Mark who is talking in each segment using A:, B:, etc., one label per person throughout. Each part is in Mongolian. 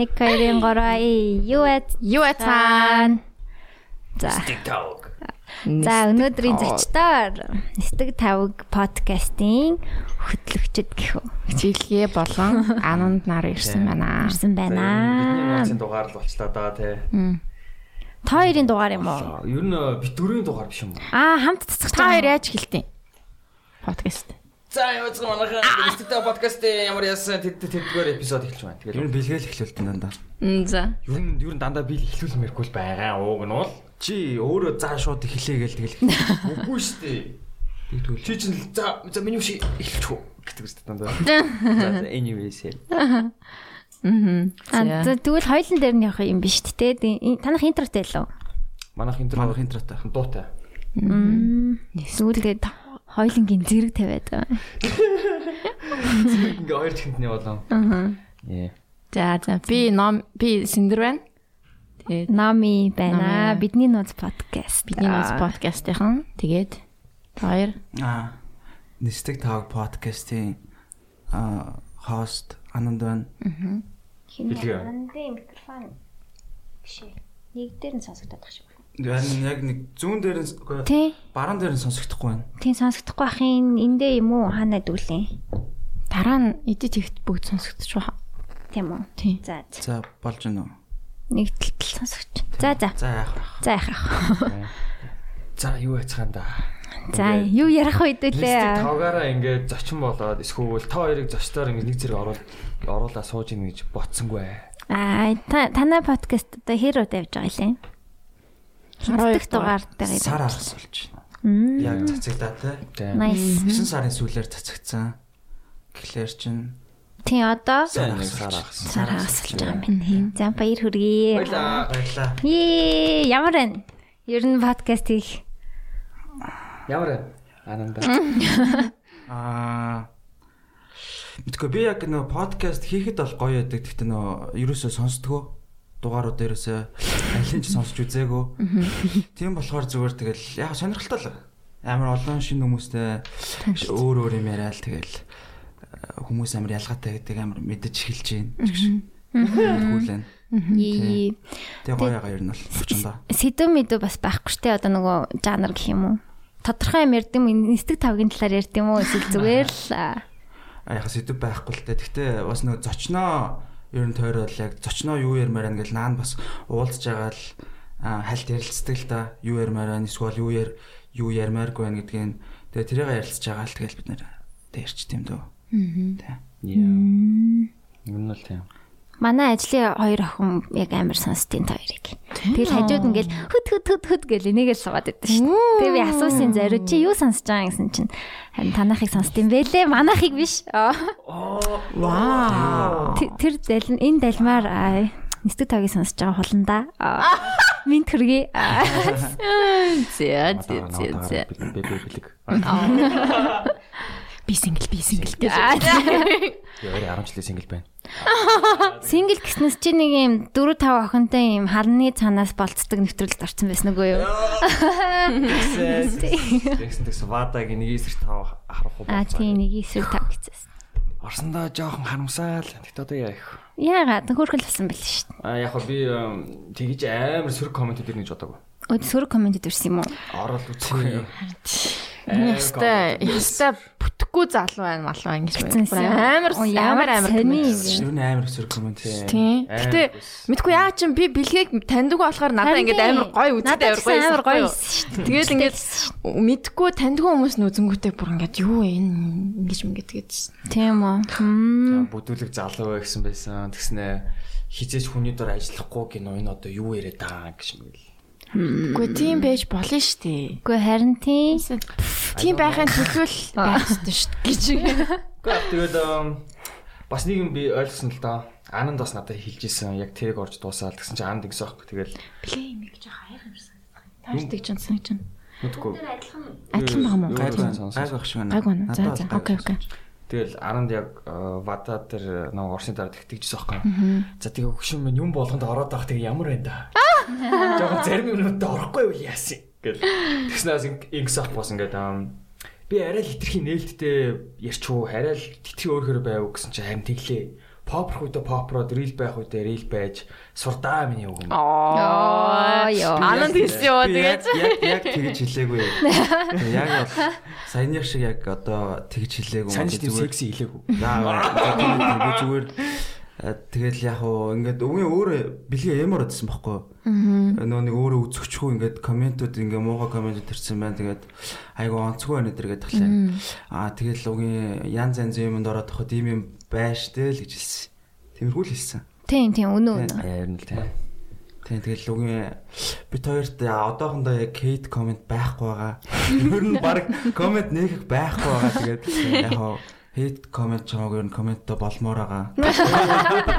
A: Нэг хоёрын гороо юу яа?
B: Юу яцаан? За.
C: TikTok.
A: За өнөөдрийн зочдоор Нэстэг 5 подкастын хөтлөгчд гэх үү.
B: Жилгээ болон Ананд нар ирсэн байна.
A: Ирсэн
C: Бидний
A: байна.
C: нууцын дугаар л болчлаа да тий.
A: Та хоёрын дугаар юм уу?
C: За, Ер нь битүүрийн дугаар биш юм уу?
A: Аа хамт цацгах гэж
B: Та хоёр
A: байна.
B: яаж хэлтий? Подкаст.
C: За явцгаа манайхан Instagram podcast ямар яасан тэд тэдгээр эпизод эхэлж байна.
D: Ер
C: Тэгэл
D: нь бэлгээл эхлүүлтэн дандаа.
B: За.
C: ер нь ер нь дандаа би л эхлүүлмээргүй л байгаа. Ууг нь бол чи өөрөө заа шууд эхлэе гээл тэгэл. Үгүй шүү дээ.
D: Тэгтүүл.
C: Чи чинь л за за миний шиг эхэлчихв гэдэг үстэй дандаа. За за, anyways.
A: Аа, за, Тэгвэл хоёлын дээр нь явах юм биш тээ. Танах интротэй л үү?
C: Манайх энэ
D: Манайх интротой.
C: дуутай.
A: Сүүлгээд хоёлынгийн зэрэг тавиад байгаа.
C: Ингээ хоёр тэхэндний болон. Аа.
B: За за би ном би Синдер байна. Тэгээд
A: Нами байна.
B: Нами.
A: Бидний нууц подкаст.
B: бидний бас подкастын тэгээд та хоёр
D: Аа. Нэстэг тав подкастын аа хост Ананд байна.
C: Билгээ.
A: Андын микрофон биш ээ. Нэг дээр нь сонсогдоод багш.
D: Гэн яг нэг зүүн дээр нь с- үгүй ээ,
A: Тий.
D: баруун дээр нь сонсогдохгүй байна.
A: Тийм сонсогдохгүй ахын эндээ юм уу ханаа дүүлээ.
B: дараа нь эдит хийхэд бүгд сонсогдож байна.
A: Тийм үү?
B: Тийм.
A: За. за.
D: За болж гэнэ үү?
A: Нэг тэлтэл сонсогч. За за.
D: За яах вэ?
A: За яхах.
C: За юу яцгаан да.
A: За юу ярих вэ
C: Листик
A: дүүлээ.
C: тавгаараа ингээд зочин болоод эсвэл та хоёрыг зочдоор ингээд нэг зэрэг оруул оруулаа сууж ийн гэж ботсонгүй.
A: Аа та- танай подкаст одоо хэр удаа явж байгаа лээ?
B: 12
A: Хинтдэг дугаар дээр.
D: Сар аргас болж байна.
A: Мм.
D: Яг цацагдаа те.
C: Тийм.
A: Nice.
D: 9 сарын сүүлээр цацагдсан. Гэхлээр чинь
A: Тийм одоо
D: сар
C: нэг сар
D: аргас
C: аргас.
D: болж байна.
A: сараа асалж байгаа юм байна. За баяр хүргэе.
C: Баялаа.
D: Баярлаа.
A: Ээ ямар байна? Ер нь подкаст хийх.
C: Ямар вэ? Ананда.
D: Аа. Мэдгүй би яг нөө подкаст хийхэд бол гоё байдаг. Гэхдээ нөө ерөөсөө сонсдгоо дугаарууд ерөөсөө алинь ч сонсч үзээгүй. Тийм болохоор зүгээр тэгэл яг сонирхолтой л амар олон шинэ хүмүүстэй өөр өөр юм яриад тэгэл э, хүмүүс амар ялгаатай гэдэг амар мэдэж эхэлж байна. ч гэсэн. Хүлэн.
A: Ээ
D: Тэгээ гоё яга ер нь бол очондоо.
A: сэдв мэдв бас байхгүй штэ одоо нөгөө жанр гэх юм уу? Тодорхой юм ярьд юм нэстэг тавгийн талаар ярьд юм уу? Эсвэл зүгээр л аа,
D: А, яг сэдв байхгүй л дээ. Гэтэ бас нөгөө зочноо ер нь тойрол яг зочноо юу ярмаар байна гэл наан бас уулзж байгаа л а, хальт ярилцдаг л да. Юу ярмаар байна эсвэл юу яр юу ярмааргүй байна гэдгийг тэгээ тэрийг ярилцж байгаа л тэгэл бид нэр тэрч тийм дөө. Аа.
C: Яа. Юу нь л тийм.
A: манай ажлын хоёр охин яг амар сонстын та хоёрыг. Тэгэл хажууд ингээл хөт хөт хөт хөт гэл энийгэл суугаад байдсан штэ. Тэгээ би асуусан зариу чи юу сонсож байгаа гэсэн чинь харин танахыг сонстын бэлээ. Манахыг биш. Аа.
B: Вау.
A: Т- Тэр далин энэ далмаар аа, нэстэг тавгийг сонсож байгаа хуланда. Минт хөргий.
B: За за за за.
C: Би би бэлэг.
B: Би сингл би сингл гэж.
C: Яарэ 10 жилийн сингл байна.
A: Сингл гэснээс чи нэг юм 4 5 охинтой юм халны цанаас болцдог нэвтрүүлэлд орсон байсан үгүй юу?
C: Тэгсэн тэгс вадаг нэг эсрэг тав харахгүй
A: А тийм нэг эсрэг тав гэсэн.
C: Орсондоо жоохон харамсаал. Тэгтээ одоо яах вэ?
A: Яагаад хөөрхөл болсон байл шүү дээ.
C: А яг хөө би эм, тэгж амар сөрөг коммент өгнө гэж бодоагүй.
A: Өд сөрөг комментэд ирсэн юм уу?
C: Орол үгүй.
B: Яста яста бүтэхгүй залуу байна мал байна гэж байна.
A: Зэнсэн.
B: Бүр Амар
A: Оо,
B: амар амар
A: сони
B: коммент.
A: юм.
D: Ер нь амар өсөр комент.
B: Тийм. Гэтэ мэдгүй яа чин би бэлгээг таньдгүй болохоор надад
A: Харин
B: ингээд амар гоё үзэт
A: надад
B: амар гоё
A: ч амар гоё
B: байсан
A: шүү
B: байхгүй юу? Тэгэл ингээд мэдгүй таньдгүй хүмүүс нүзэнгүүтэй бүр ингээд юу энэ ингэж юм гэдэг чинь.
A: дээ. Тийм үү? Хм.
C: бүдүүлэг залуу бай гэсэн байсан. Тэгснэ хизээч хүний дор ажиллахгүй гин энэ одоо юу яриад байгаа гэж мэгэл.
B: Үгүй тийм байж болно шүү дээ.
A: Үгүй харин тийм.
B: Тийм байхын төлөө л байх ёстой шүү гэж.
C: Гэхдээ тэгэл эм, бас нэг юм би ойлгосон л да. Ананд бас надад хэлж исэн. Яг тэрэг орж дуусаад гэсэн чинь ананд гэсэн аахгүй. Тэгэл
B: Плей юм гэж хайх юм шиг. Таашдаг ч санаж чинь.
C: мэдгүй.
B: Адилхан байгаа мó.
D: Гайгүй байна.
C: Сонсон.
D: Гайгүй ах шиг байна.
B: Гайг байна. За
D: Надад
B: за.
D: бол гайгүй
B: Окей
D: ах
B: окей.
D: шиг.
C: Тэгэл ананд яг э, вада тэр нэг орсны дараа тэгтгэжсэн аахгүй. За тэгээ хөшин минь юм болгонд ороод авах тэгээ ямар байна да. Жогоо зарим юмнуудад орохгүй юу яасан гэл. Тэгснээс ингэс ах бас ингээд ам, би арай л хитрхийн нээлттэй ярьч уу арай л тэтгий өөр хөр байв уу гэсэн чи харин тэглээ. попрох үедээ попрод, рил байх үедээ рил байж сурдаа миний үг юм.
A: Ёо,
B: Оо.
A: ёо.
B: Ананд хэлсэн юу
D: Би
B: тэгэж.
D: яг- яг яг тэгж хэлээгүй. Яг бол саяны шиг яг одоо тэгж хэлээгүй.
C: Санж тийм
D: Зүгээр-
C: секси хэлээгүй.
D: Яа. Би зүгээр э, тэгэл яг уу ингээд өвгийн өөр бэлгээ ямар одсон бохгүй. Аа. Нөө нэг өөрөө үзэгчгүй ингээд комментууд ингээ муугаа коммент төрсэн байна. Тэгээд айгу онцгүй байна дэрэг тахлаа. Аа тэгэл өвгийн янз янз юмд ороод тахад ийм юм байж тэл гэж хэлсэн. Тэмэрхүүл хэлсэн.
A: Тийм тийм үнэн үнэн.
C: Ярин л тийм.
D: Тийм тэгэл үгийн бит хоёрт яа, одоохондоо яг кейт комент байхгүй байгаа. Ер нь баг комент нэхэх байхгүй байгаа. Тэгээд яг хоо хейт комент чамаг ер нь комменттэй болмоор байгаа.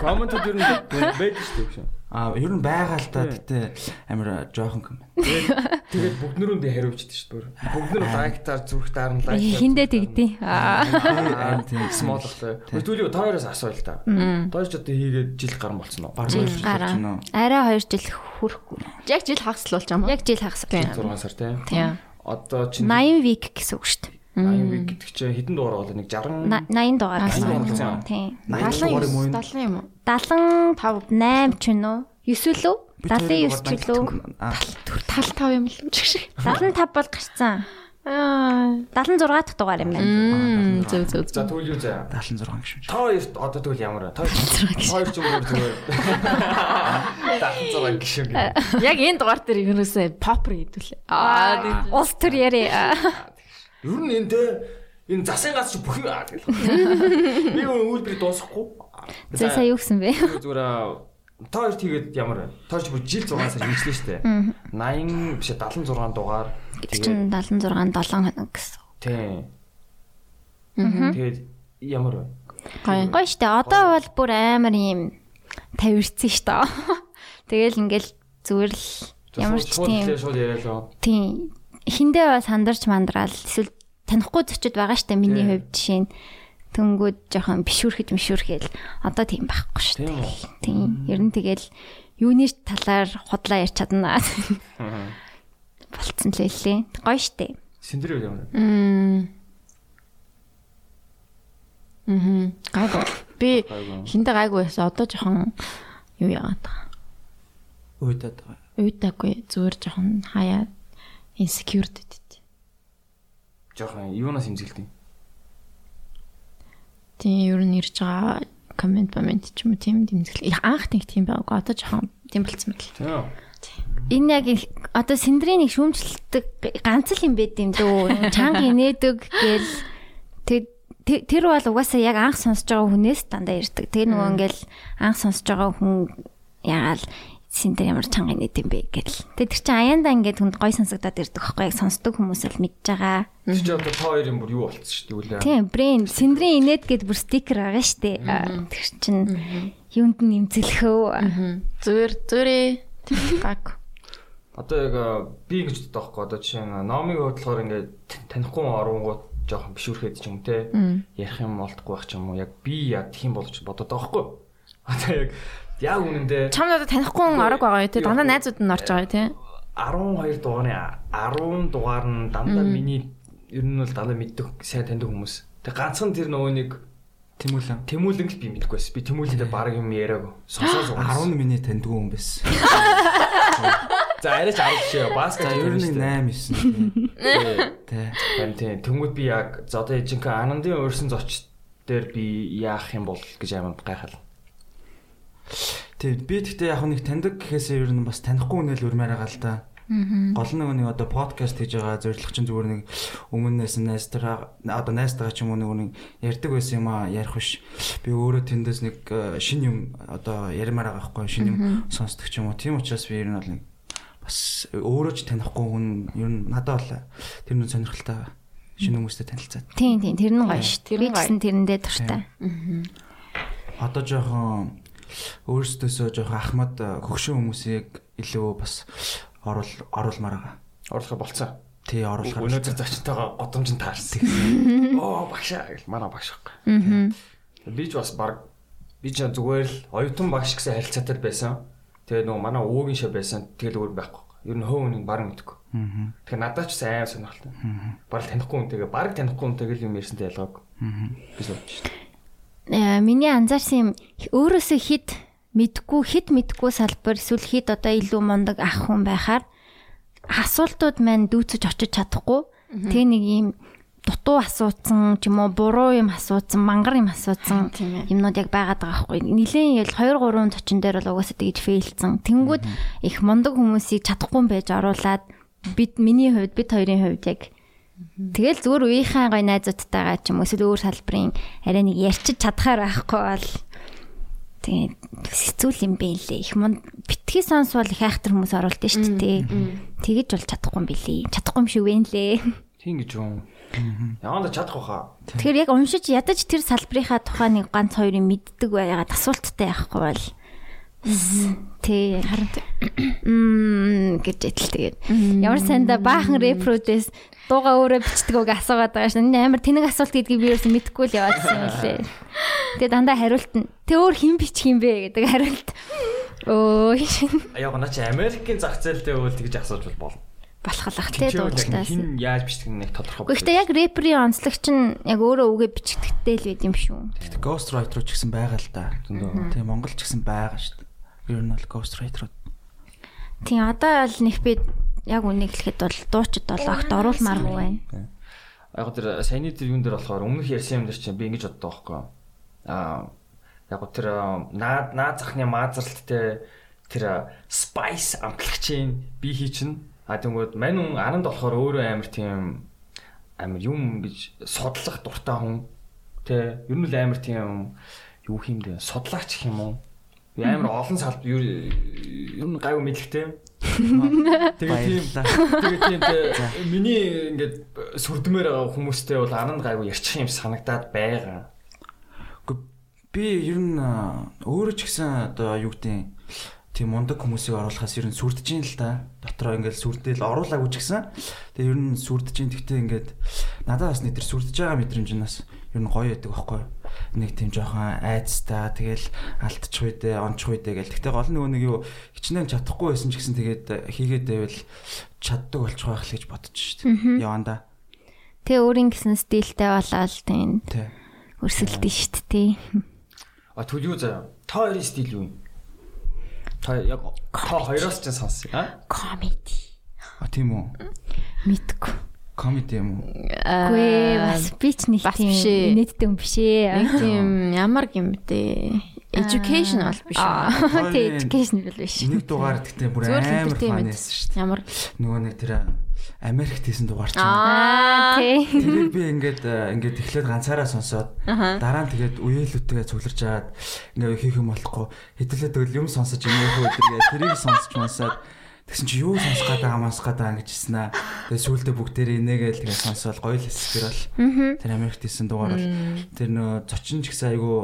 C: Комментууд ер нь байдаг шүү дээ.
D: Аа ер нь байгаа л та гэтээ амар жоохон комент.
C: Тэгээд бүгд нөрөнд хариувчихдээ шүү дээ. Бүгд нөр лайктаар зүрх даарн лайк.
A: Хиндэ тэгдий. Аа.
D: Аа тийм
C: Small болтой. Тэгвэл юу таарас асууя л та. Доош одоо хийгээд жил гарсан болсон уу?
D: Баруун
A: Жил
D: хөлт чинь
A: гараа.
D: үү?
A: Арай 2 жил хүрэхгүй.
B: Яг жил хагслуулж байгаа юм.
A: Яг жил хагас.
B: Тийм.
C: 6 сар тийм.
B: Тийм.
C: Одоо чинь
A: 80 week гэсэн үг шүү дээ.
C: 80 виг гэдэг чинь хэдэн дугаар болоо? Нэг 60
A: На- 80 дугаар.
B: 80
A: гэсэн.
C: дугаар.
A: Тийм.
B: 70
D: юм уу?
B: 70 юм уу?
A: 75 8 ч нь уу? 9 лөө?
D: Би
A: 79 ч лөө?
D: Аа,
B: Түр тал тав юм л гэж шиг.
A: 75 бол гарцсан.
B: Аа.
A: 76 дахь дугаар юм байна.
B: Зөв зөв
C: За тэгвэл юу заа?
D: 76 гişмж.
C: Та хоёрт одоо тэгвэл ямар вэ? Та хоёр ч өөр зүгээр. Дахин зураг гişүн гэдэг.
B: Яг энэ дугаар дээр ерөөсөө попер хэдүүлээ. Аа.
A: Улс төр яриа.
C: Ер нь энэ тэ энэ засын гац чи бүх юм аа тэгэл. Би өөр үйлдэл дуусахгүй.
A: Зөө сая юу гэсэн бэ?
C: зүгээр аа, та хоёрт хийгээд ямар вэ? Та хоёр ч бүр жил 6 сар хийжлээ шүү дээ. 80 биш 76 дугаар
A: Гэтэл чинь 76 7 хоног гэсэн.
C: Тийм. Тэгээд ямар вэ?
B: Гоё.
A: Гоё штэ. Одоо бол бүр амар юм тавирцсан штэ. Тэгэл ингээл зүгээр л ямар ч тийм
C: тийм шууд яриа л оо.
A: Тийм. Хиндээ бас хандарч мандраал эсвэл танихгүй зочид байгаа штэ миний
C: Тийм.
A: хувьд жишээ нь төнгүүд жоохон бишүрхэд мишүрхэл одоо тийм байхгүй штэ.
C: Тийм үү?
A: Тийм. Ер нь тэгэл юуны талаар худлаа ярь чаднаа. Болцсон л байлээ. Гоё штэ.
C: Синдэр юу ямар вэ?
B: Мм. Гайгүй. Би
C: Гайгүй.
B: хинтэ гайгүй байсан. Одоо жоохон юу яагаад байгаа.
D: Уйдаад байгаа.
B: Уйдаагүй. Зүгээр жоохон хаяа insecure дэд.
C: Жохон юунаас имзэлдэг?
B: Тийм ер нь ирж байгаа коммент момент ч юм уу тийм дэмжлэг. Анх нэг тийм байгаагүй. Одоо жоохон тийм болцсон байна.
C: Тийм үү?
A: Энэ яг их- одоо синдрийн нэг шүүмжлэлдэг ганц л юм байд юм дөө. Чанга инээдэг гэл тэр тэр- тэр бол угаасаа яг анх сонсож байгаа хүнээс дандаа ирдэг. Тэгээ нөгөө ингээл анх сонсож байгаа хүн ягаал синдэр ямар чанга инээд юм бэ гэл. Тэгээ тэр чинь аяндаа ингээд хүнд гой сонсогдоод ирдэг байхгүй яг сонсдог хүмүүс л мэдж байгаа.
C: Тэр чи одоо та хоёрын бүр юу болцсон шүү дээ.
A: Тийм брэнд синдрийн инээд гэд бүр стикер байгаа штэ. Аа, Тэр чинь юунд нэмцэлхөө.
B: Зүгээр зүрээ. Гайгүй.
C: Одоо яг э, би гэж бодохгүй одоо жишээ нь номыг хөдлөхөр ингээд т- танихгүй оронгууд жоохон бишүрхэд ч юм те ярих юм олдохгүй байх ч юм уу яг би яа тэх юм болж бодоод байгаа хгүй. Одоо яг яг үнэндээ
B: Чам надад танихгүй хүн арга байгаа юу те? Дандаа найзууд нь орж байгаа юу те?
C: 12 дугаарын а- 10 дугаар нь дандаа миний ер нь бол дандаа мэддэг сайн таньдаг хүмүүс. Тэг ганцхан тэр нөгөө нэг
D: Тэмүүлэн.
C: Тэмүүлэн л би мэдэхгүй байсан. Би тэмүүлэндээ баг юм яриаг сонсоод угаас.
D: 10 миний таньдгүй хүн байсан.
C: За арайч 10 биш ээ. Баскет
D: За ер нь 8 9. Тэ.
C: Тэгм тийм. Тэнгүүд би яг за одоо жинхэнэ Анандын уурсан зоч дээр би яах юм бол гэж амар гайхал.
D: Тэг би тэгтээ яг нэг таньдаг гэхээсээ ер нь бас танихгүй хүнэл өрмээр байгаа л да. Гол нь нөгөө нэг одоо подкаст хийж байгаа зорилго чинь зүгээр нэг өмнөөс нь найзтайгаа одоо найзтайгаа ч юм уу нөгөө нэг ярьдаг байсан юм аа ярих биш. Би өөрөө тэндээс нэг э, шин юм одоо ярмаар байгаа байхгүй шин юм сонсдог ч юм уу. Тийм учраас би ер нь бол нэг бас өөрөө ч танихгүй хүн ер нь надад бол тэр нь сонирхолтой шинэ хүмүүстэй танилцаад
A: Тийм тийм тэр нь гоё штэ.
B: Тэр
A: Би
B: нь гоё.
A: гэсэн тэрэндээ дуртай.
D: одоо жоохон өөрсдөөсөө жоохон ахмад э, хөгшин хүмүүсийг илүү бас орол оруулмаар байгаа.
C: Орлохо болцсон.
D: Тий оруулах нь.
C: Өнөөдөр зочтойгоо годомжинд таарсан гэсэн. Оо багшаа гэл манай багш байхгүй. Би ч бас баг би ч зүгээр л оюутан багш гэсэн харилцаатай байсан. Тэгээ нөгөө манай өвгийн шав байсан. Тэгэл өөр байхгүй. Ер нь хөө нэг баг мэдгүй. Тэгэхээр надад ч сайн сонирхолтой. Бараг танихгүй хүнтэйгээ бараг танихгүй хүнтэйгээ л юм ярьсантай ялгаагүй. Гэж бодчих.
A: э, миний анзаарсан юм өөрөөсөө хэд мэдгүй хэд мэдгүй салбар эсвэл хэд одоо илүү мундаг ах хүн байхаар асуултууд маань дүүцэж очиж чадахгүй тэг нэг юм дутуу асууцсан ч юм уу буруу юм асууцсан мангар юм асууцсан
B: Тийм ээ.
A: юмнууд яг байгаад байгаа байхгүй нилийн ял 2 3 зочин дээр бол угаасаа тэгж фейлцэн тэнгүүд их мундаг хүмүүсийг чадахгүй юм байж оруулаад бид миний хувьд бид хоёрын хувьд яг Тэгэл зүгээр үеийнхээ гой найзуудтайгаа ч юм уу эсвэл өөр салбарын арай нэг ярьчих чадхаар байхгүй бол тэгээд сэцүүл юм бэ лээ. Их мунд битгий сонс бол их айхтар хүмүүс оруулдаг шүү дээ. Тэгэж бол чадахгүй юм билий. Чадахгүй юм шиг вэ нэлээ.
C: Тийм гэж юм. Яванда чадах байхаа.
A: Тэгэхээр яг уншиж ядаж тэр салбарынхаа тухай нэг ганц хоёрыг мэддэг байгаад асуулттай явахгүй бол тий
B: Харин
A: мм гэж идэл тэгээд ямар санда баахан репродээс дууга өөрөө бичдэг үг асуугаад байгаа шин энэ амар тэнэг асуулт гэдгийг би ерөөс мэдэхгүй л яваадсан юм лээ. Тэгээд дандаа хариулт нь тэ өөр хэн бичих юм бэ гэдэг хариулт. Өө шин
C: Яг наа чи Америкийн зах зээлтэй үйл тэгж асууж бол болно.
A: болохлах
C: Чи
A: тий
C: бол яг
A: дуултаас.
C: хин яаж бичдэг нь нэг тодорхой.
A: Гэхдээ яг рэперийн онцлогч нь яг өөрөө үгээ бичдэгтэй л байд юм шүү.
D: Тэгт ghost writer ч гэсэн байгаа л да. Тийм Монгол ч гэсэн байгаа шүү дээ. Ер нь бол ghost writer
A: Тийм одоо бол нэг би яг үнийг хэлэхэд бол дуучид бол огт оруулмааргүй байна.
C: Э, яг тэр саяны тэр юун дээр болохоор өмнөх ярьсан юм дээр чинь би ингэж боддог байхгүй. Аа яг тэр аа, наад наад захны маазралттай тэр аа, spice амтлагчийн би хий чинь а тэнгууд мань хүн аранд болохоор өөрөө амар тийм амар юм гэж судлах дуртай хүн тэ ер нь л амар тийм юу хиймдээ судлаач гэх юм уу Би амар олон салбар ер ер нь гайгүй мэдлэгтэй Тэгээ тийм
D: Баярлалаа.
C: Тэгээ тийм тэгээ миний ингээд сүрдмээр байгаа хүмүүстэй бол ананд гайгүй ярьчих юм санагдаад байгаа.
D: Үгүй, Би ер нь аа, өөрөө ч гэсэн одоо юу гэдэг нь, тийм мундаг хүмүүсийг оруулахаас ер нь сүрдэж ин л та. Дотроо ингээд сүрдээл оруулаагүй ч гэсэн. Тэгээ ер нь сүрдэж ин гэхдээ ингээд надад бас нэг тэр сүрдэж байгаа мэдрэмжнээс ер нь гоё яддаг байхгүй юу? нэг тийм жоохон айцтай тэгэл алдчих үедээ ончих үедээ гэл. Гэтэ гол нь нөгөө нэг юу хичнээн чадахгүй байсан ч гэсэн тэгээд хийгээд байвал чаддаг болчих байх л гэж бодож шүү дээ. Яванда.
A: Тэ өөрийн гэсэн стилтэй болоод тийм
D: Тэ.
A: өрсөлдөж штт тий.
C: А тэгвэл юу заяа? Та хоёрын стил юу юм? Та яг та хоёроос ч сонсъё. А?
A: Комеди
D: А тийм үү.
A: мэдгүй.
D: Комеди юм уу?
A: Гүй бас би ч нэг
B: бас
A: тийм
B: биш ээ.
A: инээдтэй юм биш
B: нэг
A: ээ.
B: тийм ямар гэмтэй educational биш үү?
A: Аа,
D: Хоёрын-
A: Тэ education бол биш.
D: Нэг дугаар гэхдээ бүр
B: Зүгээр л
D: амар
B: entertainment.
D: фанаас шүү дээ.
B: Ямар
D: Нөгөө нэг тэр Америкт хийсэн дугаар чинь.
A: Аа тий.
D: Тэрийг би ингээд э, ингээд эхлээд ганцаараа сонсоод дараа нь тэгээд үеэлүүтэйгээ цугларч аваад ингээд хийх юм болохгүй хэдүүлээ тэгэл юм сонсож юм уу өдргээ тэрийг сонсож масаад тэгсэн чи юу сонсох гэдэг амаас гэдэг ингэж хэлсэн аа. Тэгээд сүүлдээ бүгдээрээ инээгээл тэгээд сонсоод гоё л хэсгэр бол тэр Америкт хийсэн дугаар бол тэр нөө зочин ч гэсэн айгүй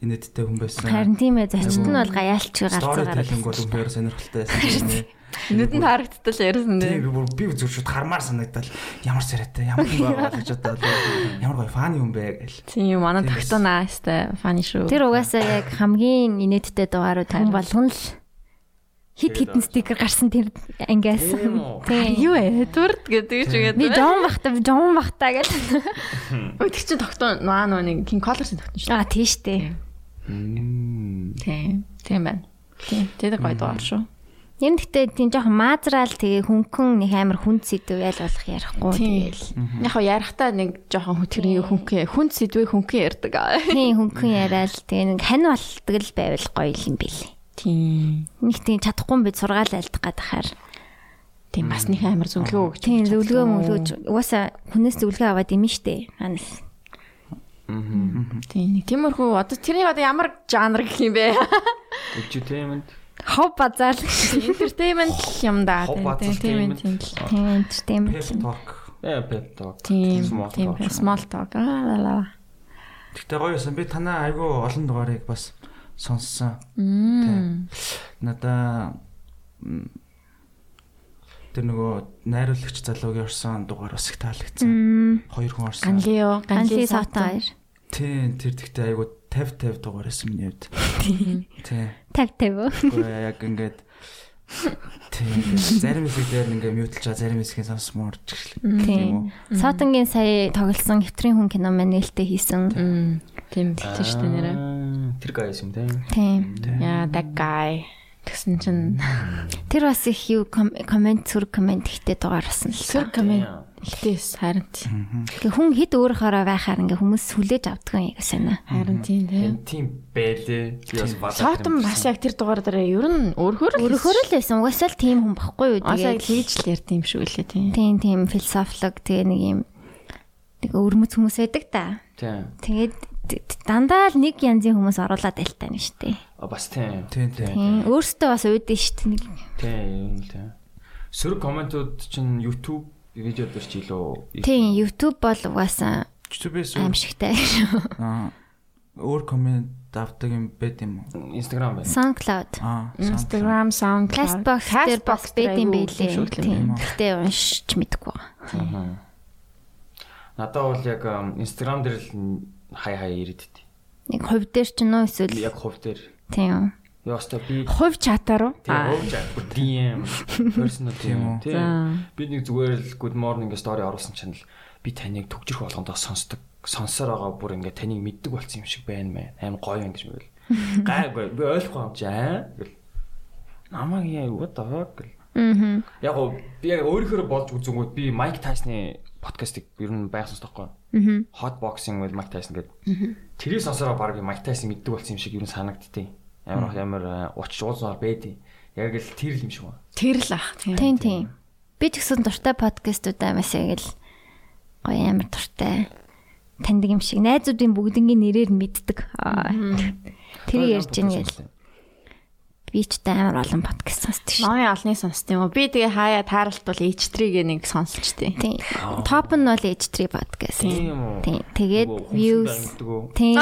D: инээдтэй хүн байсан.
A: Харин тийм ээ зочид нь бол гаяалч
D: Стори
A: гарцаагаар.
D: теллинг бол үнээр сонирхолтой байсан. юм ээ.
B: нүдэнд харагдтал ярьсан дээ.
D: Тийм би бүр би бүр зур шууд хармаар санагдал ямар царайтай ямар хүн байгаа гэж одоо ямар гоё фан юм бэ гэл.
B: Тийм манай
D: Тийм.
B: тагтана хэвээр фаны шүү.
A: Тэр угаасаа яг хамгийн инээдтэй дугаарууд хүн болгон л хит хитэн стикер гарсан тэр ангиас.
C: Тийм үү?
A: Тий.
B: юу вэ? Дүрд гэдэг ч үгээд.
A: Би жон бахта жон бахта гэж.
B: Өтгч чинь тогтоо наа нөө нэг King Color-ын тогтно шүү.
A: Аа тийш дээ.
B: Тийм. Тийм байна. Тийм. Тэр гоё дуу шүү.
A: Ер нь гэдэг тийм жоохон маазраал тэгээ хүнхэн нэг амар хүнд сэдв ял болох ярихгүй
B: Тийм.
A: тэгээл.
B: Яг хоо ярахтаа нэг жоохон хөтгөрний хүнхээ хүн сэдвээ хүнхээ ярддаг.
A: Тийм хүнхэн яриад тэгээ нэг хань болтдаг л байвал гоё юм бэлээ.
B: Тийм.
A: Нэг тийм чадахгүй юм бид сургаал айлдах гад хаар.
B: Тийм бас нэг амар зөвлөгөө өгч.
A: Тийм зөвлөгөө мөлөөж угаасаа хүнээс зөвлөгөө аваад имэн штэ. Манас.
B: Тийм. Нэг тиймэрхүү одоо тэрний одоо ямар жанр гэх юм бэ?
C: Entertainment.
A: Хоб базаал.
B: Entertainment юм да.
C: Хоб
B: Тийм,
C: бацалт
B: Тийм.
C: юм.
B: Тийм. тийм.
A: Тийм тийм.
D: Pep talk.
C: Э pep talk.
B: Тийм.
C: Small
B: Тийм.
C: talk.
B: Small talk. Ah, Аа, ла, ла, ла.
D: Тэгтээ гоё байсан. Би танаа айгүй олон дугаарыг бас сонссон.
B: Mm.
D: Тийм. Надаа м, тэр нөгөө найруулагч залуугийн орсон дугаар бас их таалагдсан. Хоёр хүн орсон.
B: Ганлио,
A: Ганли
B: Ганли
A: савтаа
B: савтай.
A: хоёр.
D: Тийм тэр тэгтээ айгүй 50 50 дугаар байсан миний хувьд. Тийм.
A: Таг тав.
D: Гэхдээ яг ингээд тийм зарим хэсгээр нь ингээд мьютэлж байгаа зарим хэсгийг сонсмоор ч гэх юм.
A: Тийм.
D: үү?
B: Mm.
A: Сотонгийн сая тоглосон хэвтрийн хүн кино маань нээлттэй хийсэн.
B: Тийм бэлтэн
C: Ah,
B: шүү дээ нэрээ.
C: Аа, Тэр гай юм тийм.
A: Тийм.
B: Яа, that guy. Тэгсэн чинь
C: Mm.
A: Тэр бас их юу ком- комент зүр комент ихтэй дугаар басан л.
B: сөр комент ихтэйс харин
C: Mm-hmm.
B: тийм.
A: Ингээ хүн хэд өөр хараа байхаар ингээ хүмүүс хүлээж авдаг юм яг санаа.
B: Харин тийм тийм.
C: Энэ тийм байлээ. Би бас бадаа.
B: Сотом бас яг тэр дугаар дээр ер нь өөрхөр
A: Өөрөөр л байсан угаасаа л тийм хүн байхгүй юу
B: бас яг
A: тэгээд
B: хийж л ярьд юм шүү лээ тийм.
A: тийм тийм философлог тэгээ нэг юм нэг өрмөц хүмүүс байдаг та.
C: Тийм.
A: Тэгээд д- д- дандаа л нэг янзын хүмүүс оруулаад альтаа нь штэ.
C: А, Бас тийм.
D: Тийм тийм.
A: Тийм өөртөө бас уудэн штэ нэг.
C: Тийм, юм л тийм. Сөрөг комментууд чинь YouTube видеод дэр ч илүү
A: Тийм YouTube бол угаасаа
D: YouTube-с
A: аимшигтай шүү.
D: аа өөр комент авдаг юм байт юм уу?
C: Instagram байна.
A: SoundCloud,
D: Аа,
B: Instagram, SoundCloud,
A: Castbox дээр
B: Castbox
A: бас байд юм
B: дээр
A: байлээ.
B: шүү дээ.
A: Тийм. Гэтэ уншиж мэдэхгүй байна.
C: Надад бол яг ам, Instagram дээр л н- хай хай ирээд дээ.
A: Нэг хувь дээр ч нөө эсвэл
C: Яг хувь дээр.
A: тийм.
C: Яста би
B: Хувь чатаар уу?
C: тийм өвч бүр DM personal тийм үү. Тийм. Би нэг зүгээр л good morning гэж story оруулсан чинь л би таныг төгжрөх болгондоо сонсдог. Сонсоор байгаа бүр ингээ таныг мэддэг болсон юм шиг байна мэн. Амар гоё юм гэж байл. Гайгүй. Би ойлгохгүй юм жаа. Гэл. Намаг яа what the fuck гэл.
A: Аа.
C: Яг гоо би яг өөрийнхөө болж үзэнгүүт би Майк Тайсны подкастыг ер нь байгаасан тоххой.
A: Мгм.
C: Hot Boxing with Майк Тайсон гэдэг. Тэрийг сонсороо баг Майк Тайсон мэддэг болсон юм шиг ер нь санагдтыг. Ямар ямар э, учир уулзнаар байдیں۔ Яг л тэр л юм шиг байна.
B: Тэр л ах тийм.
A: Тийм тийм. Би ч гэсэн дуртай подкастуудаа маш яг л гоё амар дуртай. Таньдаг юм шиг найзуудын бүгднгийн нэрээр мэддэг. Аа. Тэр ярьж ийн гэл. Би ч та амар олон подкаст сонсдог шүү.
B: Номын олны сонсд юм уу? Би тэгээ хаяа тааралт бол H3-г нэг сонсч тий.
A: Тийм. Топ нь бол H3 подкаст.
C: Тийм үү?
A: Тийм. Тэгээд
C: Нөгөө хүмсэнд
A: views.
C: амьддаг үү?
A: Тийм.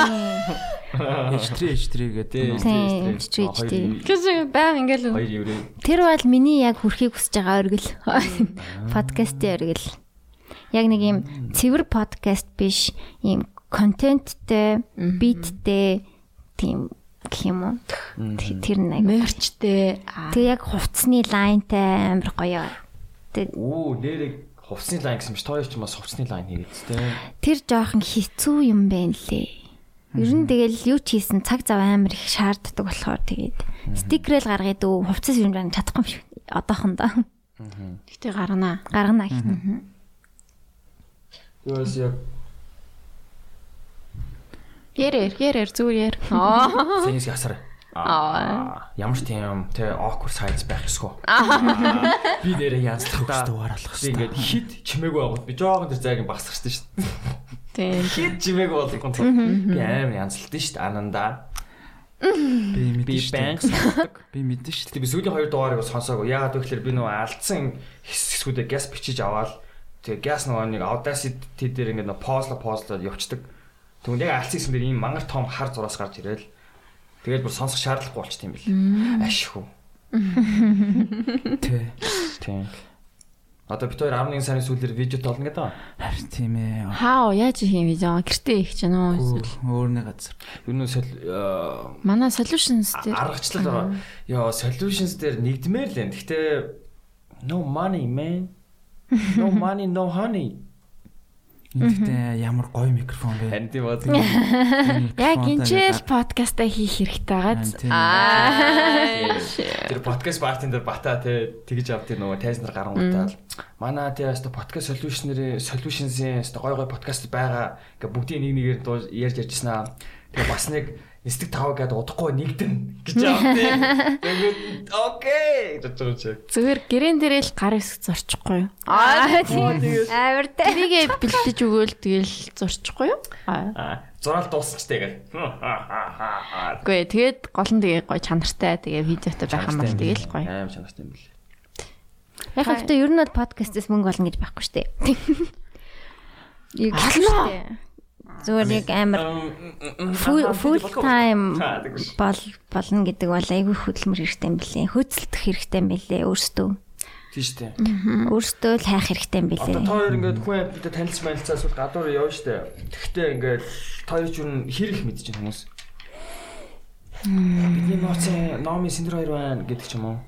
D: H3 H3 гэдэг.
A: Тийм.
C: H3, H3.
A: H3.
C: Хоёр-
B: Гэсэн баян ингээл
C: Хоёр еврей.
A: Тэр бол миний яг хүрхийг хүсэж байгаа оргил. Подкастын оргил. Яг нэг юм цэвэр подкаст биш, ийм контенттэй, биттэй тийм гэх юм уу. Т- Тэр нэг.
B: мерчтэй.
A: Тэгээ яг хувцсны лайнтай амар гоё. Тэ-
C: Оо нэрэг хувцсны лайн гэсэн биш. Тоёч мас хувцсны лайн хийгээд тээ.
A: Тэр жоохон хэцүү юм байна лээ. Ер нь тэгэл юу ч хийсэн цаг зав амар их шаарддаг болохоор тэгээд стикерэл гаргаад өв хувцас юм байна чадахгүй юм шиг одоохондоо
B: Гэтэ гарнаа.
A: гаргана гэх юм.
C: Юус яг
B: Ярээр, ярээр зүгээр яар. Аа.
C: Сэнийс ясар. Аа. Ямар ч тийм те awkward sides байх ёсгүй. Би нэрээ янзлах хэрэгтэй
D: угаарлах
C: Би ингээд хит чимээгүй байгаад би жоохон тэр зайг багсгарсан шүү дээ.
B: Тийм.
C: Хит чимээгүй болохгүй. Би амар янзлалтын шүү дээ ананда.
D: Би мэдэн
C: Би
D: шүү дээ.
C: банк сонсдог.
D: Би мэдэн шүү
C: Тэгээ би сүүлийн хоёр дугаарыг бас сонсоогүй. Яагаад вэ гэхээр би нөгөө алдсан хэсгүүдээ газ бичиж аваад тэгээ газ нөгөө нэг audacity дээр ингээд нөгөө паузла паузлаад явцдаг. Тэгвэл яг алдсан хэсгэн дээр ийм мангар том хар зураас гарч ирээл тэгээд бүр сонсох шаардлагагүй болчих тийм бил. Ашгүй.
D: дээ. Тэ.
C: Тийм. Одоо бид хоёр 11 сарын сүүлээр видео толно гэдэг. ба.
D: Харин тийм ээ.
B: Хаа яаж хийх юм видео? Гэртээ хийх гэж нөө эсвэл.
D: Өөрний газар.
C: Юу нөөсөл
B: Манай solutions дээр
C: аргачлал байгаа. Йоо, solutions дээр нэгдмээр л энэ. Гэхдээ no money man. No money no honey.
D: Эндтэй ямар гоё микрофон бэ.
C: Харин тийм бод.
B: яг инчээл подкаста хийх хэрэгтэй байгаа.
D: Харин тийм.
C: Тэр podcast party-н дээр бата те тэгж авд тийм нөгөө тайзнар гарангуутаал. Манай тийм яста podcast solution-ийн solutions-ийн яста гой гой podcast байгаа. Ингээ бүгдийн нэг нэгээр дуу ярьж ярьжсэн аа. Тэгээ бас нэг эстэг тав гэдээ удахгүй нэгдэн гэж авд тийм. Тэгээд окей гэж бодчих.
B: Зүгээр гэрэн дээрэл гар хэсэг зурчихгүй юу?
A: Аа тийм. Амар тэ.
B: Тэрийгэ бэлтэж өгөөл тэгэл зурчихгүй юу? Аа.
C: Аа, зураал дууссан ч тэгээд. Хм.
B: Гүй тэгэд гол нь тэгээ гоё чанартай тэгээ видеотой байх юм бол тэгэл гоё.
C: Аим чанартай юм билээ.
A: Яг хэвчээ ер нь бол подкастээс мөнгө олно гэж байхгүй штэ. Яг штэ. Зүгээр яг амар full full time
C: Аа, тэгвэл.
A: бол болно гэдэг бол айгүй хөдөлмөр хэрэгтэй юм билээ. Хөөцөлдөх хэрэгтэй юм билээ өөртөө.
C: Тийш тээ.
A: Өөртөө л хайх хэрэгтэй юм
C: Одоо та
A: билээ.
C: хоёр ингээд хүн амьтдаа танилц манилцаа эсвэл гадуур явна штэ. Тэгтээ ингээд та хоёр ч юу хэрэг мэдчихэж байна хүмүүс. Бидний нууцын номын сэндэр хоёр байна гэдэг ч юм уу.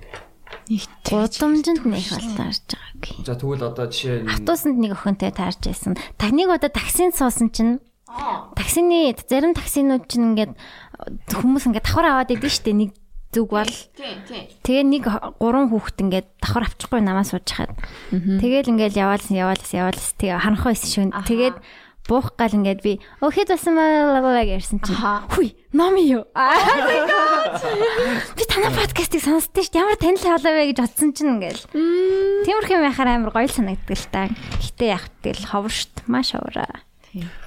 A: Гудамжинд нэг бол таарж байгаагүй.
C: За тэгвэл одоо жишээ нь
A: Автобусанд нэг охинтой таарч байсан. Таныг одоо таксинд суусан чинь Таксины зарим таксинууд чинь ингээд хүмүүс ингээд давхар аваад идэв штэ нэг зүг бол.
B: Тийм, тийм.
A: Тэгээ нэг х- гурван хүүхэд ингээд давхар авчихгүй намаа сууж хаад. Тэгээл ингээд яваалсан яваалсан яваалсан тэгээ харанхуй исэн шүүн. Тэгээд буух гал ингээд би өөхэд басан маа ярьсан чинь хүй номи юу Аа, би танай подкастыг сонсдөө шүү дээ. ямар танил халаа вэ гэж бодсон чинь ингээд тиймэрхүү байхаар амар гоё л санагддаг л та гэтээ яг тэгэл ховор шт маш ховораа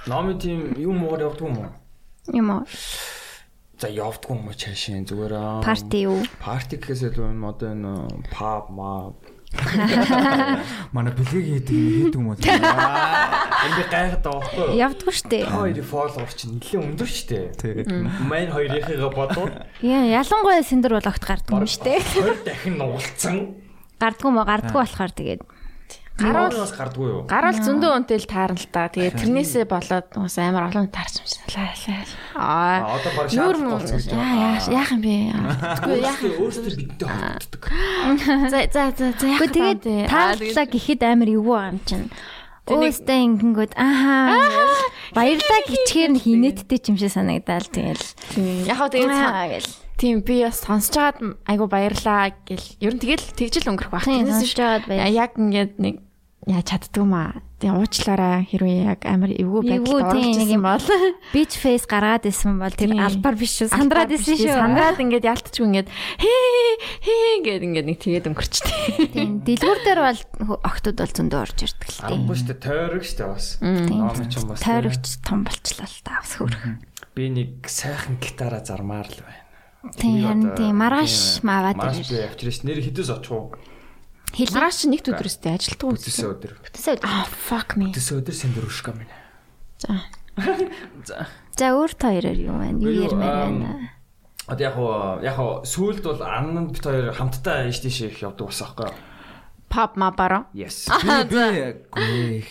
C: Номи тийм юм уугаар явдгүй юм уу?
A: юм уу
C: За явдгүй юм уу чашаа зүгээр аа.
A: парти юу
C: Парти гэхээс илүү юм одоо энэ э, паб маа
D: Манай бэлгийг хийдэг юм хийдэг юм уу?
C: энэ би гайхад байгаа байхгүй юу?
A: явдгүй штэ
C: Хоёрын фолловер чинь нэлээд өндөр шүү дээ.
D: Тэг.
C: Мэн хоёрынхыгаа бодвол
A: Яа, ялангуяа сэндэр бол огт гардгүй юм штэ
C: 20 дахин нугалцсан.
A: гардгүй юм уу гардгүй болохоор тэгээд
B: Гарвал
C: Гараас гардгүй юу?
B: гарвал зөндөө үнтэй л таарна л та. Тэгээ тэрнээсээ болоод нугас амар олон таарч юм шиг лайлаа. Аа.
C: А одоо баг
B: Нүүр
C: шаардлага
B: муу.
C: болсон гэж байна.
B: Яах яах юм бэ? Тэггүй яах.
C: Өөрсдөө өөрсдөө бидтэй холбогддог.
B: За за за за яах.
A: Гэхдээ тэгээд таарлаа гэхэд амар юу байгаа юм чинь. Өөстэй ингэнгүүд ааа баярлаа гिचгээр нь хийнэттэй ч юм шиг санагдал тэгэл.
B: Яах тэгээд
A: Аа
B: сан-
A: гэл.
B: тийм би бас сонсож хаад айгу баярлаа гэл. Ер нь тэгэл тэгжил өнгөрөх баг.
A: Тийм,
B: Тэрнээс
A: сонсож байгаад баяр-
B: Яг ингээд нэг яа чаддгүй маа. Тэгээ уучлаарай хэрвээ яг амар эвгүй
A: Эвгүй,
B: байдлаар
A: тийм, нэг
B: орчихсан
A: юм-
B: бол
A: Beach face гаргаад исэн бол тэр
B: Тийм.
A: албар биш шүү. Сандраад исэн шүү.
B: Сандраад ингээд ялтчихгүй ингээд хээ хээ ингээд ингээд нэг тэгээд өнгөрчтэй.
A: Тийм. Дэлгүүр дээр бол хө- огтуд бол зөндөө орж ирдэг л тийм.
C: Амгүй шүү дээ тойрог шүү дээ бас.
A: Тийм.
C: Номи ч юм бас.
A: Тойрогч том болчлаа л та бас хөрх.
C: Би нэг сайхан гитара зармаар л байна.
A: Тийм
C: Би
A: харин
C: одоо-
A: тийм маргааш
C: Тийм,
A: маваад
C: Маргааш би
A: ирсэн.
C: авчирч нэр хідээс очих уу?
A: Хэлээ.
B: Маргааш нэгт өдрөстэй ажилтгүй
C: Төсөө өдөр.
A: Төсөө.
B: Аа fuck me.
C: Төсөө өдөр сэндэрвш гам байна.
B: За.
C: За.
A: За өөр хоёроор юу байна? Юу
C: Юу,
A: ярмаар
C: ам,
A: байна?
C: Одоо яг уу яг уу сүүлд бол Аннанд бит хоёр хамтдаа ийш тийш их явдаг бас аахгүй. юу?
B: Pop ma baro.
C: Yes.
D: Би би.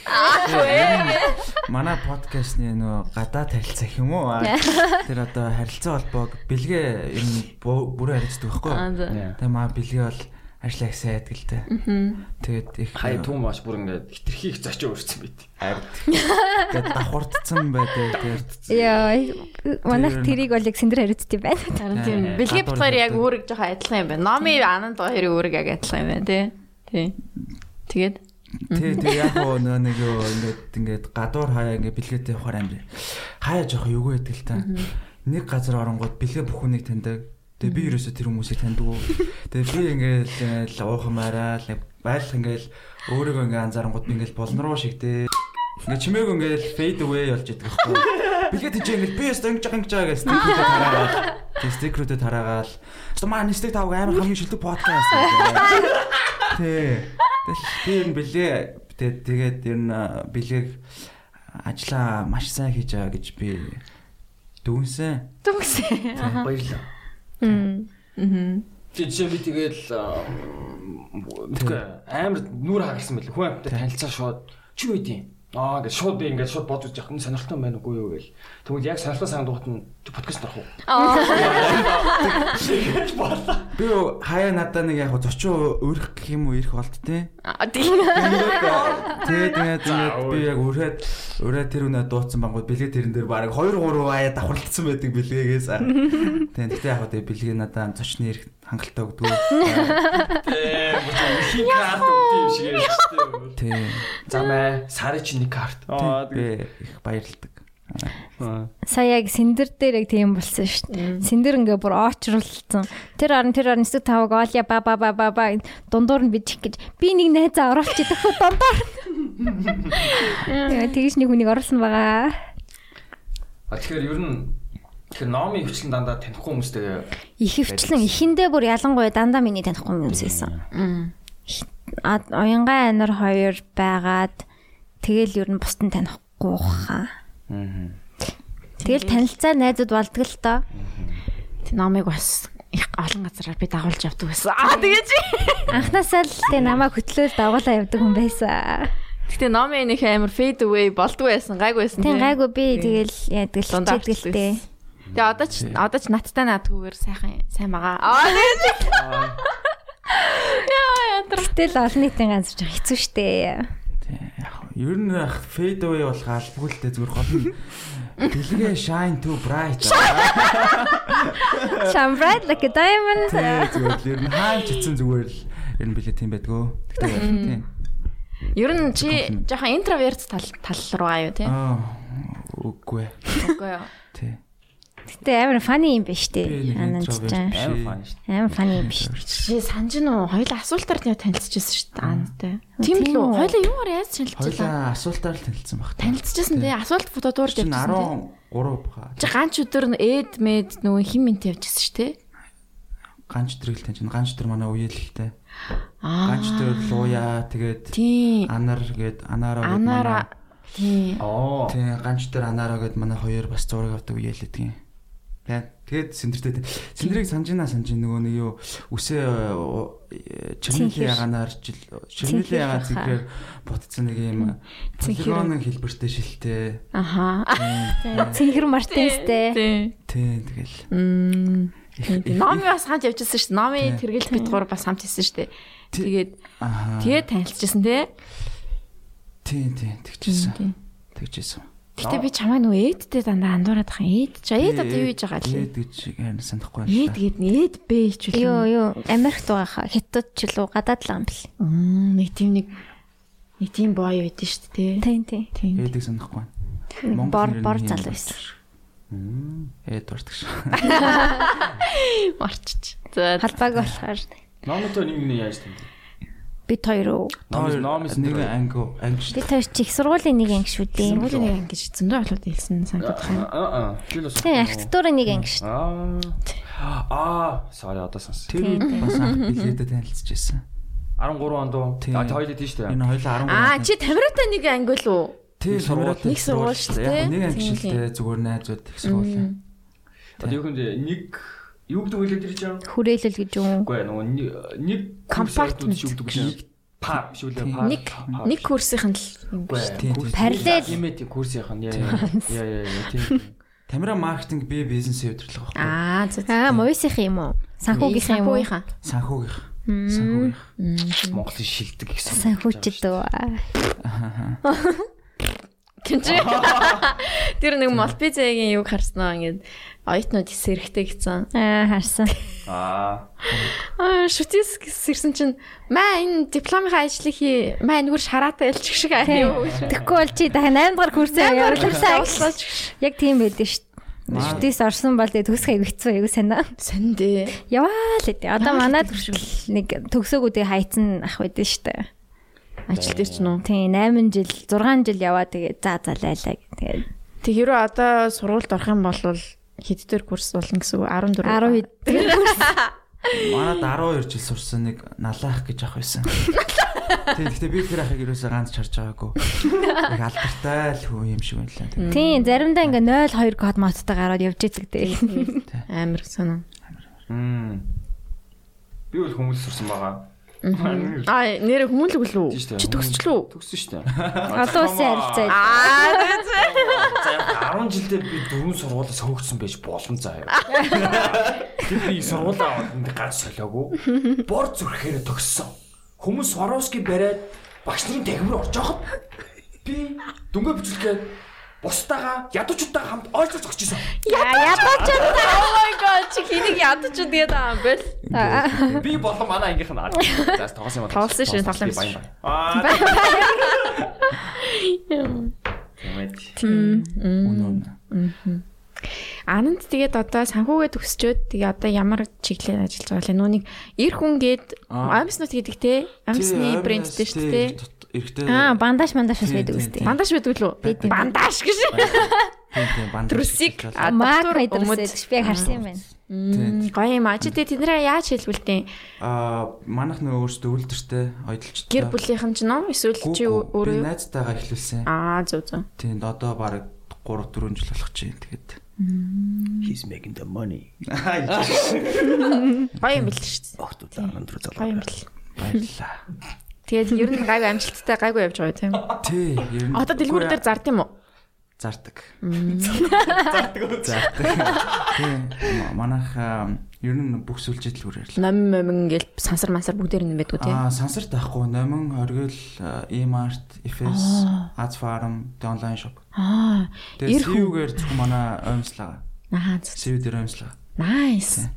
D: Манай подкастны нөө гадаа тарилцаа гэх юм уу? Аа, Тэр одоо харилцаа холбоог бэлгээ ер нь бу- бүрээ харилцдаг байхгүй юу?
C: Yeah.
D: Тэгээ маа бэлгээ бол ажлаа их сайн яддаг л дээ. Тэгээд их
C: Хай түн маш бүр ингээд хитрхи их зочи өөрсөн байт.
D: тэгээд давхурдсан байдаг. Тэгээд
A: Яа, манайх тэрийг бол яг сэндэр хариуцдаг байна.
B: Харин тийм
D: Э,
B: бэлгээ
D: гадуур
B: болохоор яг
D: явдаг.
B: үүрэг жоохон адилхан юм байна. Номи ананд хоёр үүрэг яг адилхан юм байна тий. Тий. Тэгээд
D: Тий, тий яг гоо нөө нэг юу ингээд ингээд гадуур хаяа ингээд бэлгээтэй явахаар амир. Хаяа жоох юу гэдэг л та. Нэг газар оронгууд бэлгээ бүх хүнийг таньдаг. Тэгээ би ерөөсө тэр хүмүүсийг таньдаг. Тэгээ би ингээд э, л уухамаараа л байл ингээд өөрийгөө ингээд анзаарангууд би ингээд болон руу шигтэй. Ингээд чимээг ингээд fade away болж идэг байхгүй. Бэлгээ тийж ингээд би өстө ингэж ингэж байгаа гэсэн стикерүүд тараагаал. Тэгээ стикерүүдэд тараагаал. Өстө маань нэстэг тавг амар хамгийн шилдэг подкаст гэдэг. Тий. Тэгэл би энэ бэлээ тэгээд тэгээд ер нь а, бэлээг ажиллаа маш сайн хийж байгаа гэж би дүнсэн.
B: түгсэн.
C: Баярлаа. Тэг чи би тэгэл аа, мэдгүй амар нүур хагарсан байл. Хүн амтай танилцаа шууд чи юу идэв? Аа гэж шууд би ингээд шууд бодож явах. Энэ сонирхолтой байна уугүй юу гэл. Тэгвэл яг сонирхолтой санд дуут нь чи подкаст орох уу?
D: Би юу, хаяа надаа нэг яг зочин өрөх гэх юм уу ирэх болт те.
B: Аа тийм.
D: Тэгээд тэгээд тэгээд би яг өрөөд өрөө тэр өнөө дууцсан бангууд бэлгээ тэрэн дээр баг 2 3 хаяа давхарлцсан байдаг бэлгээгээс. Тэгээд тэгтээ яг одоо бэлгээ надаа зочны ирэх хангалттай өгдөг.
C: Ээ, хин карт өгдөө юм шиг ярьж тээ.
D: Тий.
C: Замаа сарын чи нэг карт.
D: Би их баярлдаг.
A: Сая яг сэндэр дээр яг тийм болсон шүү дээ. Сэндэр ингээ бүр очролцсон. Тэр орн тэр орн эсвэл таваг оолья ба ба ба ба ба гэд дундуур нь бичих гэж би нэг найзаа оруулчих гэхгүй дундуур. Яа тэгж нэг хүнийг оруулсан байгаа.
C: А тэгэхээр ер нь тэгэхээр номын хвчлэн дандаа танихгүй хүмүүстэй
A: Их хвчлэн ихэндээ бүр ялангуяа дандаа миний танихгүй юм юмсэн. А уянгаа анир хоёр байгаад тэгэл ер нь бусдын танихгүй хаа. Тэгэл танилцаа найзууд болдго л доо.
B: Номыг бас их олон газараар би дагуулж явдаг байсан. Аа тэгээд чи.
A: Анхнаасаа л тэ намайг хөтлөөл дагуулаа явдаг хүн байсан.
B: Гэтэ номи нэг амар fade away болдгүй байсан, гайгүй байсан.
A: Тэн
B: тий.
A: гайгүй би тэгэл яадаг л
B: Дундаа
A: чидгэлтэй.
B: авчихсан. Тэгээ одоо ч одоо ч надтай наадгүйгээр сайхан сайн байгаа. Аа тэгээд чи. Яа яа.
A: Гэтэл олон нийтийн ганцж хэцүү штэ.
D: Тий, яг хөө Ер нь ах fade away болох албагүй л дээ зүгээр гол нь дэлгээ shine too bright.
A: Shine bright like a diamond.
D: Тэ, Зүгээр л ер нь хаан ч ицэн зүгээр л ер нь билээ тийм байдгүй. Тэгтээ тийм.
B: Ер нь чи жоохон интроверт тал тал руу аа юу тий.
D: Аа үгүй ээ.
B: Үгүй юу.
D: Тэ.
A: Гэтэ амар funny юм биш
D: Би
A: үү?
D: нэг
A: Ананд чинь.
D: интро биш.
C: Амар фан шүү.
A: Амар funny юм биш.
B: Чи санаж нь уу? Хоёул асуултаар нь танилцчихсан шүү дээ аантай. Тийм
A: тийм
B: л үү?
A: үү?
B: Хоёул юмар яаж танилцуулаа?
D: Хоёлаа асуултаар л танилцсан баг.
B: Танилцчихсан тий. Асуулт бодоод дуурж
D: Чинь
B: явчихсан тий.
D: 13 баха.
B: Чи ганч өдөр нь эд мэд нөгөө хин минт явчихсан шүү дээ.
D: Ганч төрөл таньж. Ганч төр манай уялэлтэй.
B: Аа.
D: Ганч төр лууя тэгээд
B: Тий.
D: анар гээд анаараа гээд манай-
B: Анара тий.
C: Оо.
D: Тий, ганч дээр анаараа гээд манай хоёр бас зураг авдаг үеэлээд гин. Тэгээд сэндэртэй. Сэндэрийг санджинаа санджин нөгөө нэг юу үсээ чимнэлийн
A: Цэнхэр.
D: яганаар жил чимнэлийн
A: Цэнхэр
D: ягаа
A: баха.
D: зингээр бутцсан нэг юм полигон хэлбэртэй шилтэй.
B: Аха.
A: Цэнхэр мартинстэй.
B: Тий.
D: Тий, тэгэл.
B: Мм.
D: Их-
B: Тий.
D: их-
B: Номи бас хамт явчихсан шүү дээ. Номи
D: Тий.
B: тэргээлт бит гур бас хамт хийсэн шүү дээ.
D: Тий.
B: Тэгээд
D: Аа.
B: тэгээд танилцчихсан тий.
D: Тий,
B: Тий.
D: тий, тэгчихсэн. Тэгчихсэн.
B: Гэтэ би чамаа нөө эдтэй дандаа андуураад байгаа. Эд ч эд одоо юу хийж байгаа лээ.
D: Эд гэж яа санахгүй байна.
B: Эд гээд нэд бэ ч үлээ.
A: Юу юу Америкт байгаа хаа хятад ч лу гадаад л байгаа юм бэл.
B: Мм, нэг тийм нэг нэг тийм боо юу байдэн шүү дээ.
A: Тийм тийм.
B: Тийм.
D: Эдэг санахгүй байна.
A: Нэг
D: Монгол
A: Бор
D: нэр нь
A: бор
D: юм
A: зал
D: байна.
A: байсан.
D: Эдвард гэж.
B: Марчч. За.
A: Халбааг болохоор
C: Номтой нэг нэг яаж тань.
A: бид хоёр үү.
C: Номис номис
D: нэг
C: нэг.
D: анги ангиш.
A: Бид хоёр чи их сургуулийн нэг анги шүү дээ.
B: Сургуулийн нэг ангиж зөндөө олоод хэлсэн санагдах юм.
C: Аа. Философи.
A: Тийм архитектурын нэг анги шүү.
C: Аа. Аа, sorry одоо сонс.
D: Тэр үед бас анх билээдэ танилцчихсэн.
C: 13 онд уу?
D: Тийм.
C: А хоёул тийш үү?
D: Энэ хоёлаа 13.
B: Аа, чи тамиратай нэг ангил үү?
D: тэр сургууль
B: Нэг сургууль шүү дээ.
D: Яг нэг ангиш л
B: Тийм.
D: дээ зүгээр найзууд их сургууль.
C: Одоо юу юм бэ? Нэг юу гэдэг хэлээд ирж байгаа юм?
A: Хүрээлэл гэж юм.
C: Үгүй ээ, нөгөө нэг- нэг
B: Compartment.
C: юу гэдэг вэ? Пар биш үлээ
D: Тийм.
C: пар.
B: Нэг нэг курсийнх нь л юм
C: Үгүй
B: биш.
C: ээ,
D: Тийм,
C: курс-
D: тийм.
A: Parallel.
C: Имэд курсийнх нь яа яа яа яа тийм.
D: Тамира маркетинг би бизнес хэвдэрлэх байхгүй.
B: Аа, за. за.
A: Аа, муйсийнх юм уу? Санхүүгийнх юм уу?
B: Санхүүгийнх.
D: Санхүүгийнх. Санхүүгийнх.
C: Монголын шилдэг гэсэн.
A: Санхүүчд үү?
B: Тинчээ. Тэр нэг молпизагийн юг харснаа ингээд ойтнууд эсэрхтэй гэсэн.
A: Аа, харсан.
C: Аа.
B: Аа, шүтис гэсэн чинь маа энэ дипломынхаа ажлыг хий. Маа нүр шараатай илчих шиг аа юу гэж.
A: Тэгэхгүй бол чи дахин 8 дугаар курсээ явуулсан. Яг тийм байдаг шүү. Шүтээс орсон бол тэгээ төгсөх аягцсан аягүй санаа.
B: Сэндэ.
A: Яваа л гэдэг. Одоо манай төршил нэг төгсөөгөө тэгээ хайцсан ах байдаг шүү.
B: Ажил дээр ч нү.
A: Тийм 8 жил 6 жил яваа тэгээ за за лайлаа гэх. Тэгээ
B: Тэг хэрэв одоо сургуульд орох юм бол хэд дээр курс болно гэсэн үг 14.
A: 10 хэд
D: Манад 12 жил сурсан нэг налаах гэж ах байсан. Тийм гэхдээ би тэр ахыг юусаа ганц чарж байгаагүй. Их алдартай л хүн юм шиг байлаа. Тэгээ.
A: Тийм, заримдаа ингээ 02 код модтой гараад явж идэг дээ.
B: Амар санаа.
C: Мм. Би бол хүмүүс сурсан байгаа.
B: Аа, нэр хүмүүлэг лүү.
C: Тийм шүү дээ.
B: Чи төгсчлөө.
C: Төгсөн шүү дээ.
A: Олон улсын харилцаа. байдаг.
B: Аа,
C: За 10 жилдээ би дөрвөн сургуулаас хөөгдсөн байж болон заяа. Тэр би сургуулаа аваад энд гар солиогүй. Бор зүрхээр төгссөн. Хүмүүс Воровский бариад багш нарын тахим руу орж хахад би дүнгээ бүжлгээд бусдаага ядуучуудаа хамт ойлцож өгчээсэн.
A: Ядууч
B: oh my god, чи хийнийг ядаж үгээд байгаа юм бэл.
C: Би болон манай ангийнх нь аа. За тоглосон юм байна.
B: Тоглосон шин, тоглосон
C: Би баян
B: шин.
C: баян. Аа. Тэмээд.
D: Үнэн.
B: Ананд тэгээд одоо санхүүгээ төгсчөөд тэгээ одоо ямар чиглэлээр ажиллаж байгаа лээ. Нүүник эр хүн гээд
D: Аа.
B: амьснууд хийдэг те. Амьсны брэндтэй шүү дээ те.
D: Эрэгтэй.
A: Аа, бандаж мандаж бас
D: Тийм,
A: байдаг
D: тийм,
A: үстэй.
D: тийм.
B: Бандаж байдаг лүү?
D: Байдаг.
B: Бандаж гэж.
D: Тийм тийм банд.
B: Трусик.
D: Тий,
B: А,
A: Мак
B: доктор өмөд.
A: мэдрэмсэж би яг харсан юм байна.
D: тий.
B: Гоё юм аа. Чи тэгээ тэднэрээ яаж хэлбэлтэн?
D: Аа манах нэг өөрсдөө үйлдвэртэй ойлцолчтой.
B: Гэр бүлийнхэн ч нөө эсвэл чи
D: Гүү, гүү.
B: өөрөө
D: би найзтайгаа эхлүүлсэн.
B: Аа зөв зөв.
D: Тийм одоо баг 3 4 жил болох чинь тэгээд.
E: He's making the money.
B: Гоё юм бэл шүү дээ.
E: Огт удаан руу залгаа.
B: Гоё юм бэл.
D: Баярлаа.
B: Тэгээд ер нь гайгүй амжилттай гайгүй явж байгаа тийм.
D: Тий, ер нь.
B: Одоо дэлгүүр дээр зард юм уу?
D: зардаг. Зардаг. Зардаг. Тийм. м- Манайх аа, ер нь бүх сүлжээд л хүрээлээ.
B: Ном ном ингээл сансар мансар бүгдээр нь байдгүй тий.
D: Аа, сансарт байхгүй. Номин, оргил, Emart, Efes, Azfarm, тэ онлайн шоп.
B: Аа.
D: Тэгээд
B: Эр хүн.
D: CU-гээр зөвхөн манай оймслаа.
B: Аа. з-
D: CU дээр оймслаа.
B: Nice.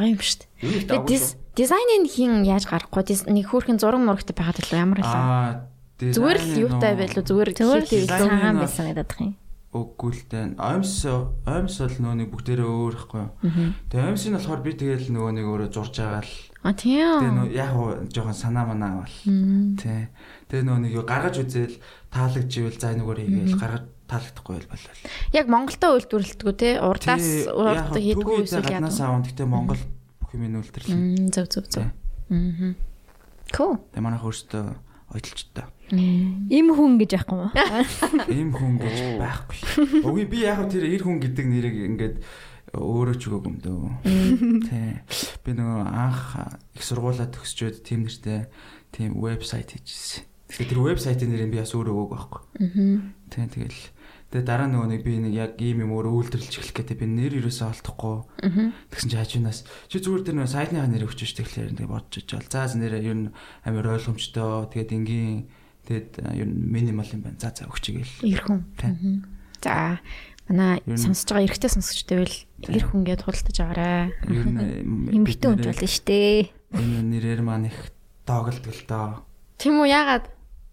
B: Аа юм штт.
C: Юу их давгүй шүү.
B: Дизайнын хин яаж гарахгүй дис- нэг хөөрхөн зураг мурагтай байгаад л ямар байлаа.
D: Аа, дизайн
B: Зүгээр л юутай
D: нөө-
B: байлуу зүгээр
A: Зөвөр л
B: хийтэй байлуу.
D: илүү
A: сайн
D: нэг-
A: байсан гэдэг юм.
D: Үгүй л дээ. Оймс оймс бол нөгөө нэг бүгдээрээ өөр ихгүй. Тэгээ оймс нь болохоор би тэгээл нөгөө нэг өөрөө зурж байгаа л.
B: А
D: Тэгээ
B: тийм.
D: нөгөө яг уу жоохон санаа манаа бол. Тий. Тэгээ нөгөө нэг юу гаргаж үзээл таалагдж ивэл за энэгээр хийгээл гаргаж таалагдахгүй байл болоо.
B: Яг Монголдөө үйлдвэрлэдэггүй тий. Урдаас урд хийдэггүй үсэг
D: үсэг яа. Гаднаас
B: яадаг.
D: аав. Гэхдээ Монгол бүх юм үйлдвэрлэл.
B: Мм, Зөв зөв зөв.
D: Тий.
B: Мм. Cool.
D: Тэгээ манайх өөртөө ойлцтой.
A: Им хүн гэж яахгүй юм.
D: Ийм хүн гэж байхгүй. Үгүй би яг хөө тэр эр хүн гэдэг нэрийг ингээд өөрөө ч өгөөгүй юм дөө. Тий. Би нөгөө анх их сургуулаа төгсчөөд тийм нэртэй тийм вебсайт хийжсэн. Тэгэхээр тэр вебсайтын нэрийг би бас өөрөө өгөөгүй байхгүй. Тий тэгэл. Тэгээ дараа нөгөө нэг би нэг яг ийм юм өөрөө үйлдвэрлэж эхлэх гэдэг би нэр ерөөсөө олдохгүй. Тэгсэн чинь хажуунаас чи зүгээр тэр нөгөө сайтныхаа нэрийг өчөөч тэгэхээр тэгээ бодчих жаал. За за нэрээ ер нь амар ойлгомжтой. Тэгээд энгийн тэгээд ер нь минимал юм байна. За за өгчгээл.
B: Ирхэн.
D: Тий.
B: За. Манай
D: Ер нь-
B: сонсож байгаа эрэгтэй сонсогчтой байл эр хүн гэдээ хултаж аваарай.
D: Ер нь
A: Имбитэн хүн болно шүү дээ.
D: Энэ нэрээр маань их доголдгол доо.
B: Тийм үү ягаад?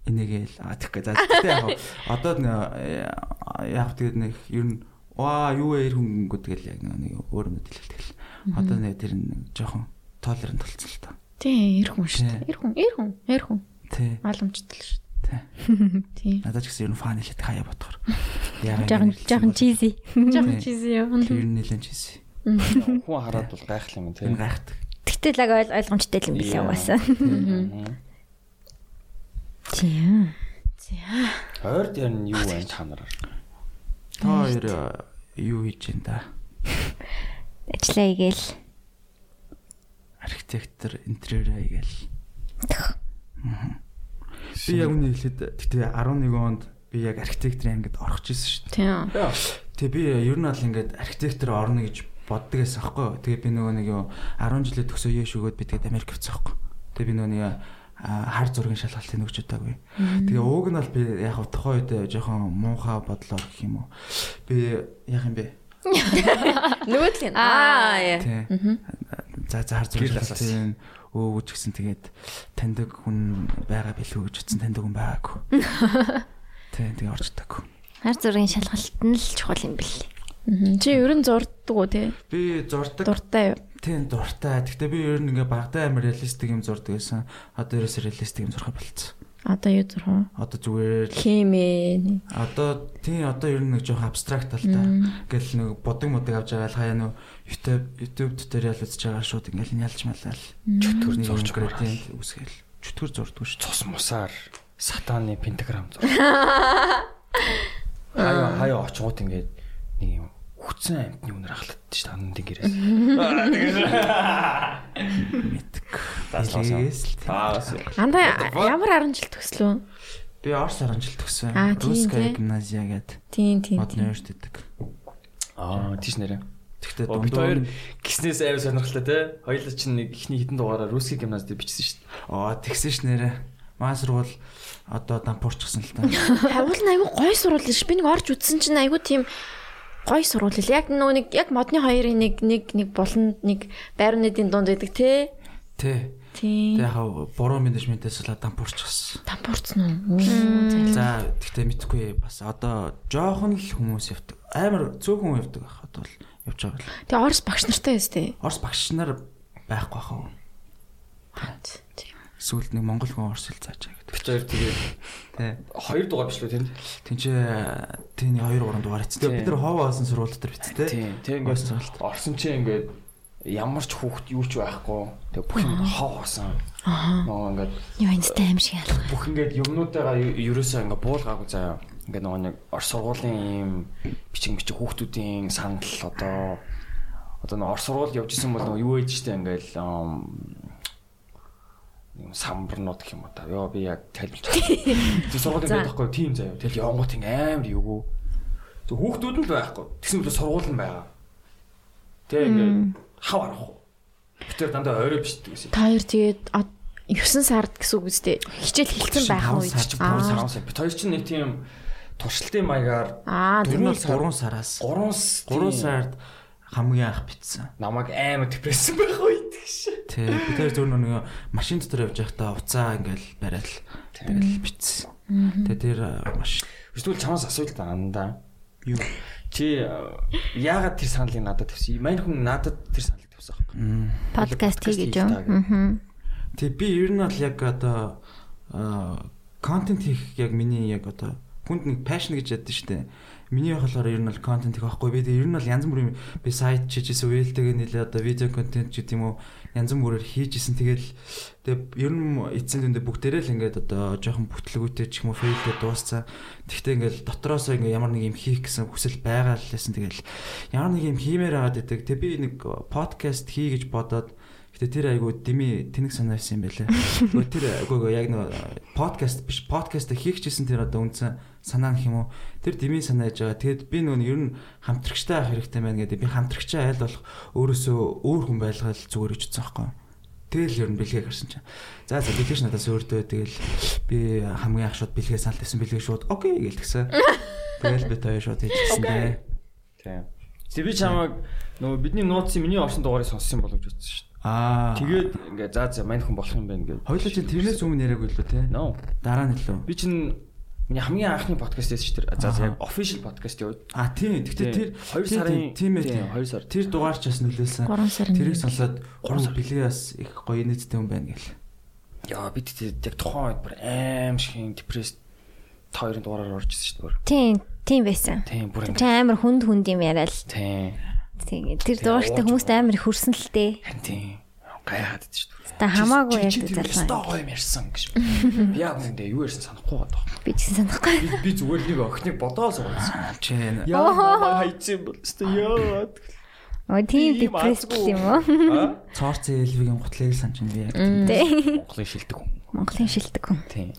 D: Энийгээл аа тэгэх гэж. За тэгтээ яг хав- одоо нэ- э, яг хав тэгээд нэг ер нь аа юу ээ хүн гүд тэгэл яг нэг өөр юм хэлэл тэгэл. Одоо нэг тэр нэг жоохон толерант болсон л доо.
B: Тий, эр хүн шүү
D: Тий.
B: дээ. Эр хүн, эр хүн, эр хүн.
D: Тий.
B: Ойлгомжтой л шүү
D: Тий.
B: дээ. Тий.
D: Надад ч гэсэн ер нь фан хэлээд хаяа бодохоор. Яг ингэ
A: Жаахан
D: нэрлсэн
A: жаахан
D: бол-
A: чизи.
B: Жаахан чиз явна.
D: Тэр ер нь нэлээд чийсэн.
C: Хүн хараад бол гайхал юм
D: Тэр
C: тийм.
D: гайхдаг.
A: Тэгтэл яг ойл- ойлгомжтой л юм билээ
C: Яа.
A: угаасаа.
C: Мгм.
A: Тийм.
C: Хойрд ер нь юу байна та нараар?
D: Та хоёр э, юу хийж энэ да?
A: Ажлаа игээл.
D: архитектор интерьераа гээл. Би яг үний хэлээд тэгтээ 11 онд би яг архитекторын ангид орох гэсэн шүү дээ.
B: Тий.
D: Тэгээ би ер нь аль ингээд архитектор орно гэж боддог байсан аахгүй юу. Тэгээ би нөгөө нэг юу 10 жилийн төгсөө яш өгөөд би тэгээд Америк явсан аахгүй юу. Тэгээ би нөгөө нэг аа, хар зургийн шалгалтын өгч удаагүй. Тэгээ ууг нь бол би яг хав тухайн үед жоохон муухай бодлоо гэх юм уу. Би яг юм бэ.
B: Нөгөөдлийн. Аа. яа.
D: Тий. За за хар
C: Гэрэл
D: зургийн
C: асаас.
D: тийм өвөж гэсэн тэгээд таньдаг хүн байгаа билүү гэж утсан таньдаг хүн байгаагүй. Тий, тэгээ орчдаггүй.
A: Хар зургийн шалгалт нь л чухал юм билээ.
B: Мгм. Чи ер нь зурддаг уу тий?
D: Би зурдаг
B: Дуртай юу?
D: Тийм дуртай. Гэхдээ би ер нь ингээ багтаа амар реалистик юм зурдаг байсан. Одоо ерөөсөө реалистик юм зурхаа болцсон.
B: Одоо юу зурх вэ?
D: Одоо зүгээр л
B: Химээ.
D: одоо тийм одоо ер нь нэг жоохон абстракт талтай. Ингээл нэг будаг мудаг авч байгаа л хаяа нөө YouTube YouTube дээр ял үзэж байгаа шууд ингээл нь ялж малал.
C: Чөтгөр
D: Нэг
C: зурж
D: юм
C: байгаа.
D: градиент үсгээл. Чөтгөр зурдаг шүү.
C: Цус мусаар сатаны пентаграм зур. Хаяа хаяа очгоот ингээд нэг юм хүцэн амтны үнэр ахлалтдаг шүү танд гэрээс. Мэддэг.
D: Илээс л тийм.
C: Таас.
B: Анда ямар 10 жил төслөө?
D: Би Орос орон жил төгсөн.
B: Аа, тийм,
D: Руска
B: тийм.
D: гимназиа гэдэг
B: Тийм тийм.
D: модны уурт идэг.
C: Аа тийш нэрэ.
D: Тэгтээ
C: Оо, Бид
D: дундуур
C: хоёр гиснээс амар сонирхолтой те. Хоёулаа чинь нэг ихний хитэн дугаараа русский гимназид бичсэн шүү дээ.
D: оо тэгсэн ш нэрэ. Маа сургуул одоо дампуурчсан л та.
B: Хавуул нь айгүй гой сурвал ш. Би нэг орж үтсэн чинь айгүй тийм гой сурвал л. Яг нөгөө нэг яг модны хоёрын нэг нэг нэг буланд нэг байрны нэдийн дунд байдаг тий.
D: Тий.
B: Тийм.
D: Тэгээ яг буруу менежментээс л адам бурчсан.
B: Тампуурцсан уу? Үгүй.
D: За тэгтээ мэдхгүй бас одоо жоохон л хүмүүс явдаг. Амар цөөхөн хүн явдаг байх одоо л явж байгаа л.
B: Тэгээ Орос багш нартай байс тий.
D: Орос багш нар байхгүй хаа.
B: Тийм.
D: Сүүлд нэг монгол хүн орос хэл зааж байгаа гэдэг.
C: Бид хоёр тэгээд
D: Тий.
C: хоёр дугаар бичлээ тэнд.
D: Тинчээ тэний 2 3 дугаар эцтэй.
C: Тий.
D: Бид нар хоовоо олсон сургууль дотор биц тий.
C: Тэг ингээд
D: Орос цогт.
C: орсон чи ингээд ямар ч хүүхд юу ч байхгүй. Тэг бүх юм хов хоосон. Аа. Нөгөө ингээд
A: Юу энэтэй аим шиг ялгаа.
C: бүх ингээд юмнуудаа ерөөсөө ингээд буулгаагүй заяа. Ингээд нөгөө нэг орс сургуулийн ийм бичиг бичиг хүүхдүүдийн санал одоо одоо нөгөө орс сургууль явж исэн бол нөгөө юу ээж штэ ингээд ам, юм самбарнууд гэх юм уу та. Йоо би яг тайлбарч чадахгүй. Зөв сургуулийн
A: За.
C: байдаг байхгүй тийм заяа. Тэгэл явгоот ин амар юу. Зөв хүүхдүүд нь л байхгүй. Тэгсэн мөрөө сургууль нь байгаа. Тэг ингээд хав арахгүй. Битэр дандаа орой биш гэсэн.
B: Та хоёр тэгээд 9 сард гэсэн үг үстэй. Хичээл хэлсэн байх уу гэж.
C: Бүр саран сар. Бит хоёр ч нэг тийм туршилтын маягаар
B: Аа, тэр
C: дөрвөн
D: Дөрмөл
C: сар-
D: 3 сараас
C: 3
D: 3 сард хамгийн анх битсэн.
C: намайг амар депрессэн байх үед гэж.
D: Тэг. Бид нэр зөв нэг машин дотор явж байхдаа уцаа ингээл барайл. Тэгэл битсэн. Тэг тэр э, маш
C: Эсвэл чамаас асуулт байна да.
D: юу.
C: Чи э, яагаад тэр саналыг надад тавьсан? Мань хүн надад тэр саналыг тавьсан байхгүй.
A: Подкаст
C: Подкаст
A: хий гэж
C: хийж
A: юм.
C: таа гэх.
A: Мгм.
D: Тэг би ер нь бол яг одоо аа, контент хийх яг миний яг одоо хүнд нэг пашн гэж яддаг шүү дээ. Миний яг болохоор ер нь бол контент хийх байхгүй. Би тэг ер нь бол янз бүрийн би сайт чижсэн үйлдэг нэлээ одоо видео контент ч гэдэм үү янз бүрээр хийжсэн. Тэгэл тэг ер нь эцсийн дүндээ бүгдээрээ л ингээд одоо жоохон бүтлгүүтэй ч юм уу фейлдээ дууссан. Тэгтээ ингээл дотроосоо ингээ ямар нэг юм хийх гэсэн хүсэл байгаа л лсэн. Тэгэл ямар нэг юм хиймээр байгаад идэг. Тэг би нэг подкаст хий гэж бодоод Гэтэ тэр айгу дими тэнэг санаа байсан юм байлээ. Нөгөө тэр айгу айгу яг нөгөө подкаст биш подкаст хийхжсэн тэр одоо үндсэн санаа нэх юм уу? Тэр дими санаа яж байгаа. Тэгэд би нөгөө нь ер нь хамтрагчтай авах хэрэгтэй байна гэдэг. Би хамтрагчаа айл болох өөрөөсөө өөр хүн байлгаал зүгээр өчтсөн байхгүй. юу? Тэгэл ер нь бэлгээ гарсан чинь. За за бэлгээ ш надаас өөртөө тэгэл би хамгийн ах шууд бэлгээ санал тавьсан бэлгээ шууд окей гэлтгсэн. Тэгэл би таа шууд хийчихсэн дээ.
C: Тийм. Тэг би чамайг нөгөө бидний нууцын миний орсон дугаарыг сонссон боловч утсан шүү дээ.
D: Аа.
C: Тэгээд ингээ за за мань хүн болох юм байна гэж.
D: хоёлоо чинь тэрнээс өмнө яриаггүй л үү те?
C: No.
D: Дараа нь л үү?
C: Би чинь миний хамгийн анхны подкаст байсан шүү дээ. За за яг official podcast яваад
D: А тийм. Гэхдээ тэр
C: Тийм. Хоёр
D: тийм,
C: сарын-
D: тийм ээ.
C: тийм,
D: тийм.
C: хоёр сар.
D: Тэр дугаар ч бас нөлөөсөн.
A: Гурван сарын
D: Тэрийг
A: нэг.
D: сонсоод 3 сар бэлгээ бас их гоё нэттэй юм байна гэл.
C: Яа бид тэгээд яг тухайн үед бүр аим шиг депресд тойрын дугаараар орж ирсэн шүү дээ. бүр.
A: Тийм, тийм байсан.
C: Тийм бүр
A: Чи
C: ингээ.
A: амар хүнд хүнд юм яриа л.
C: Тийм.
A: Тийм. Тэр
C: Тийм,
A: дууртай
C: ууж
A: хүмүүст
C: байгаа.
A: амар их хүрсэн л дээ.
C: Харин тийм. Гайхаад дээ шүү дээ.
A: Та хамаагүй яг
C: тэр
A: залуу.
C: залуу юм ярьсан гэж. Би яг үндэ юу ярьсан санахгүй байгаа.
A: Би ч гэсэн санахгүй.
C: Би би зүгээр нэг охиныг бодоо суусан.
D: Чи энэ-
C: Яа маа хайцсан бол өстө яа.
A: Оо тийм
C: Тийм,
A: депресс
C: азгүй.
A: юм уу?
D: цоорцын элвигийн гутлыг л санчин би яг. тийм.
A: Тий.
C: Монголын шилдэг хүн.
A: Монголын шилдэг хүн.
C: Тийм.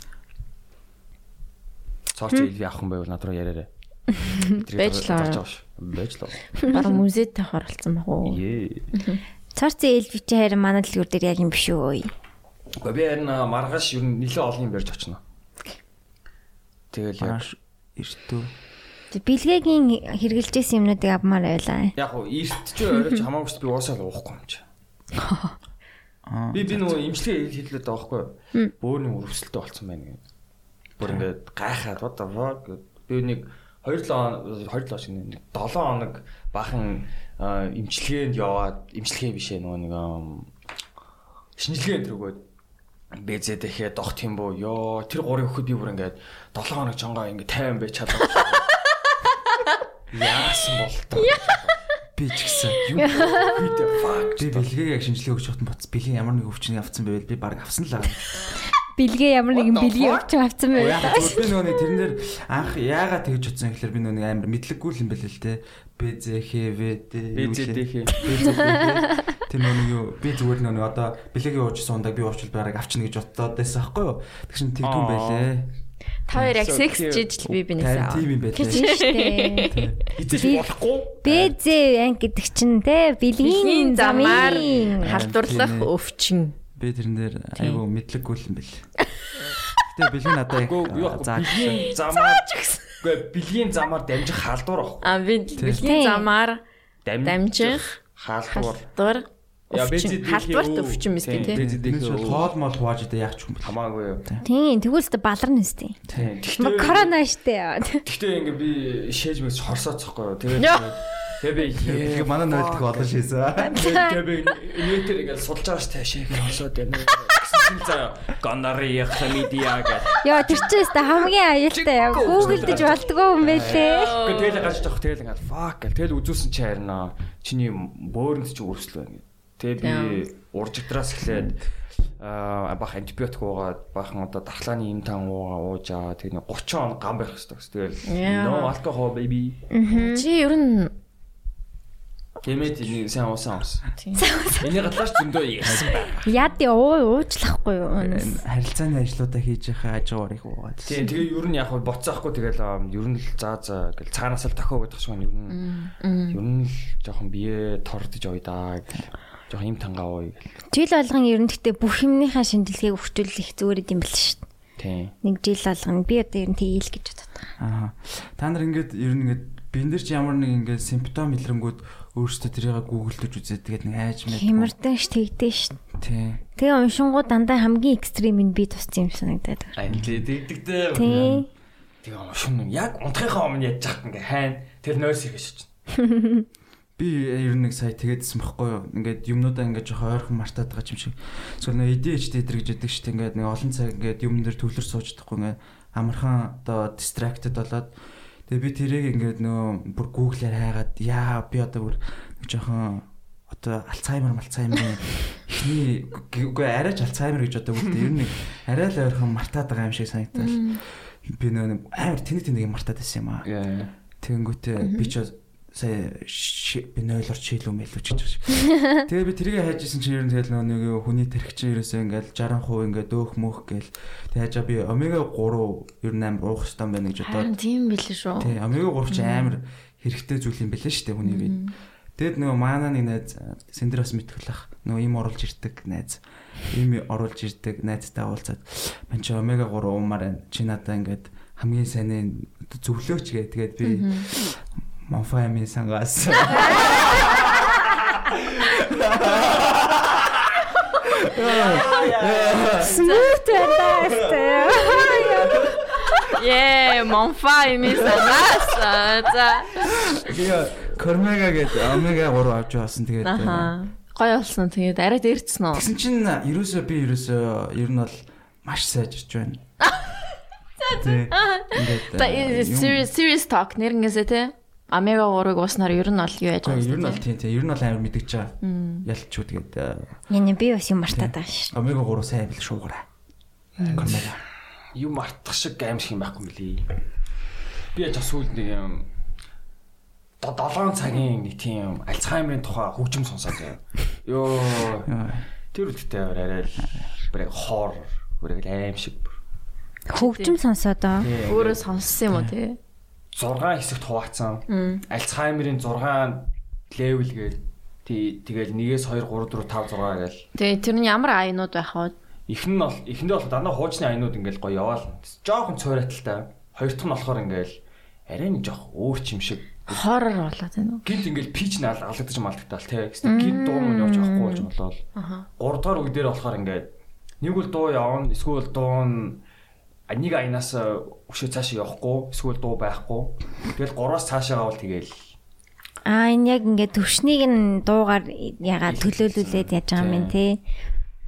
C: Цорч илви авах юм байвал над руу яриарай.
B: Байжлаа.
C: Бэжлаа.
B: Бараг музейд тах оролцсон баг уу?
C: Ее.
A: Цорцын эльвч харин манай дэлгүүр дээр яг юм биш үү?
C: Гэхдээ би харин маргааш ер нь нэлээ олон юм ярьж очно. Тэгэл яг
D: Маш эртөө.
A: Билгээгийн хэрэгжилжсэн юмнуудыг авмаар байлаа.
C: яг уу эрт ч оройч хамаагүй ч би уусаал уухгүй юм чи.
D: Аа.
C: Би би нөгөө имчилгээ хийлээд байгаа байхгүй. Бөөрийн өрөвсөлтөө болцсон байна гэдэг. Бүр ингээд гайхаад what the fuck гэд. би нэг 2 7 2 7 шиг нэг 7 хоног бахан аа, имчилгээнд яваад имчилгээ биш ээ нөгөө нэг ам, шинжилгээнд төрөгөөд бэзэд эхээ дох тийм бөө ёо тэр гурыг өгөхөд би бүр ингээд 7 хоног жонгоо ингээд 50 байж чадлаа. Яасан бол та.
D: Би ч гэсэн.
C: Юу хийдэ fuck.
D: Би бэлгээг яг шинжилгээ өгч хатан боц бэлгийн ямар нэг өвчин авцсан байвал би баг авсан л аа.
A: Билгээ ямар нэгэн
C: What the
A: билгээ
C: fuck?
A: өвч авцсан
D: Яг
A: байлаа.
D: зөв би нөгөө нэг тэрэн дээр анх яагаад тэгж утсан гэхэлэр би нөгөө нэг амар мэдлэггүй л юм байлээ л те. БЗХВД
C: BZDH.
D: Тэр нөгөө нэг юу би зүгээр нөгөө нэг одоо бэлэгийн уучсан ундаг би уучвал байгааг авчна гэж бодоод байсан байхгүй юу. Тэг чин тэгдүүн
C: Аа.
D: байлээ.
B: Та хоёр яг
C: So
B: секс
C: cute.
B: жижил би бинээс
D: Тэр
B: аа.
D: тийм юм байлээ.
A: Тийм шүү дээ.
C: Эцэж болохгүй.
A: БЗ анги гэдэг чинь те
B: Билгийн
A: билгийн
B: замаар
A: замаар
B: халдварлах
D: Тийм ээ.
B: өвчин.
D: Би тэрэн дээр айгүй мэдлэггүй л юм байлээ. Гэтэ бэлэг надаа их
C: Гэхдээ юу яах
D: заа.
C: вэ? Билгийн замаар Гэхдээ билгийн замаар дамжих халдвар ах.
B: А би бэлгийн
A: Тийм.
B: замаар дамжих
C: халдвар.
B: халдвар
C: Яа,
B: өвчин.
C: бензин дэх
B: Халдварт
C: юу?
B: өвчин мэс би
C: Тийм,
B: тий.
C: бензин
D: Нэг шиг хоол мол хувааж идэ яах ч юм бэ.
C: Хамаагүй юу?
A: Тийм тэгвэл зөте балар нь үстэй.
C: Тийм.
A: Ма
C: Тэгтээ
A: корона штэ.
C: Тэгтээ ингээ би шээж мэгс хорсооч байхгүй юу? Тэгээд
B: Яа.
C: тэгээ би
D: Бэлэг манай нойлдох олон шийсэн.
C: Тэгээ би инвентер ингээ сулж байгаа ш ташээг хорсоод байна. Гэсэн чинь заа гонория хламидиа гэж.
A: Яа тэр чинь өстө хамгийн аюултай яа. Гуглдэж болдгоо юм байлээ.
C: Гэхдээ тэгэл гарч жоох тэгэл ингээ fuck гэл тэгэл үзүүлсэн чи харина. Чиний бөөрөнд чи өрсөл байна гэд. Тэгээ би уржигдраас эхлээд аа бах антибиотик уугаад бахан одоо дархлааны им тан уугаа ууж аа тэг нэг 30 он гам байх хэрэгтэй гэсэн. Тэгэл
B: Яа.
C: no alcohol baby.
B: Чи ер нь
C: Тэмээд энийг сайн уусан уусан.
B: Тийм.
C: Энийг гадлаач зөндөө ярьсан байна.
A: Яд явуу уучлахгүй юу? Үнэс.
D: харилцааны ажлуудаа хийж яхаа ажгаар их уугаад.
C: Тийм тэгээ ер нь яг бол боцсоохгүй тэгэл аа, ер нь л заа заа гэл цаанаас л тохио гэдэг шиг байна. Ер нь ер нь л жоохон бие тордож ойдаа гэл. Жоохон юм тангаа ууй гэл.
A: Жил болгон ер нь гэхдээ бүх юмныхаа шинжилгээг өгчүүлэх зүгээр юм бэл шүү дээ.
C: Тийм.
A: Нэг жил болгон би одоо ер нь тийл гэж бодод байгаа.
D: Аа. Та нар ингээд ер нь ингээд бид нар ч ямар нэг ингээд симптом илрэнгүүд өөрсдөө тэрийг гуглдж үзээд тэгээд нэг айж мэд.
A: Хэмэрдэн ш тэгдэн ш.
D: Тийм.
A: Тэгээ уншингуу дандаа хамгийн экстрим нь би туссан юм санагдаад байна.
C: Англи дэгдэгтэй.
A: Тий.
C: Тэгээ шун юм. Яг унтахынхаа өмнө яж хат ингээ хайн. Тэр нойрс ирэх шиж.
D: Би ер нь нэг сая тэгээдсэн байхгүй юу. Ингээд юмнуудаа ингээд жоохон ойрхон мартаад байгаа юм шиг. Эсвэл нэг ADHD дэр гэж яддаг шүү дээ. Ингээд нэг олон цаг ингээд юм дээр төвлөр сууж чадахгүй ингээд амархан одоо distracted болоод тэгээ би тэрийг ингээд нөө бүр Google-аар хайгаад яа би одоо бүр нэг жоохон одоо Alzheimer Alzheimer эхний үгүй арайч Alzheimer гэж одоо үлдээ. Ер нь нэг арай л ойрхон мартаад байгаа юм шиг санагдал. Би нөө нэг амар тэнэг тэнэг юм мартаад байсан юм аа.
C: Яа.
D: Тэнгүүтээ би ч сая ши- би нойлор чийлүү мэлүү ч гэж шиг. Тэгээ би тэрийг хайж исэн чинь ер нь тэгэл нөө нэг хүний тархи чинь ерөөсөө ингээл 60% ингээд өөх мөх гээл тэгээ хажаа би омега 3 ер нь амар уух хэстэн байна гэж
B: Харин
D: бодоод.
B: тийм билээ шүү.
D: Тий омега 3 ч амар хэрэгтэй зүйл юм бэлээ штэ хүний бие. Тэгэд нөгөө маана нэг найз сэндэр бас мэтгэлэх нөгөө им оруулж ирдэг найз. Им оруулж ирдэг найзтай уулзаад мань чи омега 3 уумаар байна. Чи надаа ингээд хамгийн сайн зөвлөөч гэ. Тэгээд би Монфаймын сангаас
A: Смут байлаа.
B: Ее, Монфа юм санаасаа. За.
D: Кормега гэдэг омега 3 авч яваасан тэгээд
B: Аха. Гой болсон. Тэгээд арай дээрцсэн үү?
D: Тэгсэн чинь ерөөсөө би ерөөсөө ер нь бол маш сайжирч байна. Тэ. Ингээд
B: За,
D: э, юм-
B: serious serious talk нэрнгээсээ те. Омега 3-ыг уснаар ер нь ол юу яаж
D: Гэхдээ ер нь
B: байна?
D: бол тийм тийм ер нь бол амар мэдгэж байгаа. Ялчгүй тэгээд э,
A: Яа нэ би бас юм мартаад байгаа ш.
D: омега 3 сайн бил шуугараа. Кормега.
C: юм мартах шиг аимшиг юм байхгүй мөлий. Би яаж сүүлд нэг юм 7 цагийн нэг тийм альцхаймерын тухай хөгжим сонсоод байна. Йоо.
D: Яа.
C: Тэр үедтэй арай л бүр яг хоор бүр яг л аимшиг.
A: Хөгжим сонсоод аа.
B: Өөрөө сонссон юм уу те?
C: 6 хэсэгт хуваацсан. Альцхаймерын 6 левел гээд тий- тэгэл 1-с 2 3 4 5 6 гээл
B: Тэгээ тэр нь ямар айнууд байх вэ?
C: Эхн нь бол эхэндээ бол дандаа хуучны айнууд ингээл гоё яваал. Жохон цоорайталтай. Хоёр дахь нь болохоор ингээл арай нэг жоох өөр ч юм шиг.
B: Хоррор болоод байна уу?
C: Гинт ингээл пич нь ал- алдагдаж малдагдал тий. Гэхдээ гинт дуу мөн явж авахгүй болж болол.
B: Аха.
C: 3 дахь үг дээр болохоор ингээд нэг бол дуу явна, эсвэл дуу нь а, нэг айнаас э, өшөө цаашаа явахгүй, эсвэл дуу байхгүй. Тэгэл 3-аас цаашаа бол тэгэл
A: Аа энэ яг ингээд төвшнийг нь дуугаар ягаа төлөөлүүлээд яаж байгаа юм те.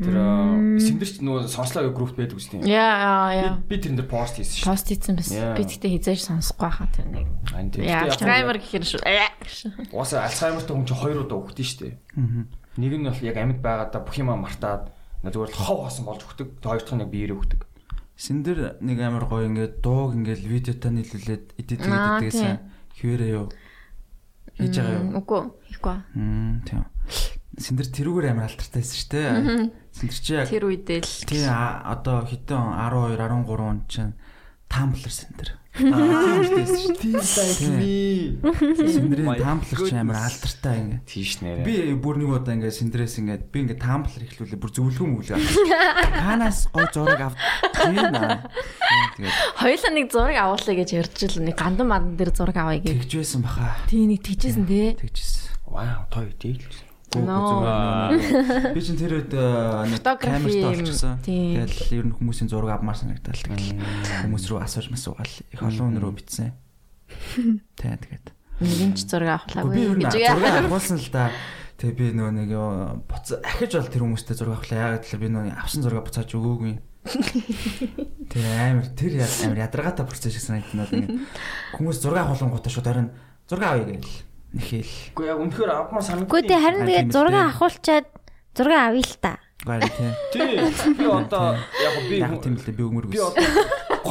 C: тэр э, сэндэрч нөгөө сонслоо групп байдаг үстэй.
B: Яа, яа, яа.
C: Би тэр дээр пост хийсэн шүү.
B: Пост хийсэн бас.
C: Яа.
B: Би тэгтээ хизээж сонсохгүй хаа тэр нэг.
C: Ань тийм.
B: Яа,
C: Гэхдээ яг-
B: Alzheimer гэх юм шүү. Ээ, шүү.
C: Угаасаа альцгаймертай хүн чинь хоёр удаа өгдөн шүү дээ. Нэг нь бол яг амьд байгаадаа бүх юмаа мартаад ингээд зүгээр л хов хоосон болж өгдөг. Тэгээ хоёр дахь нь яг биеэр өгдөг.
D: Синдэр нэг амар гоё ингээд дууг ингээд видеотой нийлүүлээд эдит
B: Аа,
D: хийдэгсэн. Хിവэрээ юу? Хийж байгаа юу?
B: Үгүй, ихгүй.
D: Мм тийм. Синдэр тэрүүгээр амар алтартай байсан шүү дээ. Синдэр чи яг
B: Тэр үедээ л
D: тий а- одоо хэдэн он? 12 13 он чинь тамблер синдэр.
C: Тийм байна.
D: Синдэрийн
C: My
D: тамблер чи амар алтартай ингээд.
C: Тийш нэрээ.
D: Би бүр нэг удаа ингээд синдрээс ингээд би ингээд тамплер ихлүүлээ бүр зөвлөгөө мөвлөө. Ханаас гоо зураг авд. Тийм аа. Тийм, Тэгээд
B: Хоёлаа нэг зураг авуулъя гэж ярьж л нэг гандан мандан дээр зураг авъя гэж.
D: тэгж байсан баха.
B: Тий нэг тэгжсэн тий.
D: Тэгжсэн.
C: Вау, той дийлж.
D: Гүү, гүү,
B: Ноо.
D: зүгээр, ноо, ноо. Би чинь тэр үед э, нэг
B: Фотографи
D: камерт
B: юм.
D: олчихсан.
B: Тийм.
D: Тэгэл ер нь хүмүүсийн зураг авмаар санагдал. Тэгэл хүмүүс рүү асууж масуугаал их олон өнөрөө битсэн. Тэ тэгээд.
B: Нэгэнч зураг авахлаагүй
D: Би ер нь
B: гэж.
D: зураг авуулсан л да. Тэгээ би нөө нэг э, буц ахиж бол тэр хүмүүстэй зураг авахлаа. Яагаад гэвэл би нөө авсан зураг буцааж өгөөгүй. Тэр амар тэр яа- амар ядаргаатай процесс шиг санагднаад ингэ. Хүмүүс зураг авахлангуудаа шууд харин зураг авъя гэнэ л. Нэхэл.
C: Уу яг үнэхээр авмаар санагдав.
A: Гэхдээ тэ харин
D: Аа,
A: тэгээ
D: тийм
A: зурга
D: ээ.
A: ахуулчаад зурга авъя л та.
D: Гайр тийм.
C: тий. Би одоо яг би
D: Яг тийм л дээ, би өмөр
C: би
D: гүйсэн.
C: одоо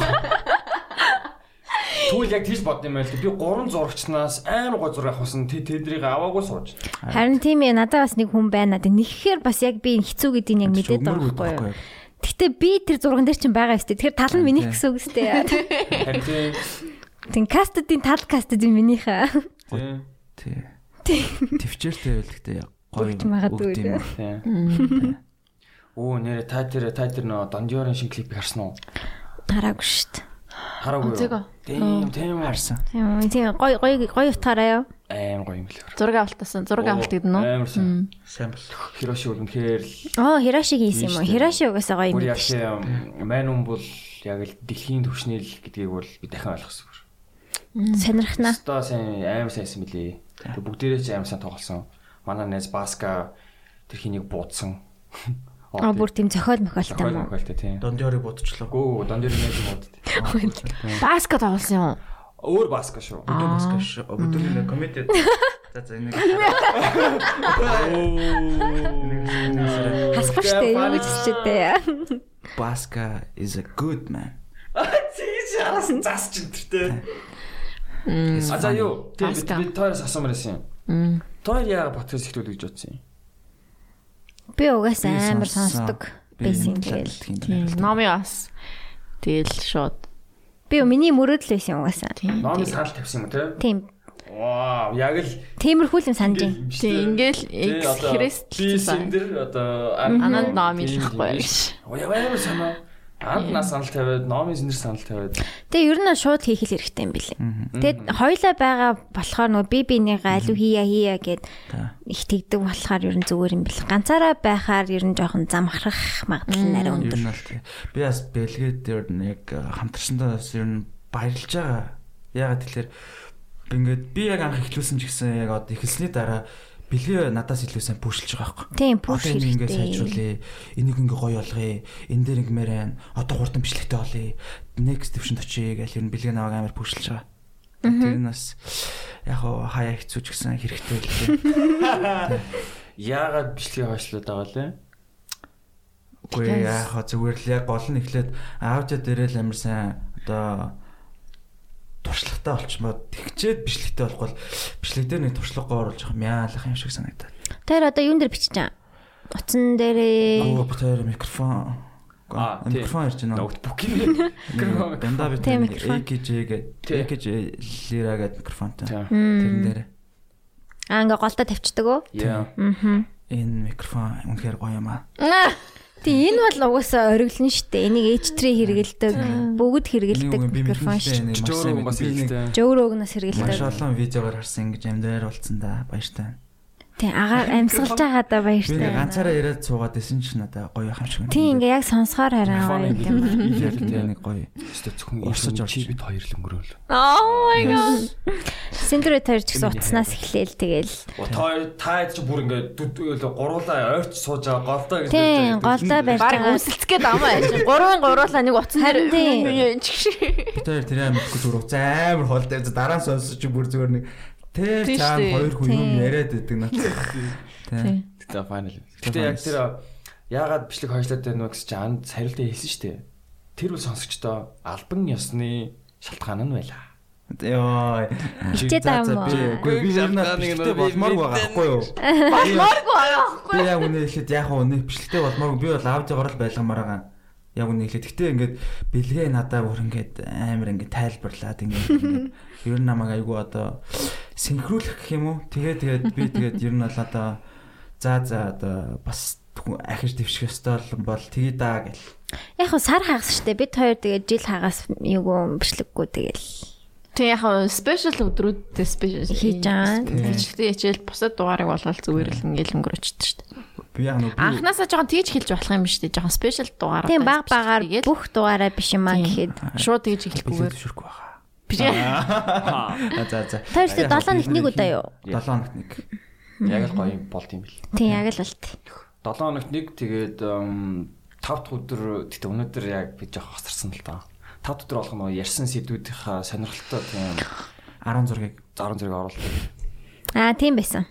C: Түүл яг тийж бодсон юм байл. Би гурван зурагчнаас айн гоо зураг авахсан. Тэ тэднийг аваагүй сууж.
A: Харин тийм ээ надад бас нэг хүн байна. Тэг Нэхэхээр бас яг би хэцүү гэдгийг яг мэдээд байгаа
D: Өмөргүй
A: байхгүй юу?
D: байхгүй юу?
A: Гэтэ би тэр зурган дээр чинь байгаа юм шүү дээ. Тэгэхээр тал нь минийх гэсэн үг шүү дээ.
C: Харин тийм.
A: Тин кастуудын тал кастуудын минийх аа.
C: Тийм.
D: Тий. Төвчээртэй байл гэхдээ яг гоё
A: Өгч магадгүй
D: өгд юм
A: дээ.
D: байна.
C: Тийм. Оо нэрэ та тэр та тэр нөө дондиорын шинэ клип харсан уу?
A: Хараагүй шүү дээ.
C: Хараагүй
B: Үзээгүй.
C: юу? Тийм тийм харсан.
A: Тийм үү, тийм гоё гоё гоё утгаараа юу?
C: Айн гоё юм л хөр.
B: Зураг авалтаасан. Зураг авалт гэдэг нь үү?
C: Амар сайн.
D: Сайн бол.
C: Хироши бол үнэхээр л
A: Оо, Хирошиг хийсэн юм уу?
C: Тийм шүү дээ.
A: Хироши угаасаа гоё
C: Бүр
A: нэг
C: яг
A: шүү.
C: юм, мань хүн бол яг л дэлхийн төвшнэл гэдгийг бол би дахин ойлгосон бүр.
A: Сонирхнаа.
C: Өстой сайн амар сайнсэн мөлий. Тэг бүгдээрээ ч амар сайн тоглосон. Манай найз Баска тэр хийнийг буудсан.
A: Аа бүр тийм зохиол мохиолтой
C: тохиол
A: юм уу?
C: мохиолтой тийм.
D: Дондёрыг бодчихлоо.
C: Гүү дондэр нэг юм бод.
B: Баскет тоглосон юм уу?
C: Өөр Баска шүү.
D: Өдөр маска биш. Өдөр нэг комеди. За за нэг.
A: Хасах штэ юу гэж хэлчихдээ.
D: Баска is a good man.
C: Тийш харасан зас ч өдөртэй.
D: He's
C: А за
D: funny.
C: юу? Тэр бид-
B: Баска.
C: бид тоороос асуумаар байсан юм. Тоор яа подкаст ихлүүл гэж бодсон юм.
A: Би угаасаа
D: Би
A: амар
D: сонссон.
A: сонсдог
D: Би
A: байсан
D: энэ талаар
A: гээл.
D: дэлхийн
B: Тийм.
D: талаар.
B: Номи бас. Тэгэл шууд.
A: Би миний мөрөөдөл байсан угаасаа.
B: Тийм.
C: Номын санал тавьсан юм те.
A: Тийм.
C: Вау, яг л
A: Тиймэрхүү л юм санаж байна.
B: Тийм,
C: Тийм
B: ингээл X Христ гэсэн.
C: хийсэн дэр одоо
B: Ананд ном илэхгүй.
C: Уяваа санаа. Анд нас санал тавиад, номын зэндэр санал тавиад.
A: Тэгээ ер нь шууд хийх л хэрэгтэй юм билээ. Тэгээд хоёлаа байгаа болохоор нөгөө би бинийгаа алуу хийя хийя гэд их тэгдэг болохоор ер нь зүгээр юм бэл. Ганцаараа байхаар ер нь жоохон замхрах магадлал нь арай
D: Ер
A: өндөр.
D: нь аль тий. Би бас Бэлгээд дээр нэг хамтарсандаа бас э, ер нь баярлж байгаа. Ягаад тэлэр би ингээд би яг анх эхлүүлсэн ч гэсэн яг одоо эхэлсний дараа бэлгээ надаас илүү сайн пүүшилж байгаа байхгүй.
A: Тийм, пүүш
D: Одоо энийг Ингээд
A: хэрэгтэй.
D: сайжруулъя. Энийг ингээд гоё болгоё. Энд дээр ингээмээр байна. Одоо хурдан бичлэгтэй болъё. Next төвшөнд очие гэж ер нь бэлгээ наваг амар пүүшилж байгаа. Тэр нь бас яг хаяа хэцүү ч гэсэн хэрэгтэй л тий.
C: Яагаад бичлэгийг хойшлоод байгаа лээ?
D: Үгүй яг хаа зүгээр л яг гол нь эхлээд аудио дээрээ л амар сайн одоо туршлагатай болчмод тэгчээд бичлэгтэй болохгүй бичлэг дээр нэг туршлагаа оруулж явах мяалах юм шиг санагдаад.
A: Тэр одоо юун дээр бичиж чам? Утсан дээрээ
D: Оо битээр микрофон.
C: Аа,
D: Аа
C: тийм.
D: микрофон ирж байна уу?
C: Ногд бүкин.
D: Дандаа би
A: Тийм,
D: нэг
A: микрофон.
D: AKJ гэдэг
C: Тийм.
D: AKJ лира гэдэг микрофонтой.
C: Тийм.
D: Тэрэн дээр
A: аа ингээ голдо тавьчихдаг уу?
C: Яа.
D: энэ микрофон үнэхээр гоё юм аа.
A: Тэг энэ бол угаасаа ориглон штэ. Энийг H3 хэрэгэлдэг, бүгд хэрэгэлдэг
D: Энийг би
A: микрофон ш.
D: мэдээлэлээ маш сайн
C: Жөөрөн бас
D: мэдээ. Би нэг
C: ихтэй.
A: Жөөрөөгнөөс
D: Маш
A: хэрэгэлдэг.
D: олон видеогоор харсан ингэж амдаар болцсон да баяртай.
A: Тэг агаар амьсгалж байгаа да
D: Би нэг
A: баяртай.
D: ганцаараа яриад суугаад исэн чинь надаа гоё ах юм шиг.
A: Тийм ингээ яг сонсохоор хараа.
C: Микрофон
A: юм.
C: ингээл
D: нэг гоё.
C: Өстө зөвхөн
D: Урсаж
C: урсаж
D: орж.
C: чи бит хоёр л өнгөрөөл.
B: Oh my god.
A: Синдрет хоёр ч гэсэн утаснаас эхлээл тэгэл.
C: Утгаар таад чи бүр ингээд дүд гуруулаа ойрч сууж байгаа голдоо гэж
A: Тийм, голдоо барьж
B: Бараг
A: байгаа.
B: үсэлцгээд амаа яаж. Гурван гуруулаа нэг утсан
A: Харин
B: дээр
A: тийм.
B: юм чи гшиг.
D: Бид хоёр тэр амьдгүй зүгээр уцаа амар хоол дээр дараа нь сонсож чи бүр зүгээр нэг тэр
B: Тийш
D: цаана
B: дээ.
D: хоёр хүн юм
A: Тийм.
D: яриад байдаг надад. Тийм.
C: За final. Гэтэ яг тэр яагаад бичлэг хойшлоод байна вэ гэсэн чинь анд сарилдаа хэлсэн шүү дээ. Тэр бол сонсогчдоо албан ёсны шалтгаан нь байлаа.
D: Йой.
A: Хичээд
D: За, за,
A: байгаа
D: би
A: юм уу?
D: үгүй би юмнаа
C: Шалтгааныг
D: бичлэгтэй
C: нөгөө би
D: болмоор байгаа байхгүй юу?
B: Болмооргүй аа.
D: Би яг үнэ хэлэхэд яг үнэ бичлэгтэй болмоор би бол аудиогоор л байлгамаар байгаа. Яг үнэ хэлэхэд гэтээ ингээд бэлгээ надаа бүр ингээд амар ингээд тайлбарлаад ингээд ингээд ер нь намайг айгүй одоо синхруулах гэх юм уу? Тэгээ тэгээд би тэгээд ер нь бол одоо за за одоо бас хүн ахиж дэвших ёстой л бол тгий даа гэл.
A: Яг хөө сар хагас штэ. Бид хоёр тэгээ жил хагас юу бичлэггүй тэгэл.
B: Тэг яхаа спешиал өдрүүдтэй спешиал
A: Хийж байгаа.
B: Тэгжтэй хичээл бусад дугаарыг болвол зүгээр л ингээл өнгөрөөчтэй шүү дээ.
D: Би яг нүг
B: Анхнаасаа жоохон тэгж хэлж болох юм шүү дээ. Жоохон спешиал дугаар.
A: Тийм баг багаар
B: тэгээд
A: бүх дугаараа биш юм аа гэхэд.
B: шууд тэгж
D: бэлээ
B: эхлэхгүйгээр.
D: төвшөрөхгүй байгаа.
B: Би-
D: За за за.
A: Тэр ихтэй
D: Яг
A: долоо нэгнийг
D: нэг
A: удаа юу?
D: 7 хоногт нэг.
C: Яг л гоё юм болд юм бэл.
A: Тийм яг л болт.
C: 7 хоногт нэг тэгээд 5 дахь өдөр тэгтээ өнөөдөр яг би жоох хосарсан л даа. 5 өдөр болох нь ярьсан сэдвүүдийнхаа сонирхолтой тийм
D: 10 зургийг
C: заран зэрэг оруулалт.
A: Аа тийм байсан.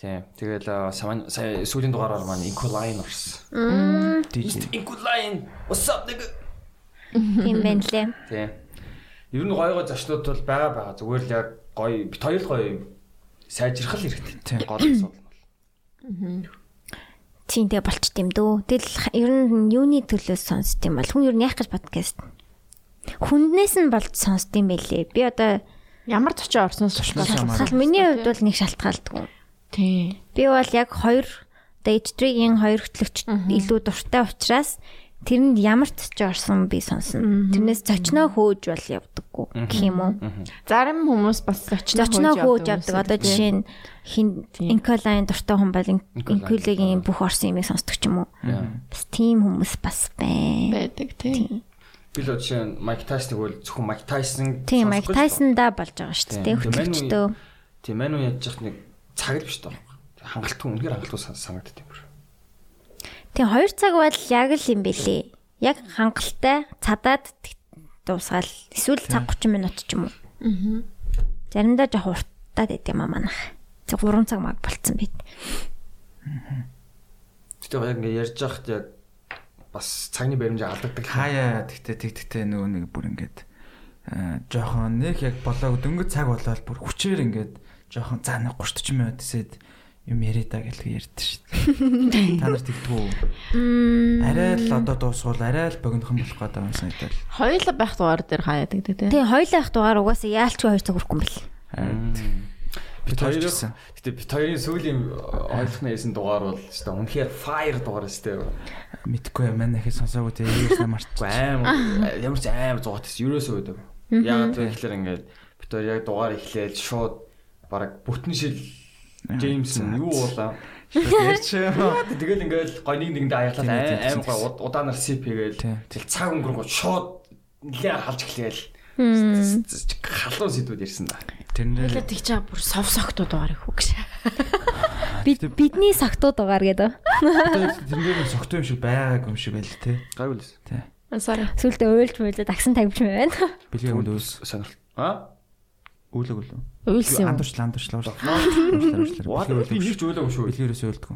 C: Тийм. Тэгэл сая сая сүүлийн дугаараар маань Incoline орсон.
D: диж.
C: Incoline. What's up nigga?
A: Тийм байна лээ.
C: Тийм. Ер нь гоё гоё зочнууд бол байгаа байгаа. Зүгээр л яг гоё бит хоёр л гоё сайжрах л хэрэгтэй. Тийм. Гол асуудал бол.
A: Тийм тэг болчих юм дөө. Тэгэл х- ер нь юуны төлөө сонсд юм бол хүн ер нь яах гэж подкаст. Хүнднээс нь болж сонсд юм байлээ. Би одоо
B: Ямар ч очоо орсноос туршлаа.
A: шалтгаал миний хувьд бол нэг шалтгаалдгүй.
B: Тийм.
A: Би бол яг хоёр одоо H3-ийн хоёр хөтлөгч илүү дуртай учраас тэрэнд ямар ч ч орсон би сонсно. Тэрнээс зочноо хөөж бол явдаггүй гэх юм уу.
B: Зарим хүмүүс бас зочноо
A: Зочноо хөөж явдаг. Одоо жишээ нь хин Инколайн дуртай хүн бол Ин- Инколигийн бүх орсон юмыг сонсдог ч юм уу. Бас тийм хүмүүс бас байна.
B: байдаг тийм.
C: Би л жишээ нь Майк Тайсныг бол зөвхөн Майк Тайсон
A: Тийм, Майк
C: сонсохгүй шүү дээ.
A: Тайсондаа болж байгаа шүү дээ.
C: Тийм.
A: Хөтлөгчдөө.
C: Тийм мань уу ядж их нэг цаг л биш тоо. Хангалтгүй үнээр хангалтгүй сан- санагддаг юм.
A: Тийм, хоёр цаг бол яг л юм бэлээ. Яг хангалттай цадаад т- дуусгаал. Эсвэл цаг 30 минут ч юм уу. Аа. Заримдаа жоох урттаад байт юм аа манах. Тэг 3 цаг маг болцсон бит.
C: Гэтэл яг ингээ ярьж байхад яг бас цагны баримжаа алдагддаг.
D: Хаяа тэгтээ тэгтээ нөгөө нэг бүр ингээд аа, жоохон нэг яг болоог дөнгөж цаг болоод бүр хүчээр ингээд жоохон заа нэг 30 минут эсэд юм яриада гэлгүй ярьдэн шүү дээ. Та нарт тэгдэг үү? Арай л одоо дуусвал арай л богинохан болох гэдэг юм санагдал.
B: Хоёул байх дугаар дээр хаяа гэдэг тийм.
A: Тийм, хоёлаа их дугаар угаасаа яалчгүй 2 цаг хүрхгүй юм бэл.
D: Би
C: Бит
D: тоож
C: хоёрын
D: гисэн.
C: гэтээ бит хоёрын сүүлийн э, ойлгохны хэсэн дугаар бол өстой үнэхээр fire дугаар өстэй.
D: Мэдхгүй юм аа нахи сонсоогүй тийм ярьсан марч.
C: Аим ямар ч аим зугаат гэсэн. Ерөөсөө үүдэг. Яг тэгэхээр ингээд бит хоёр яг дугаар эхлээл шууд бараг бүтэн шил Джеймс нь юу уулаа.
D: Ярьч юм.
C: Тэгэл ингээд гой нэг нэгэндээ аяглаад
D: Тийм, тийм,
C: аим аим
D: тийм,
C: гой уд- удаанаар CP гээл.
D: Тийм.
C: Тэгэл цаг өнгөрөнгөө шууд нэлээд халж эхлээл. Халуун сэдвүүд ярьсан да.
D: Тэрнээ
B: Тэгэл тэгж байгаа бүр сов согтуу дугаар их үг шээ.
A: Бид бидний сагтуу дугаар гэдэг.
D: тэрнээ согтуу юм шиг байгаагүй юм шиг байл те.
C: Гайгүй л.
D: Тий.
B: Sorry.
A: Сүултээ уйлж муулаад агсан тавьж байна.
D: Билгийн үл өөс
C: Сонирхол. А?
D: үүлэг үлээ.
B: Үйлсэн юм.
D: Андуурчлаа андуурчлаа уурлаа.
C: What?
D: Уурлаа.
C: Би хийж өөлөөгүй шүү.
D: Билгийн өрөөс үүлдэг.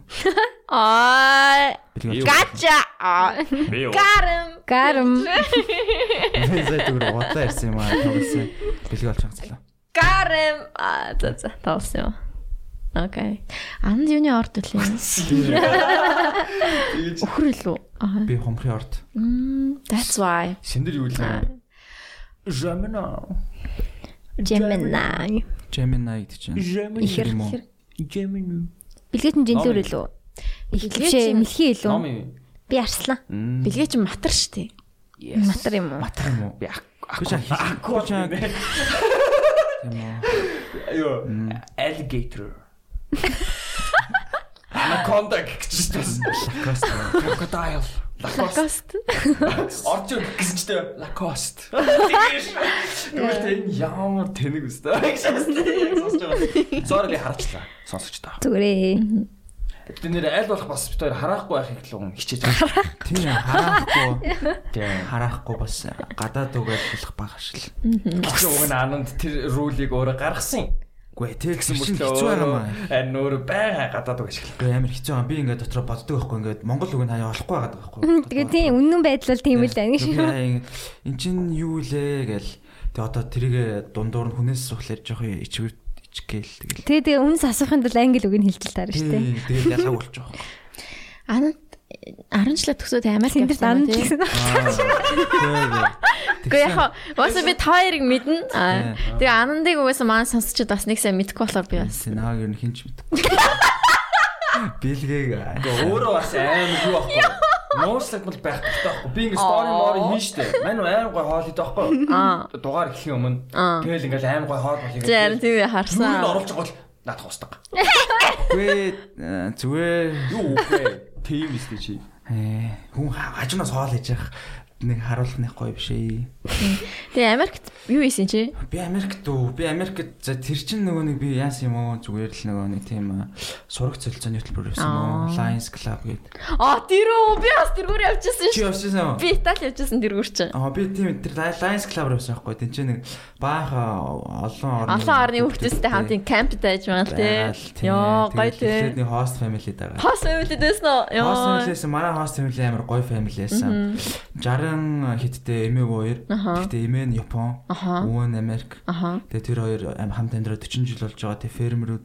B: Аа.
D: Билгийн
B: Гача. Аа.
C: Би юу?
B: Гарам.
A: Гарм.
D: Зай зүгээр удаан ярьсан юм аа. Тоглосон. Билэг олж хацлаа.
B: Гарам. Аа за за тавсан юм. Окей. Анд юуны орд үлээ. Өхөр илүү. Аа.
D: Би хомхрын орд.
B: That's why.
C: Шиндэр юу лээ? Жамна.
A: Gemini.
D: Gemini гэдэг чинь.
E: Gemini.
D: Их юм уу?
E: Gemini.
A: Билгээд нь жинлүүр
C: Номын.
A: илүү.
B: Билгээч
A: Билгээч
B: нь-
A: мэлхий илүү.
C: Номи.
A: Би арслан.
B: Билгээч матар штэ.
A: Матар юм уу?
D: Матар юм уу?
C: Би ак- аку.
D: Би чинь аку чаа. Тийм үү?
C: Юу? Alligator. Anaconda гэж бас.
D: Лакост.
C: Crocodile. Lacoste.
B: Гост.
C: Орж юу гэсэн ч дээ Lacoste. Тэгвэл энэ ямар тэнэг үстэй. Яг сонсож байгаа. Sorry би хараачлаа. Сонсогчдаа.
A: Зүгээрээ.
C: Бид нэр аль болох бас бид хоёр харахгүй байхыг л өмнө хичээж байна.
D: Тийм харахгүй.
C: Тийм.
D: Харахгүй бас гадаад үгээр хэлэх баг ашиг.
C: Чи уг нь ананд тэр рулийг өөрөө гаргасан.
D: Гүй тэр
C: Гэсэн
D: гэсэн
C: мөртлөө
D: мөртлөө хэцүү байгаа юм аа.
C: Харин өөр байга гадаад үг ашиглах.
D: Гүй амар хэцүү юм. Би ингээд дотроо боддог байхгүй ингээд монгол үг нь хаяа олохгүй байгаа байхгүй.
A: Тэгээ тийм үнэн байдал бол тийм л байна гэж.
D: Эн чин юу лээ гээл. Тэгээ одоо тэрийг дундуур нь хүнээс сухлаар жоохон ичвэр ичгээл тэгэл.
A: Тэгээ тэгээ үнс асуухын тулд англи үг нь хэлж л таарна шүү дээ.
D: Тийм, Тэгэл ялгааг болчих واخ.
B: Ананд 10 жил төгсөөд Америк
A: Тэнд дан
B: явсан юм тий.
A: гэсэн.
B: Гэхдээ яг уусаа би таарыг мэднэ. Аа. Тэгээ анандыг уусаа маань сонсчод бас нэг сайн мэдхгүй болохоор би бас.
D: Синаг юу хинч мэдэхгүй. Билгээг
C: Өөрөө бас аим юу байхгүй. Нууцлаг мэл байх хэрэгтэй байхгүй. Би ингэ стори мори хийн штэ. Мань аим гой хоол идэх байхгүй.
B: Аа.
C: Дугаар эхлэх өмнө тэгэл ингээл аим гой хоол болох юм.
B: Зэр тийм
C: Мөн
B: харсан.
C: оруулж байгаа бол надах устдаг.
D: гүй э, зүгээр
C: Юу үгүй. Тийм эсвэл чи.
D: э, хүн ха- хажуунаас хоол иж явах нэг харуулнах гоё биш ээ.
B: Тэгээ Америкт юу ийсэн чи?
D: Би Америкт үү? Би Америкт за тэр чин нөгөө нэг би яасан юм уу? Зүгээр л нөгөө нэг тийм э, сураг солилцооны хөтөлбөр байсан юм уу? Lions Club гэдэг.
B: Аа тэр үү би бас тэргүүр явчихсан
D: Чи
B: шүү.
D: явсан юм уу?
B: Би Итали явчихсан тэргүүр чинь.
D: Аа би тийм тэр Lions Club байсан байхгүй. Тин чи нэг баах э, олон орны
B: Олон орны хүмүүстэй хамт ин камп тааж байгаа л тий. Йоо гоё тий.
D: Тэдний host family дэгаа.
B: Хос өвлөд байсан үү?
D: Хост
B: Йоо.
D: фэмилисэн манай хост фэмили амар гоё фэмили байсан. 60 90 хиттэй эмээ хоёр.
B: Аха.
D: Гэтэ эмээ нь Япон,
B: Аха.
D: өвөө нь Америк.
B: Аха.
D: Тэгээ тэр хоёр ам- хамт амьдраад 40 жил болж байгаа. Тэгээ фермерүүд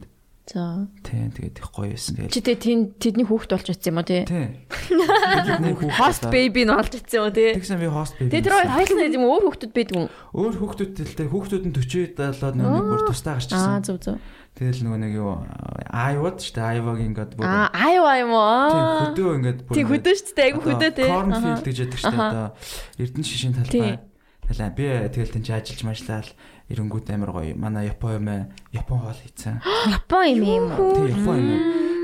B: За.
D: тийм тэгээд их гоё байсан.
B: Чи
D: Тэгээд
B: тэ тэнд тэдний хүүхэд болж ирсэн юм уу тий?
D: тийм. Бидний хүүхэд
B: Host
D: болоо.
B: baby нь болж ирсэн юм уу тий?
D: Тэгсэн би хост бэби.
B: Тэгээ тэр хоёр хоёлын юм өөр хүүхдүүд байдаг юм.
D: өөр хүүхдүүдтэй хүүхдүүд нь 40 далаад нөгөө нэг бүр тустай гарч
B: Аа
D: ирсэн.
B: зөв зөв.
D: Тэгэл нөгөө нэг юу Айвад штэ Айвагийн гад бүр
B: Аа айва юм уу?
D: тийм
B: Аа.
D: хөдөө ингээд бүр
B: Тий хөдөө шүү дээ. Айгу
D: Одоо
B: хөдөө тий.
D: Cornfield гэж яддаг шүү дээ. Одоо Эрдэнэ шишийн
B: Тий.
D: талбай. Талаа би э, тэгэл тэнд чи ажиллаж машлал эрэнгүүд амар гоё. Манай Япон юм ээ. Япон хоол хийцэн.
A: Япон юм юм уу?
D: Тий Япон юм ээ.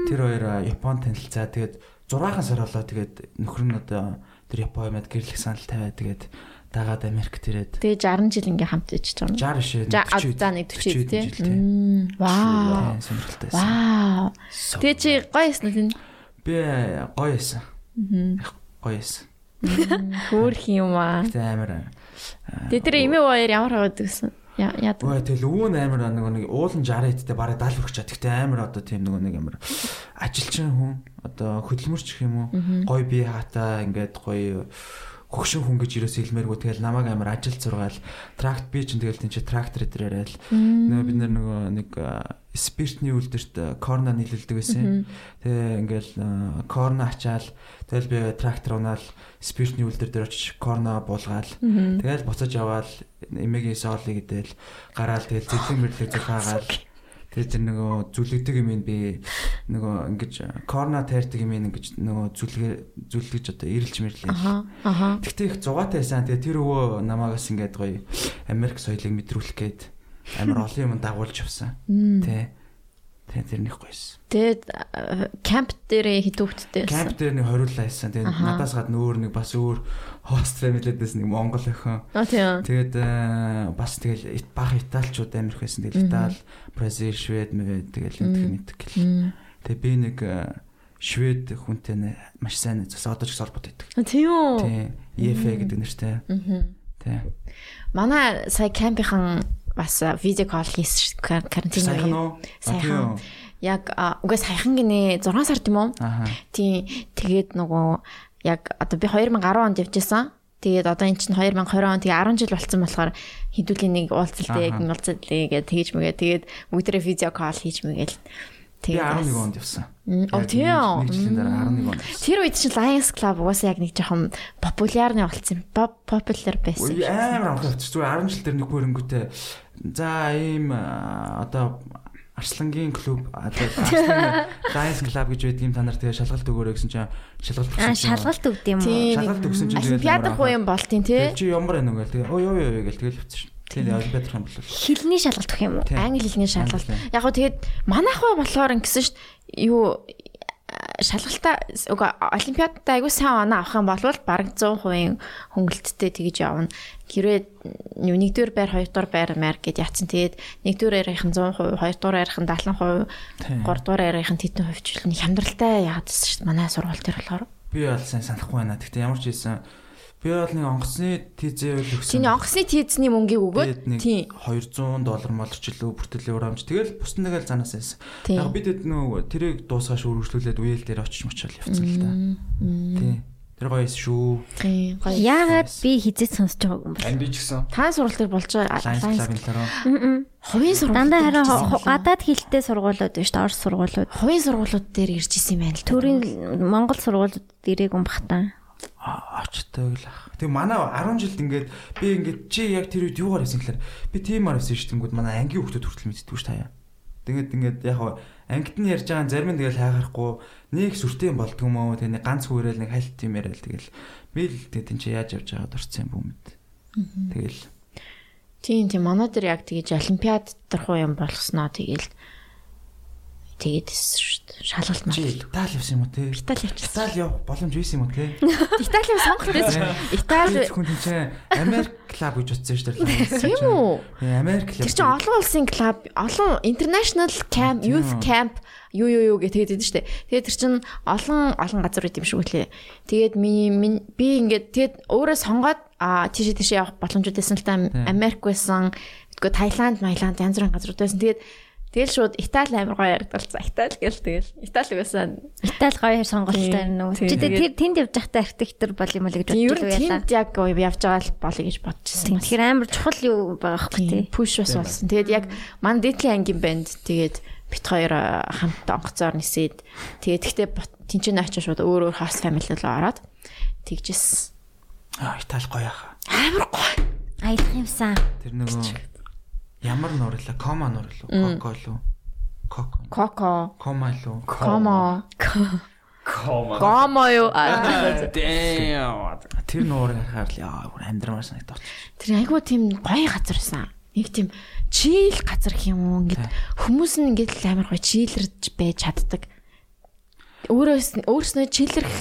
D: Тэр хоёр а, Япон танилцаа. Тэгээд 6 сар болоо тэгээд нөхөр нь одоо тэр Япон юмад гэрлэх санал тавиад тэгээд дагаад Америк тэрээд
B: Тэгээ 60 жил ингээ хамт ичж байгаа юм.
D: 60 шээ.
B: За а, за нэг 40 тий.
D: Тий.
B: Мм, Вау.
D: Сонирхолтойсэн.
B: Вау. Тэгээ чи гоё ясна тэн.
D: Би э, гоё эсэн. Их гоё эсэн.
B: Хөөх юм аа.
D: Гэтэ амар.
B: Тэгээ тэр эмээ баяр ямар хаваад гэсэн. Яадаг.
D: Ой тэгэл өвөө нь амар нөгөө нэг уулын 60 хэдтэй бараг 70 хүрч чад. Гэтэ амар одоо тийм нөгөө нэг амар ажилчин хүн одоо хөдөлмөрч гэх юм уу? Гоё бие хатаа ингээд гоё хөгшин хүн гэж юу хэлмээргүй тэгэл намайг амар ажил зургаал тракт би чинь тэгэл тийм чи трактор дээрээ л нөө бид нар нөгөө нэг а, спиртний үлдэрт корна нийлүүлдэг байсан. Тэгээ ингээл а, корна ачаал тэгэл би трактор унаал спиртний үлдэр дээр очиж корна булгаал тэгэл буцаж аваал эмээгийн соолыг гэдэл гараал тэгэл зэлхэн мэрлэг зүхаагаал Тэгээ тэр нөгөө зүлэгдэг юм ин би нөгөө ингэж корна тайрдаг юм ин ингэж нөгөө зүлгэ зүлгэж одоо эрэлж мэрлээ.
B: Аха. Аха.
D: Тэгтээ их зугаатай байсан. Тэгээ тэр өвөө намайг бас ингээд гоё Америк соёлыг мэдрүүлэх гээд амар олон юм дагуулж явсан. Тэ. Тэ тэрнийх гоёсэн.
B: Тэгээ кемп дээр хитүүхттэй.
D: Кемп дээр нэг хориулаа хийсэн. Тэгээ
B: Аха.
D: надаас гадна өөр нэг бас өөр хост фэмилидээс нэг Монгол охин.
B: А тийм.
D: Тэгээд э, бас тэгэл ит- бага италичууд Америк байсан. Тэгэл Итали, Бразил, Швед мэвэ тэгэл энэ мэддэг гэл. Тэгээ би нэг э, швед хүнтэй нэ- маш сайн нэг зас одоо ч гэсэн холбоотой байдаг.
B: А тийм үү.
D: Тэ. EFA гэдэг нэртэй. Тэ.
B: Манай сая кемпийн бас а, видео кол хийсэн шүү дээ, карантин
D: Сайхан
B: үеийн.
D: уу?
B: Сайхан. Яг а, үгүй сайхан гинэ 6 сар тийм үү?
D: Аха.
B: Тийм. Тэгээд нөгөө яг одоо би 2010 онд явжсэн. Тэгээд одоо эн чинь 2020 он тэгээ 10 жил болсон болохоор хэдүүлээ нэг уулзалтыг
D: Аха.
B: уулзалтыг гээд тэгж мэгээ тэгээд бүгдрээ видео кол хийж мэгээл.
D: Би 11
B: бас-
D: онд явсан.
B: Мм, оо,
D: Яг
B: тийм үү?
D: Нэг жилийн дараа 11 онд явсан.
B: Тэр үед чинь Lions Club угаасаа яг нэг жоохон популярны болсон. Pop popular байсан.
D: Ой, Амар амгалан авчих. Зүгээр 10 жил дээр нэг хөрөнгөтэй. За ийм аа, одоо Арслангийн клуб одоо Арслан Lions Club гэж байдаг юм та нар тэгээ шалгалт өгөөрэй гэсэн чинь шалгалт өгсөн.
A: Аа
D: чинь
A: шалгалт өгд юм уу?
B: Тийм.
D: шалгалт өгсөн чинь тэгээд
B: Олимпиадах уу юм болтын тий.
D: Тэг чи ямар байна уу гээл тэгээ ой ой ой гээл тэгэл явчих шин. Тэгээд олимпиадах юм болов.
A: Хилний шалгалт өгөх юм уу?
D: Тийм.
B: Англи хэлний шалгалт.
D: Англи.
B: Яг гоо тэгээд манайх ба болохоор ингэсэн шít юу а, шалгалтаа үгүй олимпиадад айгүй сайн оноо авах юм бол бараг 100% хөнгөлттэй тэгж явна. Хэрвээ юу, нэгдүгээр байр, хоёрдугаар байр маяр гэд яцсан. Тэгээд нэгдүгээр арийнх нь 100%, хоёрдугаар арийнх нь 70%,
D: Тийм.
B: гуравдугаар арийнх нь тэдэн хувьч л нь хямдралтай яагаад гэсэн шít манай сургууль төр болохоор.
D: Би бол сайн санахгүй байна. Тэгтээ ямар ч хэлсэн би бол нэг онгоцны тизээ л өгсөн.
B: Чиний онгоцны тээзний мөнгөийг өгөөд
D: Тэгээд нэг
B: тий.
D: 200 доллар молч лөө бүртгэлийн урамч. Тэгэл бус нь тэгэл занаас байсан.
B: Тийм.
D: Яг бид нөө тэрийг дуусгаж үргэлжлүүлээд үеэл дээр очиж мочвол явцсан л да. Тий. Тэр гоёс шүү.
B: Тий. гоё.
A: Яагаад би хизээд сонсож байгаагүй юм бэ?
C: Ань би ч гэсэн
B: Та сургууль төр болж
D: Lions
B: байгаа.
D: Club-ын талаараа.
B: Хувийн сургууль.
A: Дандаа харин хо- хо- гадаад хэлтэй сургуулиуд биш үү? Орос сургуулиуд.
B: хувийн сургуулиуд дээр ирж исэн юм байна л.
A: Төрийн Монгол сургуулиуд ирээгүй юм бахтаа.
D: А- Очтой гэлах. Тэг манай 10 жилд ингээд би ингээд чи яг тэр үед юугаар хийсэн гэхээр би тиймэр хийсэн шүү дээ. Манай ангийн хүмүүс төртөл мэддэггүй ш таяа. Тэгээд ингээд яг хав ангид нь ярьж байгаа зарим нь тэгэл хайхарахгүй нэг сүртэй юм болдгоо мөө тэг нэг ганц хүүрээл нэг хальт юм яриад тэгэл би л тэг тийч яаж явж байгаад орцсон юм бүү мэд. Тэгэл
B: Тийм тийм манай дээр яг тэгэж олимпиад төрхөө юм болгосноо тэгэл тэгээд шалгалт мал.
D: чи Итали явсан юм уу те?
B: Итали явчихсан.
D: Итали явах боломж байсан юм уу те?
B: Италийн сонголт байсан.
D: Би
B: Итали
D: зөвхөн тийч Америк клуб гэж утсан шүү дээ.
B: тийм үү?
D: Э, Америк клуб.
B: Тэр чинь олон улсын клуб, олон international camp, youth camp юу юу юу гэдэг тэгээд байдаг шүү дээ. Тэгээд тэр чинь олон олон газар байт юм шиг үлээ. Тэгээд миний минь- би ингээд тэгээд өөрөө сонгоод аа тийш тийш явах боломжууд байсан л та Америк байсан, тэгвэл Таиланд, Маиланд янз бүрийн газрууд байсан. Тэгээд Тэгэл шууд Итали амар гоё ярагдал. За Итали гэл тэгэл. Itali гэсэн.
A: Итали гоё хэр сонголттой
B: Тийм,
A: нү.
B: тийм.
A: Чи тэр тэнд явж байхдаа архитектор бол юм уу гэж
B: Тийм ер
A: бодчихлоо
B: нь
A: яла.
B: тэнд яг явж байгаа л болё гэж бодчихсон.
A: Тэгэхээр амар чухал юу байгаа хөх тий.
B: Пүш бас болсон. Тэгээд яг манд дэтлийн ангийн банд тэгээд бит хоёр э, хамт онгоцоор нисээд тэгээд гэхдээ тэнцэн очиж шууд өөр өөр хаус фамили руу ороод тэгжсэн.
D: Аа, Итали гоё яха.
B: Амар гоё.
A: Аялах юмсан.
D: Тэр нөгөө ямар нуурлаа? Кома нуурлаа? Коко лу? Коко.
B: Коко,
D: Кома лу?
B: Комо,
C: Кома.
B: Гомо юу? Аа,
D: Damn. Тэр нуурыг харахаар л яа, бүр амьдрамаар санагдав.
B: Тэр айгүй тийм гоё газар байсан. Нэг тийм чийл газар гэх юм уу? Ингээд хүмүүс нь ингээд л амар гоё чийлэрж байж чаддаг. Өөрөөс өөрснөө чийлэрх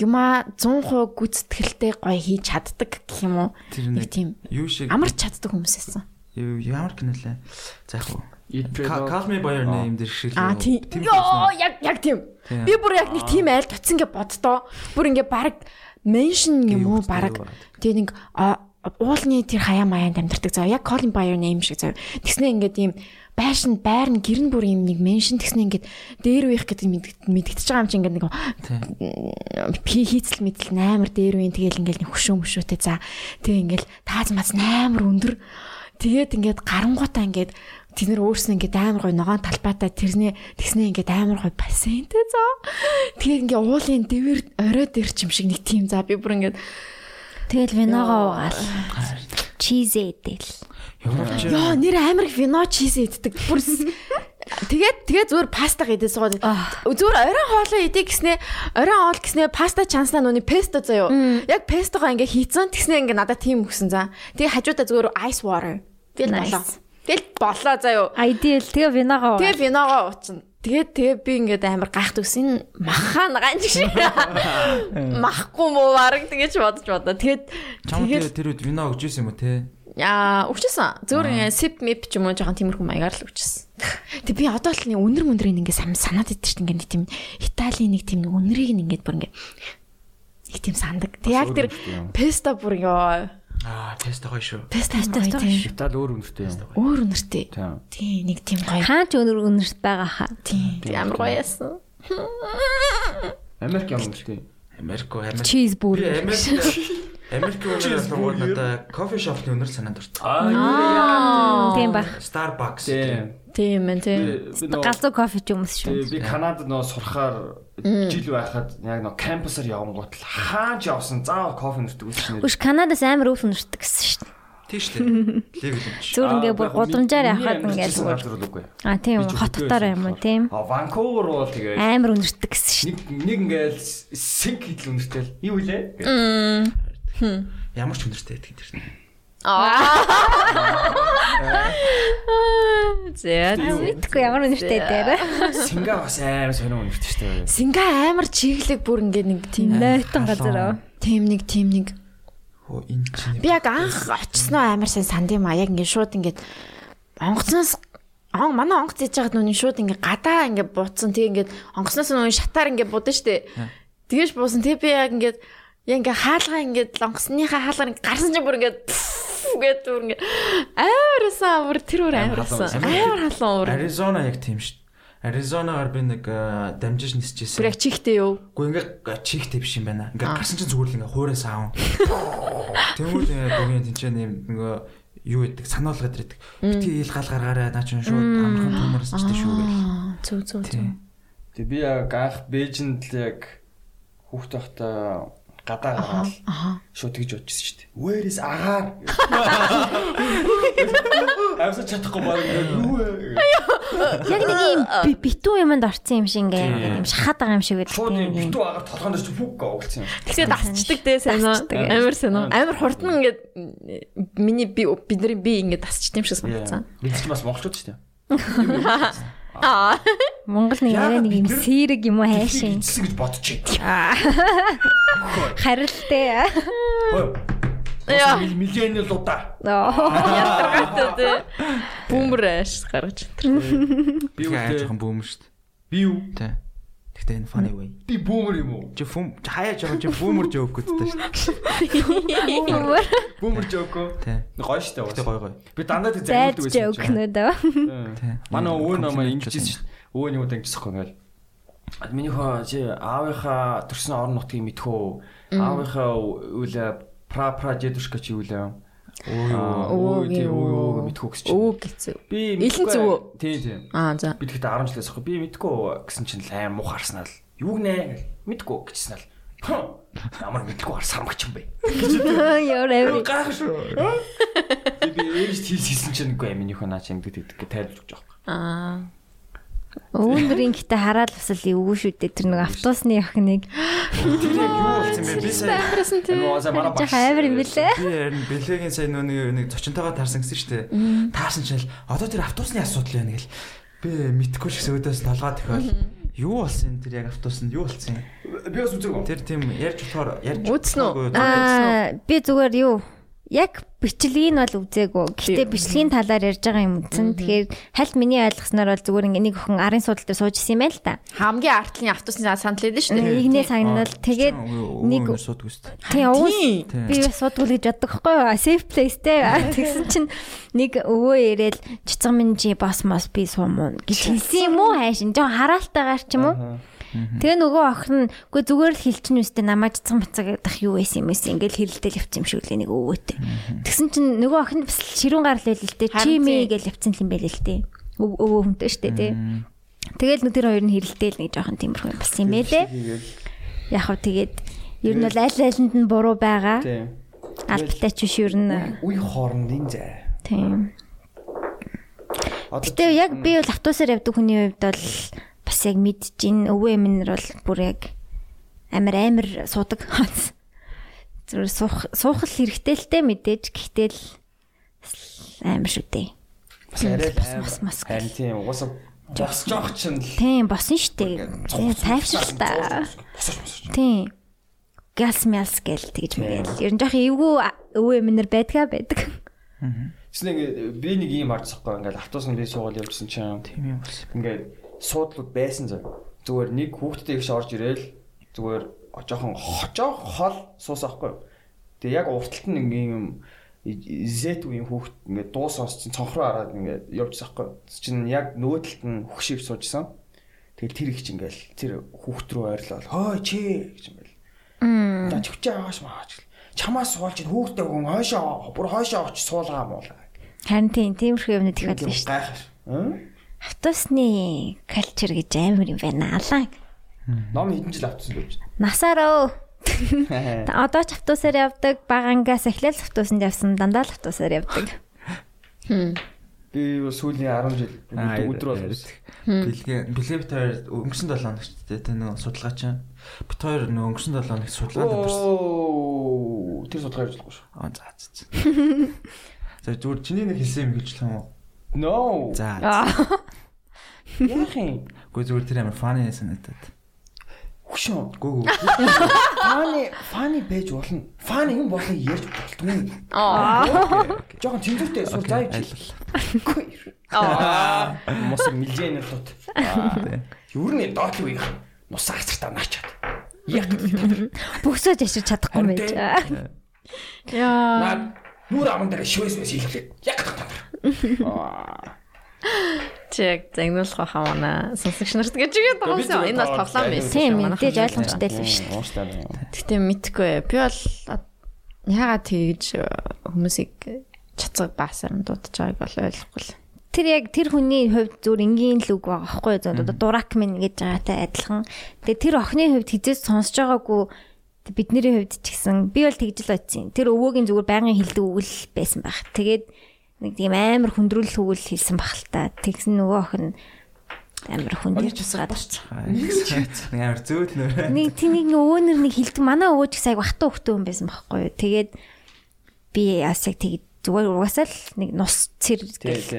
B: юмаа 100% гүцэтгэлтэй гоё хийж чаддаг гэх юм уу?
D: Тэр
B: Нэг
D: нэг
B: тийм
D: юу шиг
B: амарч чаддаг хүмүүс байсан.
D: юу- ямар кинолээ? За яг уу.
C: Eat Pray Dog.
D: Call me by
C: Ah.
D: your name дэр шиг л
B: Аа
D: юу?
B: тийм.
D: Тим
B: Йоо,
D: байсан.
B: яг яг тийм.
D: Тийм.
B: Би бүр яг нэг тийм айл туцсан гэж боддоо. Бүр ингээд баг меншн юм
D: Юу
B: уу
D: гэдэг
B: баг.
D: вэ?
B: Тэгээ нэг а- уулын тэр хаяа маяанд амьдардаг зав. Яг Colin Bayer name шиг зав. Тэгснэ ингээд ийм байшин байр нь гэрн бүр юм нэг меншн тэгснэ ингээд дээр үех гэдэг мэдгэд- мэдгдэж байгаа юм чи ингээд нэг
D: Тийм.
B: пи хийцэл мэдл амар дээр үн тэгэл ингээл нэг хөшөө мөшөөтэй за тэг ингээл тааз мац амар өндөр тэгээд ингээд гарангуутаа ингээд тэд нар өөрснөө ингээд амар гой ногоон талбайтай тэрнээ тэгснээ ингээд амар гой бассейнтэй за тэгээд ингээд уулын дэвэр орой дээр ч юм шиг нэг тийм за би бүр ингээд
A: Тэгэл виногоо уугаал. Чиз эдэл.
D: Европч
B: ёо нэр амар их вино чиз иддэг бүр с- тэгээд тэгээд зүгээр паста гэдэг суугаад зүгээр орой хоолоо идэе гэснээр орой хоол гэснээр паста чанснаа нүний песто заяо яг пестогоо ингээ хийцэн тэгснээр ингээ надад тийм өгсөн за тэгээд хажуудаа зүгээр ice water тэгэл
A: Nice.
B: болоо тэгэл болоо заяо
A: Айдэл тэгээ виногоо уугаал.
B: тэгээд виногоо уучна Тэгээд тэгээ би ингээд амар гайхт үсэн махан ганж шиг махгүй муу бараг тэгэж бодож бодоо. Тэгээд
D: чам тэр тэр үед вино өгж исэн юм уу те?
B: Аа, өвчсөн. Зүгээр ингээ sip mip ч юм уу жоохон тиймэрхүү маягаар л өвчсөн. Тэг би одоо л нэг өнөр мөндрийг ингээ сам санаад идэв чинь ингээ нэг тийм Италийн нэг тийм өнрийг нь ингээ бүр ингээ нэг тийм сандаг. Тэг яг тэр песто бүр ёо.
D: Аа, тест гоё шүү.
B: Песто амар гоё тийм.
C: Итали өөр үнэртэй юм.
B: Өөр өнөртэй.
C: Тийм.
B: Тий, нэг тийм гоё.
A: Хаач өнөр өнөрт байгаа хаа.
B: Тий, тий, амар гоё яасан.
C: Америк юм үнэртэй.
D: Америк Америк.
A: Чиз
D: Би
A: бүр.
D: Америк Америк өнөрөөр сургууль надаа кофе шопны өнөр санаанд орсон.
A: Аа, Тийм ба.
D: Starbucks.
C: Тийм.
B: Тийм мэн тий.
A: Галзуу кофе ч юмс шүү.
C: Тэгээ би Канадад нөө сурахаар жил байхад яг нөө кампусаар явангууд л хаач явсан заавал кофе нэрдэг үснээр.
A: Үш Канадас амар өв өнөрт гэсэн шүү.
D: Тийм шүү дээ. Левел юм чи.
A: Зүр ингээ бүр гудамжаар явахад
C: ингээл
A: ингээд зүгээр.
C: газар үгүй.
A: А тийм үү, хот дотор юм уу тийм.
C: А Ванкувер бол тэгээ
A: Амар өнөрт гэсэн шүү.
C: нэг нэг ингээл синк хэл үнэртэй л юу вэ?
D: Ямар ч өнөртэй гэдэг тэр.
B: Зэ.
A: Мэдхгүй ямар өнөртэй дээр.
C: Синга бас амар сонир үнэртэй шүү дээ.
B: Синга амар чиглэг бүр ингээ нэг тийм
A: Нойтон газар аа.
B: тийм нэг тийм нэг
D: Хөө энэ чинь
B: Би яг анх очсноо амар сайн санд юм а. Яг ингээд шууд ингээд онгоцноос он манай онгоц ээж байгаад нүний шууд ингээд гадаа ингээд буутсан. Тэгээ ингээд онгоцноос нүний шатаар ингээд будан штэ. Тэгэж буусан. Тэгээ би яг ингээд яг ингээд хаалгаа ингээд онгоцныхаа хаалгаар ингээд гарсан чинь бүр ингээд пф гээд бүр ингээд амарсан бүр тэр бүр амарсан.
C: Амар халуун байсан.
B: Амар халуун бүр.
D: Аризона яг тийм шүү. Аризонагаар би нэг э, дамжиж
B: Бүр
D: нисчихсэн.
B: яг чихтэй юу?
D: Гү ингээ чихтэй биш юм байна. Ингээ гарсан чинь зүгээр л ингээ хуурайс аав. Тэнгүүд бүгийн тэнцээ нэм ингээ юу гэдэг сануулгад ирдэг. Битгий ил гал гаргаарай наа чинь шууд амархан төмөрсөн ч шүү гэл.
B: Зүг зүг зүг.
D: Тийм.
C: Тэг би яг анх Бээжинд л яг хүүхд байхдаа гадаа гараад шууд тэгж бодчихсон шүү дээ. Where is агаар? Амсаа чадахгүй баг юу вэ?
A: Яг нэг юм би- битүү юмд орсон юм шиг ингээ
D: Тийм.
A: юм шахаад байгаа юм шиг гэдэг.
C: Шууд
A: тийм,
C: юм
A: тийм.
C: битүү агаар толгоон дээр чи бүгд гоолцсон юм.
B: Тэгсээ дасчдаг дээ сайн уу?
A: Дасчдаг.
B: Амар сайн уу? Амар хурдан ингээд миний би бидний би ингээд дасчдаг юм шиг санагдсан.
C: Бид ч бас монголчууд шүү дээ.
B: Аа.
A: Монгол нэг арай нэг юм
C: Яагаад бид
A: сэрэг юм уу хайшин.
C: Эцсэн гэж бодчих.
A: Харилтээ.
C: Хөөе.
B: Яа.
C: Миллениалуудаа.
B: Ятаргатай дээ. Бүүмрэш гаргаж.
C: Би
D: Би
C: үлээ.
D: жоохон бөөм шүү.
C: Би юу?
D: Тэ. Гэхдээ энэ funny way.
C: Би бүүмэр юм уу?
D: Чи фум хаяа жоо чи бүүмэр жоок гэдэг шүү дээ.
A: Бүүмөр.
C: Бүүмэр жоко.
D: Тий.
C: Гоё штэ
D: Гэтэ
C: уусаа.
D: гой гой.
C: Би дандаа тэг
A: Зайд
C: зарилдаг байсан.
A: жоок нөдөө.
D: Тий.
C: Манай өвөө намаа
D: Комплимент
C: ингэжсэн
D: хийсэн.
C: шүү дээ. Өвөө нь юу дангисахгүй ингээл. А, Минийхөө чи аавынхаа төрсэн орон нутгийг мэдхүү. Аавынхаа үйл пра пра дедушка чи үйл аа. Өө тий өө өө мэдхүү гэсэн чинь.
B: Өө гэцүү.
C: Би
B: Илэн зүв үү?
C: Тий тий.
B: Аа за.
C: Би тэгэхдээ 10 жилээс хойш би мэдгүй гэсэн чинь л аим мух харснаа л. Юг нэ гэл. мэдгүй гэжсэн л. "Хм, Ямар мэдгүй хар сармагч юм бэ?
A: Яурав.
C: Гайх шүү. Би би ээж тийс хийсэн чинь үгүй минийхөө наа чи ингэдэг гэдэг тайлж өгч байгаа.
B: Аа.
A: Өвөндрийн гэтээ хараад бас л эвгүй шүү дээ. Тэр нэг автобусны охиныг
D: Тэр яг юу болсон бэ? Би сая
B: Амарсан тий.
C: Нуу за
A: Харин
C: манай
A: жоохон амар юм бэлээ.
D: Би харин бэлэгийн сайн нүг нэг зочинтойгоо таарсан гэсэн шүү дээ. Таарсан чинь л одоо тэр автобусны асуудал байна гэл. Би мэдхгүй ч гэсэн өдөөс толгой тохиол. Юу болсон энэ тэр яг автобуснд юу болсон юм?
C: Би бас үзег.
D: Тэр тийм ярьж утгаар ярьж
B: Үзсэн үү?
D: утгааргүй зүгээр.
A: Аа би зүгээр юу яг бичлэгийг нь бол үзээгүй. Гэхдээ бичлэгийн талаар ярьж байгаа юм үзэн. Тэгэхээр хальт миний ойлгосноор бол зүгээр ингээ нэг охин арын судал дээр сууж исэн юм байл та.
B: Хамгийн артлын автобусны сандал дээр шүү дээ.
A: Нэгнээ сагнал тэгээд нэг
D: нэг суудаг шүү дээ.
A: тий уус
B: Тийм.
A: би бас судгуул гэж яддаг хгүй юу? Safe place те. Аа, Тэгсэн чинь нэг өвөө ирээл чицэг минь чи бас мас би суумун гэж хэлсэн юм уу хайшин. Жон хараалтайгаар ч юм уу? Тэгээ нөгөө охин нь үгүй зүгээр л хэлчихнэ үстэ намаа цэцэн бацаг дах юу байсан юм эсвэл ингээл хэрэлдэл явцсан юм шиг лээ нэг өвөөтэй. Тэгсэн чинь нөгөө охин нь бас л ширүүн гарал байл л дээ.
B: Харин
A: Чимээ
B: тий.
A: гэж явцсан юм байл л дээ. Өв- Өвөө хүнтэй штэ тий. Тэгэл нүг тэр хоёр нь хэрэлдээл нэг жоохон тиймэрхүү юм болсон юм байлээ. Яг хав тэгээд ер нь бол аль алинд нь буруу байгаа.
C: Тий.
A: Алдтай ч биш ер нь.
C: Үе хоорондын зай.
A: Тийм.
C: Одоо
A: Гэтэ яг би бол автобусаар явдаг хүний хувьд бол бас яг мэдж ин өвөө эмнэр бол бүр яг амар амар суудаг. Зүгээр суух суух л хэрэгтэй л дээ мэдээж гэхдээ л бас л амар шүү дээ.
C: бас арай л
A: бас-
C: амар.
A: бас- бас
C: Харин тийм угаасаа бас жоох чинь л
A: Тийм босон штэ. Тийм тайвшралтай. Тийм. Галс мялс гэл тэгж мэгэл. Ер нь жоох эвгүй өвөө эмнэр байдгаа байдаг.
C: Тэсний ингээ би нэг юм арцсахгүй ингээл автобусанд би суугаад явжсэн чинь тийм юм болсон. Ингээд суудлууд байсан зав. Зүгээр нэг хүүхдтэй ихш орж ирээл зүгээр жоохон хожоо хол суусаахгүй. Тэгээ яг уртталт нь ингээ юм зэт үеийн хүүхд ингээ дуу сонсчихсан цонхроо хараад ингээ явжсаахгүй. Чин яг нөөдөлт нь хөшөөв суужсан. Тэгэл тэр их ч ингээл тэр хүүхд рүү ойрлол хой чи гэж ингээл За чивч ааш маач. Чамаа суулж ин хүүхдээ өгөн хойшоо бүр хойшоо очиж суулгаа муулаа.
A: Харин тийм тиймэрхүү юмнууд их байдаг штэ.
C: гайхаш.
A: Автобусны калчер гэж амар юм байна алаа.
C: Ном хэдэн жил автсан гэж.
A: Насаарөө Одоо ч автобусаар явдаг, Багангаас эхлээл автобусанд явсан, дандаа л автобусаар явдаг.
C: Би юу сүүлийн 10 жил
D: Аа,
C: өдөр бол
D: бэлгээ бэлгээ бит хоёр өнгөрсөн 7 хоног шүү дээ. Тэ нөгөө судалгаа чинь бит хоёр нөгөө өнгөрсөн 7 хоног судалгаанд амьдэрсэн.
C: Оо, Тэр судалгаа хийж болохгүй шүү.
D: Аа за за, за. За зүгээр чиний нэг хэлсэн юм хэлжлэх юм уу?
C: No.
D: За. за.
A: Аа,
C: Яах юм?
D: Гүү зүгээр тэр амар фаны санагдаад.
C: Хөшөө.
D: Гүү гүү.
C: Фаны, фаны байж болно. Фаны юм болон ярьж болтгүй.
B: Аа.
C: Жохон тэмцүүтэй сур заяа чи.
D: Айлгал.
C: Аа. Мос миллионер тот. Юу нэ доотлог юм. Нус хацартаа наачаад. Яг
A: бөхсөж ашиж чадахгүй
C: Харин
A: байж.
C: тийм.
B: Яа.
C: Наад нүр аман дээр шивээс хийлээ. Яг татаа.
B: Чиг загнуулах байхаа манай сонсогч нарт гэж игээд байгаа юм. Энэ бол тоглоом байсан.
A: Тийм,
B: Манайхан
A: мэдээж
B: л
A: ойлгомжтой л биш.
C: Ууштай.
B: Гэтэ мэдхгүй. Би бол яагаад тэгж э, хүмүүсийг чацаг баасаар нь дуудаж байгааг бол ойлгохгүй л.
A: Тэр яг тэр хүний хувьд зүгээр энгийн л үг байгаа байхгүй юу? Одоо дурак минь гэж байгаатай адилхан. Тэгээ тэр охины хувьд хизээс сонсож байгаагүй бидний хувьд ч гэсэн би бол тэгж л бодсон. Тэр өвөөгийн зүгээр байнгын хилдэг үг л байсан байх. Тэгээд нэг тийм амар хүндрүүлэх үг л хэлсэн баг л та. Тэгсэн нөгөө охин амар хүндэрч усгаад
D: Нэг амар зөөлнөр.
A: Нэг тийм нэг өөнөр нэг хилдэг манай өвөөч сайг бахтаа хөхтөө юм байсан байхгүй юу. Тэгээд би бас яг тэг зүгээр угаасаа л нэг нус цэр
C: тий.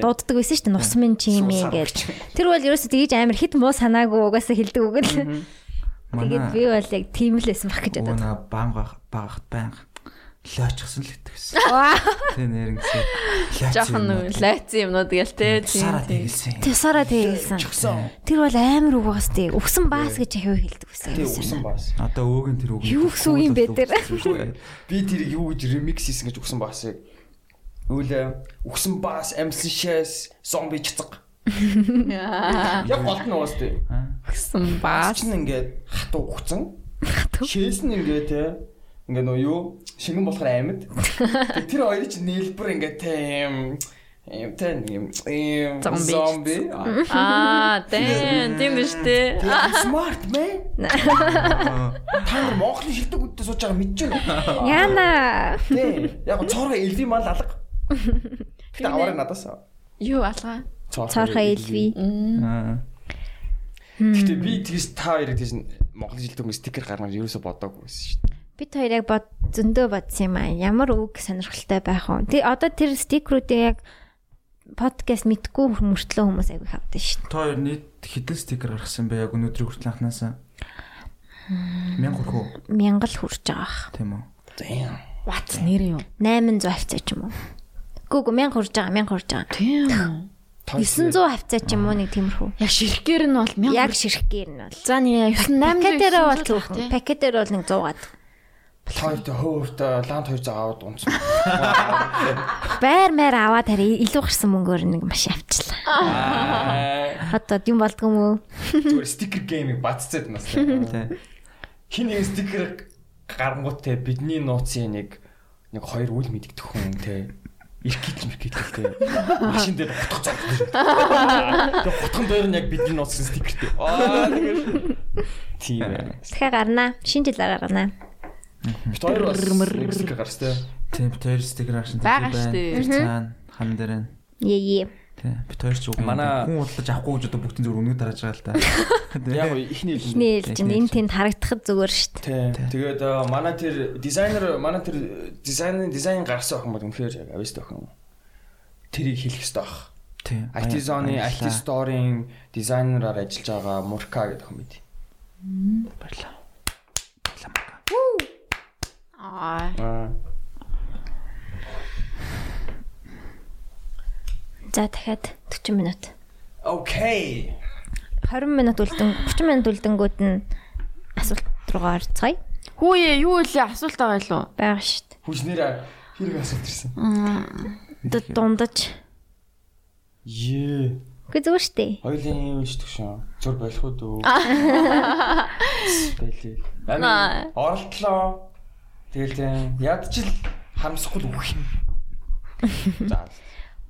A: гэж дууддаг байсан шүү дээ. Нус минь чимээ
C: Суусаар
A: гэж. Тэр бол ерөөсө тэгж амар хит муу санаагүй угаасаа хилдэг үг л. Тэгээд би
D: Манай
A: бол яг тийм л байсан баг гэж бодоод.
D: уна банг баг багт банг. лойчсан л итгэсэн. Тэ нэр ингэсэн. Лойч
B: Жохон
D: юм уу?
B: нэг лайц юмнууд гээл те.
D: Сараа тэгэлсэн.
A: Тэсараа тэгэлсэн. Тэр бол амар үг бас тий. Өгсөн баас гэж ахиу хэлдэг байсан.
C: Тий өгсөн бас.
D: Одоо өөгийн тэр үг.
A: Юу гэсэн үг юм бэ тэр?
C: Би тэрийг юу гэж ремикс хийсэн гэж өгсөн басыг. Үүлээ өгсөн бас амьсан шээс зомби чцэг. Яг гол нь уус тий.
B: Өгсөн баас.
C: Аач нь ингээд хатуу ухцсан. Шээс нь ингээд те ингээд нөө юу шингэн болохоор амьд. Тэг Тэр хоёрыг чинь нээлбэр ингээд тийм юм тэн юм ийм
B: Зомби.
C: зомби.
B: Аа,
C: Аа,
B: тэн, тийм биш те.
C: тэгээд Smart man. Та нар Монголын шилдэг үедээ сууж байгаа мэдэж байна.
A: Яна.
C: Тий. Яг гоо цорго элви мал алга. Гэтэ аваарай надаас.
B: Юу алгаа?
A: Цорхоо элви.
C: Гэтэ би тийс та хоёрыг тийс Монгол шилдэг хүн стикер гаргаж ерөөсө бодоагүй байсан шүү дээ.
A: Бид хоёр яг бод зөндөө бодсон юм аа. Ямар үг сонирхолтой байх вэ? Тэ одоо тэр стикерүүдээ яг подкаст мэдгүй мөртлөө хүмүүс аягүй хавдсан шүү
D: Та хоёр нийт хэдэн стикер гаргасан бэ? Яг өнөөдрийн хүртэл анханасаа. 1000 хүрхүү
A: дээ. Мянгал хүрч байгаа бах.
D: тийм үү?
C: Damn.
B: Вац нэр юу?
A: 800 хавцаа ч юм уу. Гүү гүү 1000 хүрж байгаа, 1000 хүрж байгаа.
B: Тийм.
A: 900 хавцаа ч юм уу нэг тиймэрхүү.
B: Яг ширхгээр нь бол 1000.
A: Яг ширхгээр нь бол.
B: за нэг 98
A: Пакетээр бол зөвхөн. Пакетээр бол нэг 100 гад.
C: Та хоёрт хөө өөртөө ланд 200 аваад унц.
A: Байр маяр аваад хараа илүү гарсан мөнгөөр нэг маш авчлаа. Одоо юм болдгоо мөө.
C: Зүгээр стикер геймийг батцаад нас. Хин
D: Тэ.
C: нэг стикер гарангууттай бидний нууцын нэг нэг хоёр үл мэддэх хүн те. Ирэх гэж мэх гэж те. Машин дээр утгах цаг. Тэгээ утгах дээр нь яг бидний нууцын стикертэй. Аа тэгээ. Тийм ээ.
A: Дахиад гарнаа. Шинэ жилээр гарнаа.
C: Бид Хоёр бас нэг стикер гарс те.
D: Тийм бид хоёр стикер гаргасан
B: Бага штэ.
D: Цаана хан дээр нь.
A: Е е.
D: Тийм бид хоёр ч үгүй.
C: Манай-
D: хүн удлаж авахгүй гэж одоо бүгдийн зүр өнөө дарааж байгаа л та.
C: Яг гоо ихний хэлэнд.
A: Нээлж чинь энэ тэнд харагдахад зүгээр штт.
C: Тий. Тэгээд аа, манай тэр дизайнер манай тэр дизайны дизайн гаргасан охин бол үнэхээр яг авьяастай охин. Тэрийг хэлэх хэрэгтэй баг.
D: Тийм.
C: IT зоны IT
D: Баярлалаа.
C: store-ын дизайнераар ажиллаж байгаа Мурка гэдэг хүн бид.
D: Баярлалаа.
B: Аа,
C: Аа.
A: За дахиад 40 минут.
C: Окей.
A: 20 минут үлдэн 30 минут үлдэнгүүд нь асуулт руугаа орцгоё.
B: Хүүе юу вэ? Асуулт байгаа юу?
A: Бага штт.
C: Хүснээр хэрэг асуулт ирсэн.
A: Дэ- Дундаж.
C: Ее.
A: Үгүй зүгээр штт.
C: Хоёлын юм ичдэг шин. Зур болох уу дөө. Байлээ. Амин оролтлоо. Тэгэл тийм яд чил харамсахгүй л үх юм. За.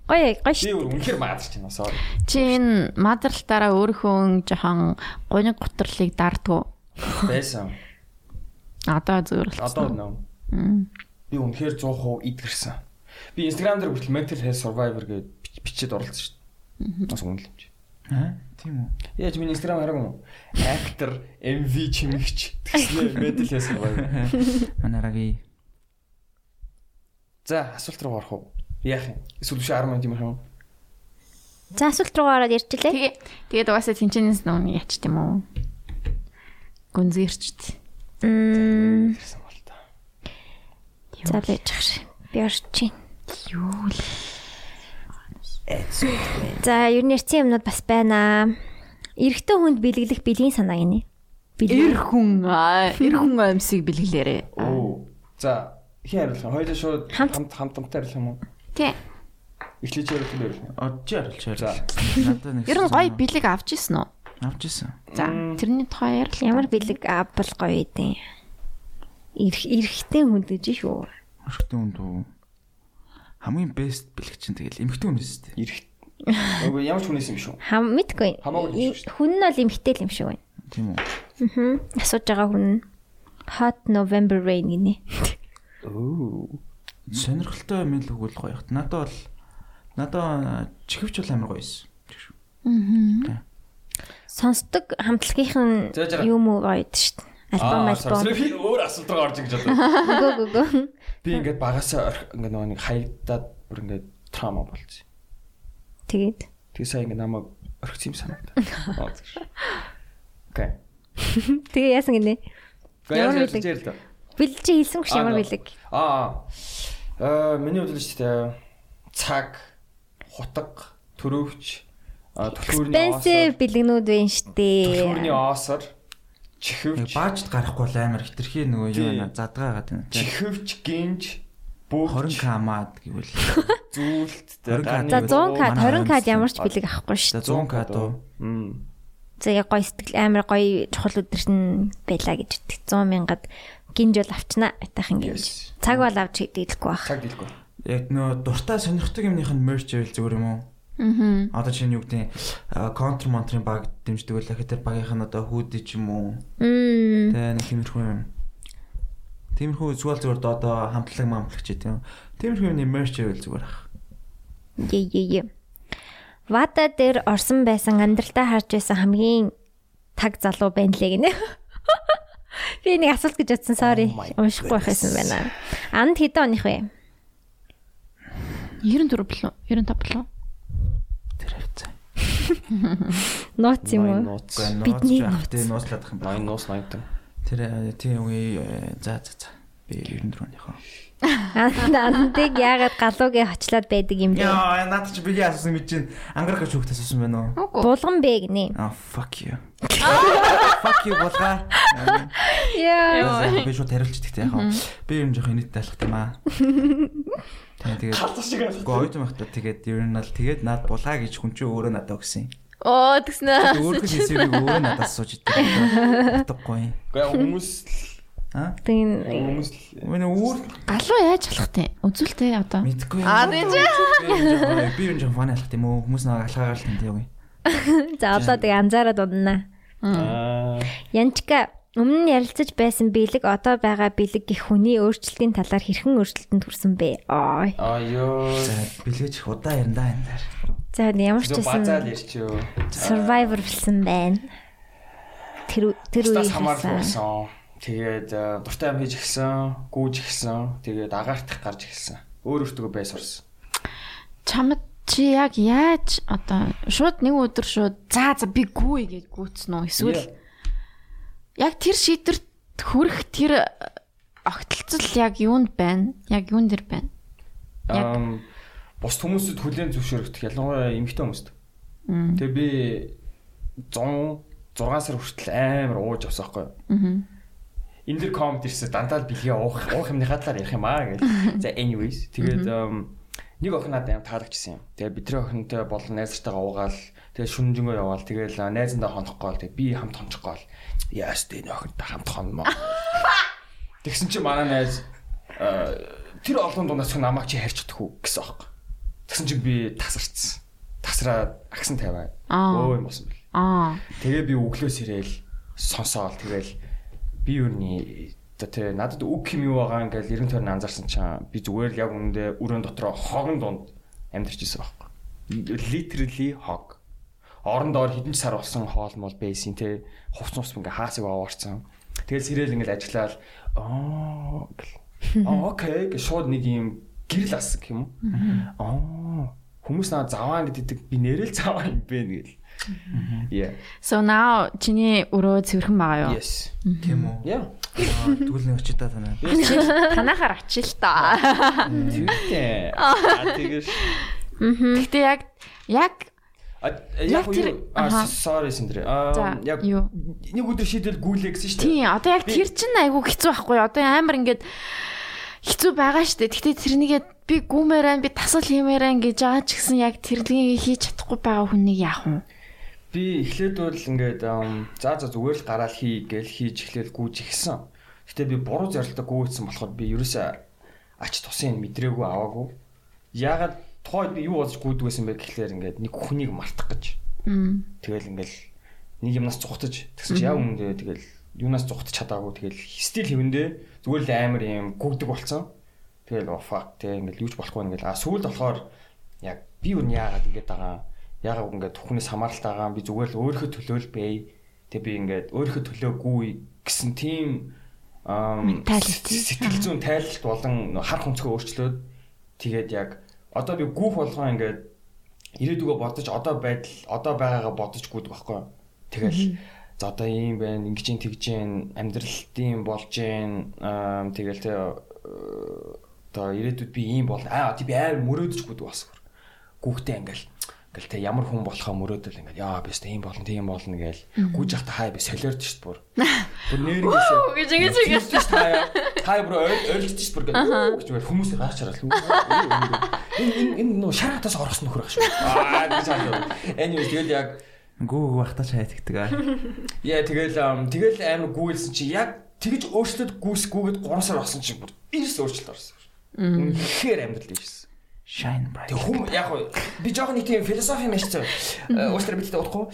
A: Гоё гоё
C: Чи
A: штт.
C: үнэхээр маадч байна. Sorry.
B: Чи энэ мадралтаараа өөрхөн жохон гоник гутралыг дардгу.
C: Байсан.
B: Одоо зөвөрлөв.
C: Одоо нөө. Би үнэхээр 100% идгэрсэн. Би Instagram дээр хүртэл mental health survivor гэж бичээд оролцсон шүү дээ. Бас үнэн л юм чи.
D: Аа, тийм үү.
C: Яаж миний Instagram хараагүй юу? Actor, MV чимэгч тэгснээр mental health survivor.
D: Манай рагийн
C: За, асуулт руу орох уу? Яах юм? Эсвэл биш 10 минут юм аа.
A: За асуулт руугаа ороод ирчлээ.
B: Тэгээ тэгээд угаасаа тэнчэнээс нүг яач тийм үү? Гүнзгийрчт.
C: Идгэрсэн бол та.
A: За байж гэр. Би орж чинь.
B: Юу л.
A: За ер нь ярьсан юмнууд бас байна. Эрэгтэй хүнд бэлэглэх бэлгийн санаа гинэ.
B: Эр хүн аа, эр хүн амьсыг бэлгэлээрээ.
C: Оо. За, хин хариулах. юм? Хоёулаа шууд хамт хамт хамтаа хариулах юм уу?
B: Тий.
C: Эхлээд чи хариулах юм яах юм?
D: орж ярилч
C: За.
D: ярилч. Надад нэг.
B: Ер нь гоё бэлэг авч исэн үү?
D: авч исэн.
B: За, тэрний тухай ярил.
A: Ямар бэлэг авбал гоё эдэн. Эрэг эрэгтэй хүнд гэж шүү.
D: Өрхтөн үнд үү. Хамгийн best бэлэг чинь тэгэл эмхтэн үнэс тээ.
C: Ирэх. Өө ямар ч хүнээс юм шүү.
A: Хам мэдгүй.
C: Хамаагүй юм шүү.
A: Хүн нь бол эмхтэй л юм шиг байна.
D: Тийм үү.
A: Асууж байгаа хүн нь Hot November Rain гинэ.
D: Сонирхолтой юм л өгвөл гоё хат. Надад бол надад чихвч бол амар гоё юмсэн.
A: Сонсдог хамтлагийнх
C: За, жаа.
A: нь юм уу гоё дээ шүү. Альбом альбом.
C: sorry. Би өөр асуулт руу орж ингэж бодлоо.
A: Гү гү гү.
C: Би ингээд багасаа орх- ингээд нөгөө нэг хаягдаад бүр ингээд трама болж.
A: Тэгээд
C: Тэгээ сая ингээд намайг орхиц юм санагдав. Оо, зэрэг. Окей.
A: тэгээ яасан гинэ.
C: Гэхдээ
A: Ямар
C: яаж
A: бэлэг?
C: хэлж ярил та.
A: Бэлж хэлсэнгүй ш ямар
C: Аа,
A: бэлэг.
C: Аа. Э миний хувьд л шүү дээ. Цаг, хутаг, төрөвч, а, түлхүүрний
A: Expensive
C: оосор,
A: бэлгнүүд байна штэ.
C: түлхүүрний оосор, чихвч,
D: Баажд гарахгүй л амар хитрхи нөгөө юу
C: Тий.
D: байна задгаагаад байна.
C: чихвч, гинж, бүгд
D: 20 камад гэвэл
C: зүйлт
D: 20К.
A: За 100 кад
D: Манай
A: 20 кад
D: хансан
A: ямар ч
D: баг.
A: бэлэг авахгүй ш.
D: за 100 кад уу.
A: За яг гоё сэтгэл амар гоё чухал өдөрт нь байлаа гэж утдаг. 100 мянгад гинж бол авчнаа. Атайхан гинж.
C: Yes.
A: Цаг бол авч хэдэлгүй байх.
C: Цаг дийлгүй.
D: Яг нөгөө дуртай сонирхдаг юмных нь мерч байл зүгээр юм уу? Аа. Одоо чинь юу гэдэг нь контр монтрын баг дэмждэг байлаа гэхдээ багийнх нь одоо хүүдэ ч юм уу.
A: Мм.
D: Тэ нэг тиймэрхүү юм. Тиймэрхүү зүгээр зүгээр доо- одоо хамтлаг мамтлагч гэдэг юм. Тиймэрхүү юмны мерч байл зүгээр ах.
A: Е е е. Вата дээр орсон байсан амьдралтаа харж байсан хамгийн таг залуу байна лээ гинэ. Би нэг асуулт гэж утсан sorry. Уншихгүй байх байсан байна. Анд хэдэн оных вэ?
B: 94 болов 95 болов
D: Тэр хэвцээ.
A: Нууц юм уу?
C: нууц.
A: Бидний
D: Бидний нууц. Тэ нууцлаад их юм байна.
C: 9 нууц 90.
D: Тэр э, тийм үе э, за за за. Би 94-ныхоо.
A: Анд андыг яагаад галуугийн хочлоод байдаг юм бэ?
D: Яа, надад ч бигээ асуусан мэт чинь ангарах гэж хөөхдөөс асуусан байна уу?
B: Үгүй.
A: Булган бэ гинэ.
D: Аа, fuck you. Fuck you болгаа.
A: Яа.
D: Би шууд хариулчихдаг те яхаа. Би ер нь жоохон нийт талах юм аа. Тэгээ тэгээд
C: Халтар шиг аа.
D: гоо юм хата тэгээд ер нь бол тэгээд над булгаа гэж хүн чинь өөрөө надад өгсөн юм.
B: Оо тэгснэ.
D: Өөрөө хийсэнийг өөрөө надад асууж идэв. Утгагүй.
C: Гэхдээ хүмүүс л-
D: Аа?
A: Тин
C: хүмүүс л
D: Миний үүр
B: Галуу яаж алах тий? Үзүүлтэй одоо.
D: мэдгүй.
B: Аа, тийм ч.
D: ч. Би ер нь жоохон фан алах юм уу? Хүмүүс нэг алхаагаар л тэнтэй үгүй.
A: за одоо тэг анзаараад унана.
C: аа
A: Янчка өмнө нь ярилцаж байсан бэлэг одоо байгаа бэлэг гэх хүний өөрчлөлтийн талаар хэрхэн өөрчлөлтөнд хүрсэн бэ? Ой.
C: Аюу.
D: За, бэлгэж их удаа ярина энэ даа.
A: За ямар ч
C: Зөв
A: байсан
C: базаал ярьчихё.
A: survivor болсон байна. Тэр үе- тэр үеийг
C: Стас хамаарлаа
A: харсан.
C: болсон. Тэгээд э, дуртай юм хийж эхэлсэн, гүүж эхэлсэн, тэгээд агаартах гарч эхэлсэн. Өөр өөртөө байс орсон.
B: Чамд чи яг яаж одоо шууд нэг өдөр шууд за за би гүүе гэж гүйтсэн үү? Эсвэл яг тэр шийдвэрт хүрэх тэр огтлцол яг юунд байна? Яг юун дэр байна? Яг.
C: Ам бус хүмүүсд хүлээн зөвшөөрөгдөх ялангуяа эмэгтэй хүмүүст. Тэгээ би 100 6 сар хүртэл амар ууж авсан байхгүй юу. Энд дэр комент ирсэн дандаа л бэлгээ уух уух юмныхаа талаар ярих юм аа гэж. За anyways тэгээд ам, нэг охин надад амар таалагчсан юм. Тэгээд бидний охинтой бол найзартайгаа уугаал тэгээд шүнжэнгөө яваал тэгээд а, найзандаа хонохгүй бол тэгээд би хамт хонохгүй бол яас тэ энэ охинтой хамт хонмоо. Тэгсэн чи манай найз а, тэр олон дундаас хүн намайг чи харьцдаг хүү гэсэн аахгүй. Тэгсэн чи би тасарцсан. Тасраа агсан тавиа.
B: Аа.
C: Өө юм болсон бэл.
B: Аа.
C: Тэгээ би өглөөс ирээл сонсоол тэгэл би юуны одоо тэр надад үг юм юу байгаа ингээл 90 тойрны анзаарсан чинь би зүгээр л яг үнэндээ өрөөнд дотроо хогн дунд амьдарч ирсэн байхгүй. Literally хог. Орон доор хідэнч сар болсон хоол мол байсан те хувц нус ингээ хаасыг аваарцсан. Тэгэл сэрэл ингээл ажиллаал аа гэл. Аа окей гэж шууд нэг юм гэрэл ас гэх юм уу. Аа хүмүүс надад заваа гэдэг би нэрэл заваа юм бэ гэл. Yeah.
B: So now чиний өрөө цэвэрхэн байгаа юу?
C: Yes.
D: Тийм үү?
C: Yeah.
D: Аа, Тэгвэл нэг очи та танаа.
B: Танахаар очил та.
C: Түүнтэй. Аа тэгэж.
B: Гэхдээ яг яг
C: А, Яг
B: тэр-
C: юу? Аа
B: аха.
C: sorry Синдри.
B: За,
C: Аа яг
B: юу?
C: нэг өдөр шийдэл гүйлээ гэсэн шүү дээ.
B: тий одоо яг
C: Би-
B: тэр чин айгүй хэцүү байхгүй юу? Одоо амар ингээд хэцүү байгаа штэ. Гэхдээ тэрнийгээ би гүмээрэн би тасал хиймээрэн гэж байгаа ч гэсэн яг тэрлэгийг хийж чадахгүй байгаа хүнийг яах вэ?
C: Би эхлээд бол ингээд ам, за за зүгээр л гараал хий гэж хийж эхлээл гүйж ихсэн. Гэтэ би буруу зарлалтаа гүйцсэн болохоор би ерөөсөө ач тусын мэдрээгүй аваагүй. Ягаад тухайд би юу болж гүйдэг байсан бэ гэхлээр ингээд нэг хүнийг мартах гэж. Тэгэл ингээл нэг юмнаас цухтаж тэгсэн чи яа өмнөдөө тэгэл юунаас цухтаж чадаагүй тэгэл стил хэвэндээ зүгээр л амар юм гүгдэг болсон. Тэгэл офак тэг ингээл юуч болохгүй ингээл а сүүлд болохоор яг би юу нь яагаад ингээд байгаа яагаад ингээд түүхнээс хамааралтай байгаа би зүгээр л өөрийнхөө төлөөл бэ. Тэг би ингээд өөрийнхөө төлөөгүй гэсэн тийм ам,
B: Менталити.
C: сэтгэл зүйн тайлбарт болон хар хүнцгөө өөрчлөөд тэгээд яг одоо би гүүх болгоо ингээд ирээдүгөө бодож одоо байдал одоо байгаагаа бодож гүйдэг байхгүй. юу? Тэгэл За одоо ийм байна, ингэж ин тэгж ин амьдралд ийм болж ин аа, тэгэл тэ э, одоо ирээдүйд би ийм болно. Аа тий би аир мөрөөдөж гүдэг бас. Гүүхтэй ингээл ингээл тэ ямар хүн болохоо мөрөөдөл ингээл яа би өстэ ийм болно, тийм болно гээл. Гүйж явах та хай би солиорд шít бүр. Бүр нэр гээсээ.
B: Оо, гэж ингэж ингэж.
C: Хай бүр ойлж шít бүр гээл. Гэж мэл хүмүүсээ гарч хараад. л, үу, үу, үу. Энэ энэ- энэ нөө шаратаас оргосон нөхөр ах шүү. Аа гэж хандав. Anyway тэгэл яг
D: Гүү багтаа шайтдаг аа.
C: Яа тэгэл ам, тэгэл амар гүйлсэн чи яг тэгж өөрчлөлт гүйсгүйгээд 3 сар болсон чи бүр ирс өөрчлөлт орсон. Үнэхээр амьдрал дэвшсэн.
D: Shine bright.
C: Тэг хүм яг уу, би жоохон нэг тийм философи мэж цаа. Уучлаарай бидтэй утахгүй.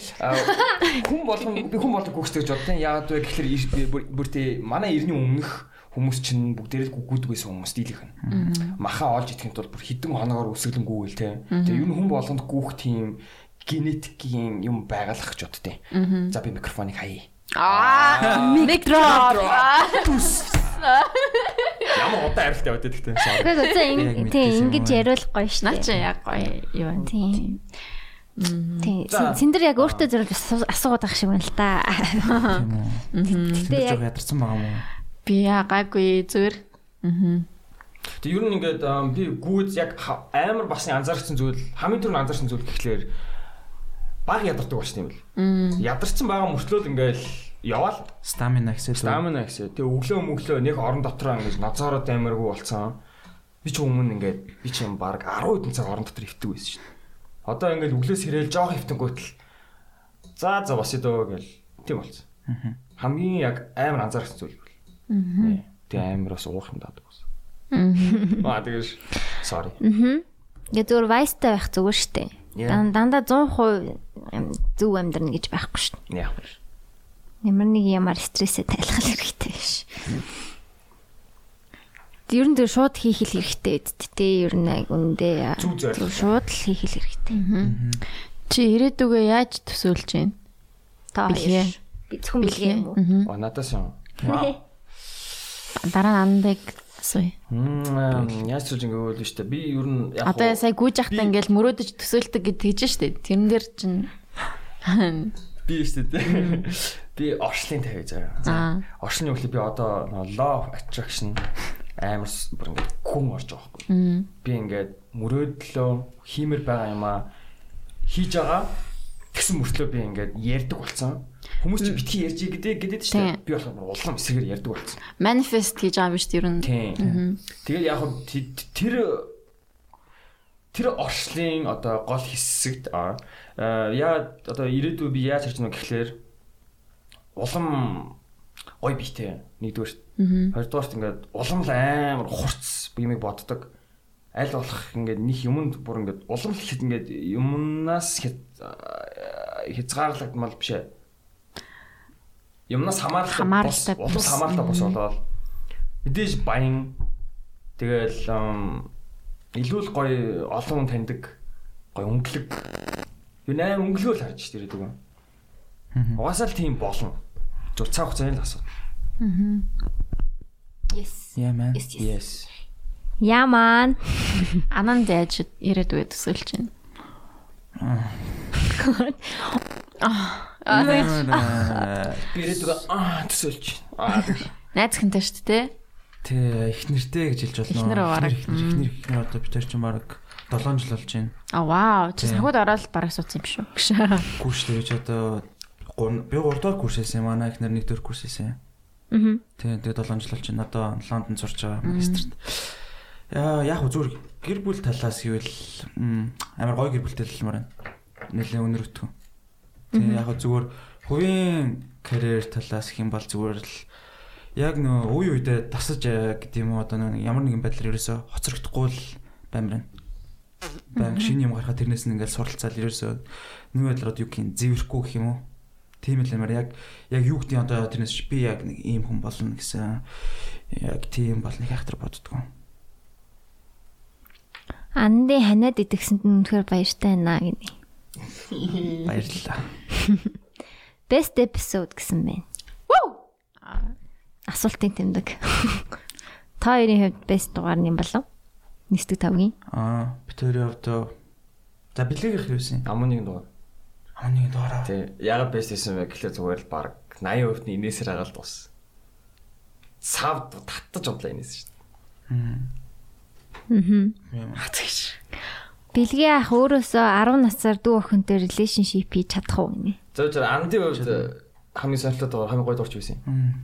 C: Хүн болгон би хүн болдог гүгчтэй гэж боддیں۔ Яагаад вэ гэхэлэр иш- би- бүр- бүр тий манай ирний өмнөх хүмүүс чинь бүгдээрээ л гүгдэг байсан хүмүүс дийлэх нь. Маха олж идэхин тул бүр хідэн хоногоор үсгэлэн гүгэл те. Тэг ер нь хүн болгонд гүөх тийм генетикийн юм байгалах гэж боддیں۔ За би микрофоныг хаяа.
B: Аа, микро.
C: Ямар удаан арилт яваад байдаг те.
A: Тэгэхгүй зөв
D: Яг
A: ин-
D: мэдчихсэн
A: тий
D: юм
A: ингэж
D: аа.
A: яриулах гоё шүү.
B: Наа чи яг гоё юу.
A: Тий. Тий.
C: За.
A: Синдер яг өөртөө зөв асуугаад байх шиг байна л та.
D: Тэндээ
A: яг-
D: яг ядарсан байгаа юм уу?
B: Би ягаагүй зүгээр.
C: Тэг ер нь ингээд ам, би гүйд яг ха- амар басны анзаарсан зүйл хамгийн түрүүнд анзаарсан зүйл гэхлээр баг ядардаг болчихсон юм бэл. Ядарсан байгаа мөртлөөл ингээд яваал
D: Stamina гэсэн.
C: стамина гэсэн. Тэг өглөө мөглөө нэг орон дотроо ингээд ноцоороо амиргүй болцсон. Би ч өмнө ингээд би ч юм баг 10 хэдэн цаг орон дотор хөвтөг байсан шин. Одоо ингээд өглөөс хэрэл жоох хөвтөнгөтл. За за бас идөө гэл тийм болсон. Хамгийн яг амар анзаарсан зүйл бол. Аа. Тэг амар бас уух юм даадаг бас. Аа тэгэж sorry.
A: Ингээ зөв вайстай байх зүгээр шүү дээ.
C: Yeah.
A: Дан- Дандаа 100% ам- зөв амьдрна гэж байхгүй шүү.
C: Яа.
A: Ямар нэг ямар стрессээ тайлгах хэрэгтэй биш. Ер нь тэр шууд хийх л хэрэгтэй гэдэг тийм ер нь айг үндэ.
C: Зүг
A: Зөв
C: зорилго.
A: Шууд л хийх л хэрэгтэй.
B: Чи ирээдүгээ яаж төсөөлж байна?
A: Та
B: Бэлгээ.
A: хоёр. Би зөвхөн бэлгээ юм уу?
C: Оо надаас юм.
B: Дараа нь андыг асууя.
C: Мм яаж ч ингэ өвөл штэ. Би ер нь яг
B: Одоо
C: уу-
B: сая гүйж явахдаа
C: Би-
B: ингээл мөрөөдөж төсөөлтөг гэдэг чинь шүү дээ. Тэрэн дээр чинь
C: би штэ. тэ. Би оршлын тавь заяа.
B: Аа.
C: Оршлын үглэ би одоо нөгөө law of attraction амар с- бүр ингэ хүн орж байгаа хгүй. Би ингээд мөрөөдлөө хиймэр байгаа юм аа хийж байгаа тэгсэн мөртлөө би ингээд ярьдаг болцсон. Хүмүүс чи битгий ярьж ий гэдэг гэдэг штэ.
B: Тийм.
C: Би болохоор бүр улам эсрэгээр ярьдаг болцсон.
B: manifest хийж байгаа юм шүү дээ. Ер нь
C: Тийм. Тэгээд яг хөө т- т- тэр тэр оршлын одоо гол хэсэгт аа э, яа одоо ирээдүй би яаж харж байна гэхлээр улам ой бийтэй нэгдүгээр хоёрдугаарт ингээд улам л амар хурц бимийг боддог аль болох ингээд них юмд бүр ингээд улам л хэд ингээд юмнаас хэд э, хязгаарлагдмал биш ээ юмнаас хамааралтай
B: Хамааралтай
C: бус, улам
B: бус.
C: хамааралтай бус болоод мэдээж баян тэгэл ам, илүү л гоё олон хүн таньдаг гоё өнгөлөг юу нээр өнгөлгөө л харж ирээд байгаа. Угаасаа л тийм болно. Зүр цаг хугацааны л асуудал.
A: Yes.
D: Яа мэн.
A: Yes, yes.
C: Yes.
A: Яман.
B: ананд яаж ирээдүгээ төсөөлж байна.
C: Би ирээд байгаа аа төсөөлч. Аа
B: Найз хэнтэй шүү дээ. те?
D: Тэ их нэртэй гэж хэлж болно.
B: Эхнэр аваарай.
D: Эхнэр эхнэр эхнэр одоо битэр ч баг 7 жил болж байна.
B: А вау, чи санхуд ороод л бараг суудсан юм шүү. Гшээ.
D: Курс дээрч одоо гур- би 3 дугаар курс хийсэн. Манай эхнэр 1 дугаар курс хийсэн.
A: Мгм.
D: Тэ тэгээ 7 жил болж байна. Одоо Лондонд сурч байгаа магистрт. Яа яг хөө зүгээр гэр бүл талаас гэвэл м, амар гоё гэр бүлтэй л маар байна. Нэлээ өнөр өтгөн. Тэгээ яг хөө зүгээр хувийн карьер талаас хэм бол зүгээр л яг нөө үе үедээ тасаж аа гэдэг юм уу одоо нөө ямар нэгэн байдлаар ерөөсө хоцрогдохгүй л баймрын. Баян шинэ юм гарахад тэрнээс нь ингээл суралцаал ерөөсө нэг байдлаар одоо юу гэх юм зэвэрхгүй гэх юм уу. Тийм л юмар яг яг юу гэдэг нь одоо тэрнээс би яг нэг ийм хүн болно гэсэн яг тийм болно их ахтар боддгоо.
A: Анны ханиад идэхсэнд нь үнэхээр баяртай байна гинэ.
D: Баярлалаа.
A: Best episode гэсэн байна.
B: Вау.
A: Асуултын тэмдэг. Та хоёрын хувьд best дугаар нь юм болов? Нийслэг тавгийн.
D: Аа, битүүрийн хувьд за бэлгийг их юусэн.
C: амын нэг дуу.
D: Амныг доороо.
C: Тий. Ягаад бэст хийсэн бэ гэхлээр зүгээр л баг 80% нь инээсээр агаал дууссан. Цав татж унтлаа инээс шүү дээ.
A: Бэлгийн ах өөрөөсөө 10 насаар дүү охинтой relationship хийж чадах уу гинэ.
C: Зөв зөв амдын үед хамгийн сонирхолтой дугаар хамгийн гой дуурч байсан юм.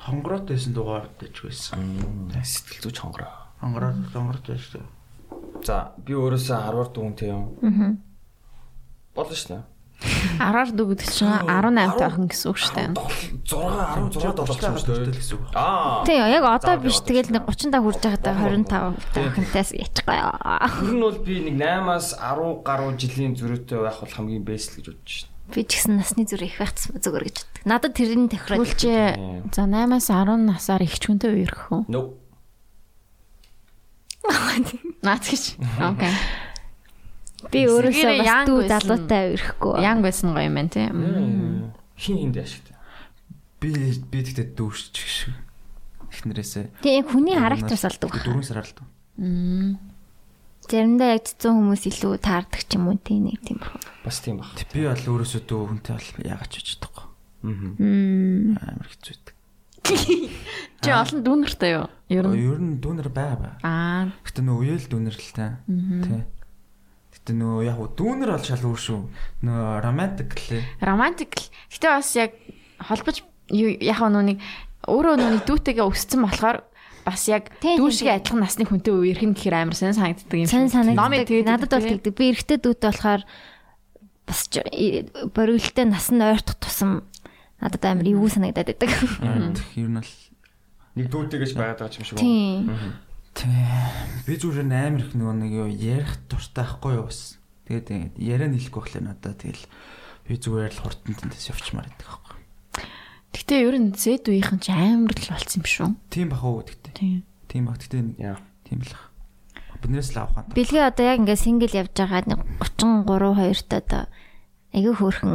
D: Хонгороод байсан дугаар дэч байсан.
C: Сэтгэл зүйч хонгороо.
D: Хонгороод хонгороод байсан.
C: За би өөрөөсөө 10-р дүүнтэй юм. Аа. Болно шүү дээ.
B: 10-аар дүүгдэл чинь 18 та охин гэсэн үг шүү дээ.
C: 6 16 болчихсон шүү дээ.
D: гэсэн үг.
C: Аа.
A: Тий, яг одоо
C: За,
A: биш
C: одоо
A: тэгэл нэг 35 хүрж байгаадаа 25 та охинтойс ячихгүй.
C: Гэр нь бол би нэг 8-аас 10 гаруй жилийн зөрүүтэй байх бол хамгийн бэст л гэж бодож шин.
A: Би ч гэсэн насны зүрх их байх зүгээр гэж боддог. Надад тэрний тохирол.
B: Үлчээ. За 8-аас 10 насаар их хүнтэй үерхэх үү?
C: Nope.
B: Наац гэж. Окей.
A: Би өөрөөсөө
B: Сэргээрээ
A: бас
B: young
A: дүү
B: байсан.
A: залуутай өрөхгүй.
B: Янг байсан гоё юм байна тий.
C: Хин хин дэ ашигтай.
D: Би би тэгтээ дүүшч шиг. Эхнэрээсээ.
A: Тэгээ яг хүний характерс болдог. баха.
D: Дөрөн сар алдав.
A: Заримдаа яг цэцэн хүмүүс илүү таардаг ч юм уу тий нэг тийм бах.
C: Бас тийм баг.
D: Би бол өөрөөсөө дүү хүнтэй бол яагаад ч хийж чадахгүй. Аа. Амар хэцүү байдаг.
B: Чи олон дүүнэртэй юу? Ер нь.
D: Ер нь дүүнэр бай бай.
B: Аа.
D: Гэтэ нөө уяал дүүнэрлэлтэй. Тий. Гэтэ нөө яг уу дүүнэр бол шал өөр шүү. Нөө романтик лээ.
B: Романтик. л. Гэтэ бас яг холбож юу- яг нүг өөрөө нүг дүүтэйгээ өссөн болохоор бас яг
A: Тийм,
B: дүү
A: тийм,
B: шиг адилхан насны хүнтэй үерхэн гэхээр амар сайн санагддаг юм.
A: Сайн
B: Номыг
A: санагддаг.
B: тэгээд
A: Надад бол
B: тий.
A: тэгдэг. Би эрэгтэй дүүтэй болохоор бас ч э, бориголтой нас нь ойртох тусам надад амар эвгүй санагдаад байдаг.
D: Тэг ер нь л
C: Нэг дүүтэйгэж байгаад байгаа ч юм шиг.
A: Тий.
D: Би зүгээр амар их нөгөө нэг юу ярих дуртай байхгүй юу бас. Тэгээд ингэж яриа нийлэхгүй болохоор надад тэгэл би зүгээр л хурдан тэндээс явчмаар байдаг байхгүй.
B: Гэтэ ер нь зэд үеийнхэн ч амар л болсон юм шүү.
D: Тийм бах уу гэдэгтэй.
B: Тийм.
D: Тийм бах гэдэгтэй.
C: Яа.
D: Тийм л ах. Биднээс л авах хаа.
A: Бэлгээ одоо яг ингээд сингл явж байгаа нэг 33 2 та одоо аягүй хөөрхөн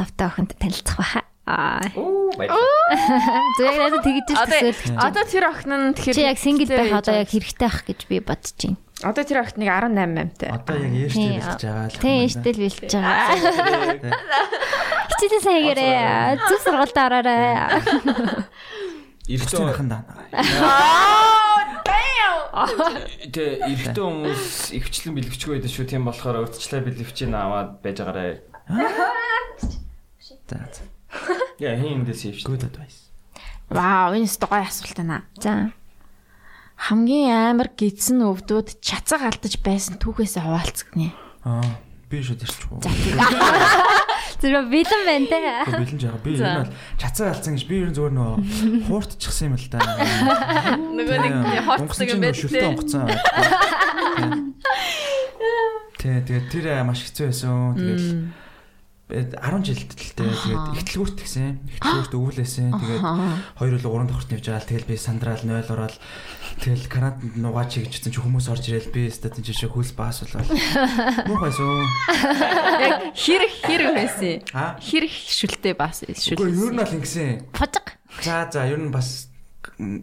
A: 25 та охинтой танилцах байха. Аа.
C: Оо баярлалаа.
A: Зүгээр надад тэгж л
B: Одоо
A: төсөөлөх.
B: одоо тэр охин нь
A: Чи
B: тэгэхээр
A: яг сингл байх одоо яг
B: хийж
A: хэрэгтэй байх гэж би бодож байна.
B: байгаа. одоо тэр охин нэг 18 амтай.
D: Одоо яг ярьж
A: Тий.
D: байлж байгаа л.
A: Тэ эштэл бэлж байгаа. Хичээлээ сайн хийгээрэй. Зүг сургалтад ороорой.
C: Эрэгтэй
D: Ирсэн хаан даа.
C: Тэ эрэгтэй хүмүүс ихвчлэн бэлгэвчгүй байдаг шүү. Тийм болохоор урдчлаа бэлгэвчийн аваад байж байгаарэ.
D: За. за.
C: Яа хин эндээс хийв шүү.
D: Good advice.
B: Вау, энэ ч гоё асуулт байна.
A: За.
B: Хамгийн амар гидсэн өвдөд чацаг алдаж байсан түүхээс хаваалцгнэ.
D: Аа би шууд ярьчихв.
A: Зүрх бэлэн байна те.
D: Гэхдээ бэлэн жаа. Би ер нь бол чацаа алдсан гэж би ер нь зүгээр нөгөө хууртчихсан юм л да. Нөгөө нэг хоцсон юм байт лээ. Онгоцсон. Тэ тэгээ тэр аа, маш хэцүү байсан. Тэгэл бид 10 жилд л тэ тэгээд ихтлгүүрт гисэн. Ихтлгүүрт өвлөсөн. Тэгээд хоёр л уран тохирт явж байгаа. л, Тэгэл би сандраал 0 ороод тэгэл карантинд нугаа чи гэжсэн чи хүмүүс орж ирэл би статин жишээ хөлс баас болвол. Муу байсан.
B: Яг хэрэг хэрэг байсан.
D: Аа.
B: Хэрэг шүлтэй бас
D: Уу ер
B: шүл.
D: нь бол ингэсэн.
A: Фожиг.
D: За за ер нь бас м,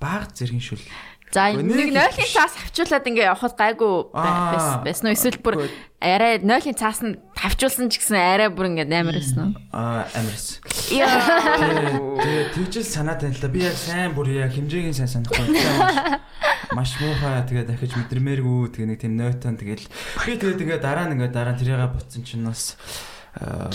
D: баг зэргийн шүл.
B: За
D: Гүн,
B: нэг
D: нэг-
B: нойлын цаас авчуулаад ингээ явахд гайгүй бай- байсан
D: Аа.
B: байсан. уу? Эсвэл бүр
D: Гүн.
B: арай нойлын цаас нь тавчуулсан ч гэсэн арай бүр ингээ амар байсан. уу?
D: Аа амирс. Тэгээ тэгжэл санаа танилаа. Би яг сайн бүр яг хэмжээгийн сайн санахгүй. Маш- Маш муухай тэгээ дахиж мэдрэмээргүй тэгээ нэг тийм нойтон тэгээл би тэгээд ингээ дараа нь ингээ дараа нь тэрийгээ бутсан чинь бас аа,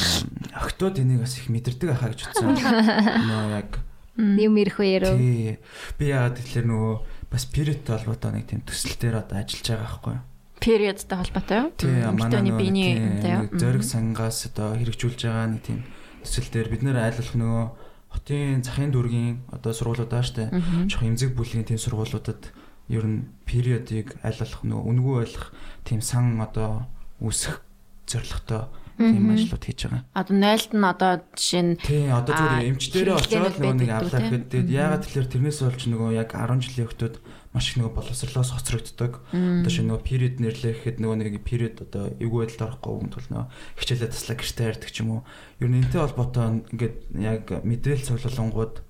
D: октод энийг бас их мэдэрдэг ахаа гэж утсан. Нөө яг
A: Юм ирэх үе яруу.
D: тий би яагаад тэгэхээр нөгөө бас пирит толгойдоо нэг тийм төсөл дээр одоо ажиллаж байгаа байхгүй юу?
B: Периодтай холбоотой юу?
D: Тий, манай
B: Эмэгтэйний
D: нөгөө
B: биений
D: тий,
B: юмтай юу?
D: нэг зориг сангаас одоо хэрэгжүүлж байгаа нэг тийм төсөл дээр бид нэр айл болох нөгөө хотын захын дүүргийн одоо сургуулиудаа штэ жоох эмзэг бүлгийн тийм сургуулиудад ер нь периодыг айл болох нөгөө үнгүү байх тийм сан одоо үүсэх зорилготой тийм ажлууд хийж байгаа.
B: Одоо нойлд нь одоо жишээ нь
D: Тий, одоо
B: Аа,
D: зүгээр эмч дээрээ очоод
B: хэрэглэнэл
D: нөгөө нэг
B: байдаг дүү,
D: авлаа
B: тий.
D: гэдэг. Яагаад тэгэхээр тэрнээс болж нөгөө яг 10 жилийн өгтөд маш их нөгөө боловсрлоос хоцрогддог. Одоо шинэ нөгөө период нэрлэх гэхэд нөгөө нэг период одоо эвгүй байдалд орохгүй юм бол нөгөө хичээлээ таслаа гэртээ ярьдаг ч юм уу. Ер нь энэтэй холбоотой ингээд яг мэдээлэл цуглуулгууд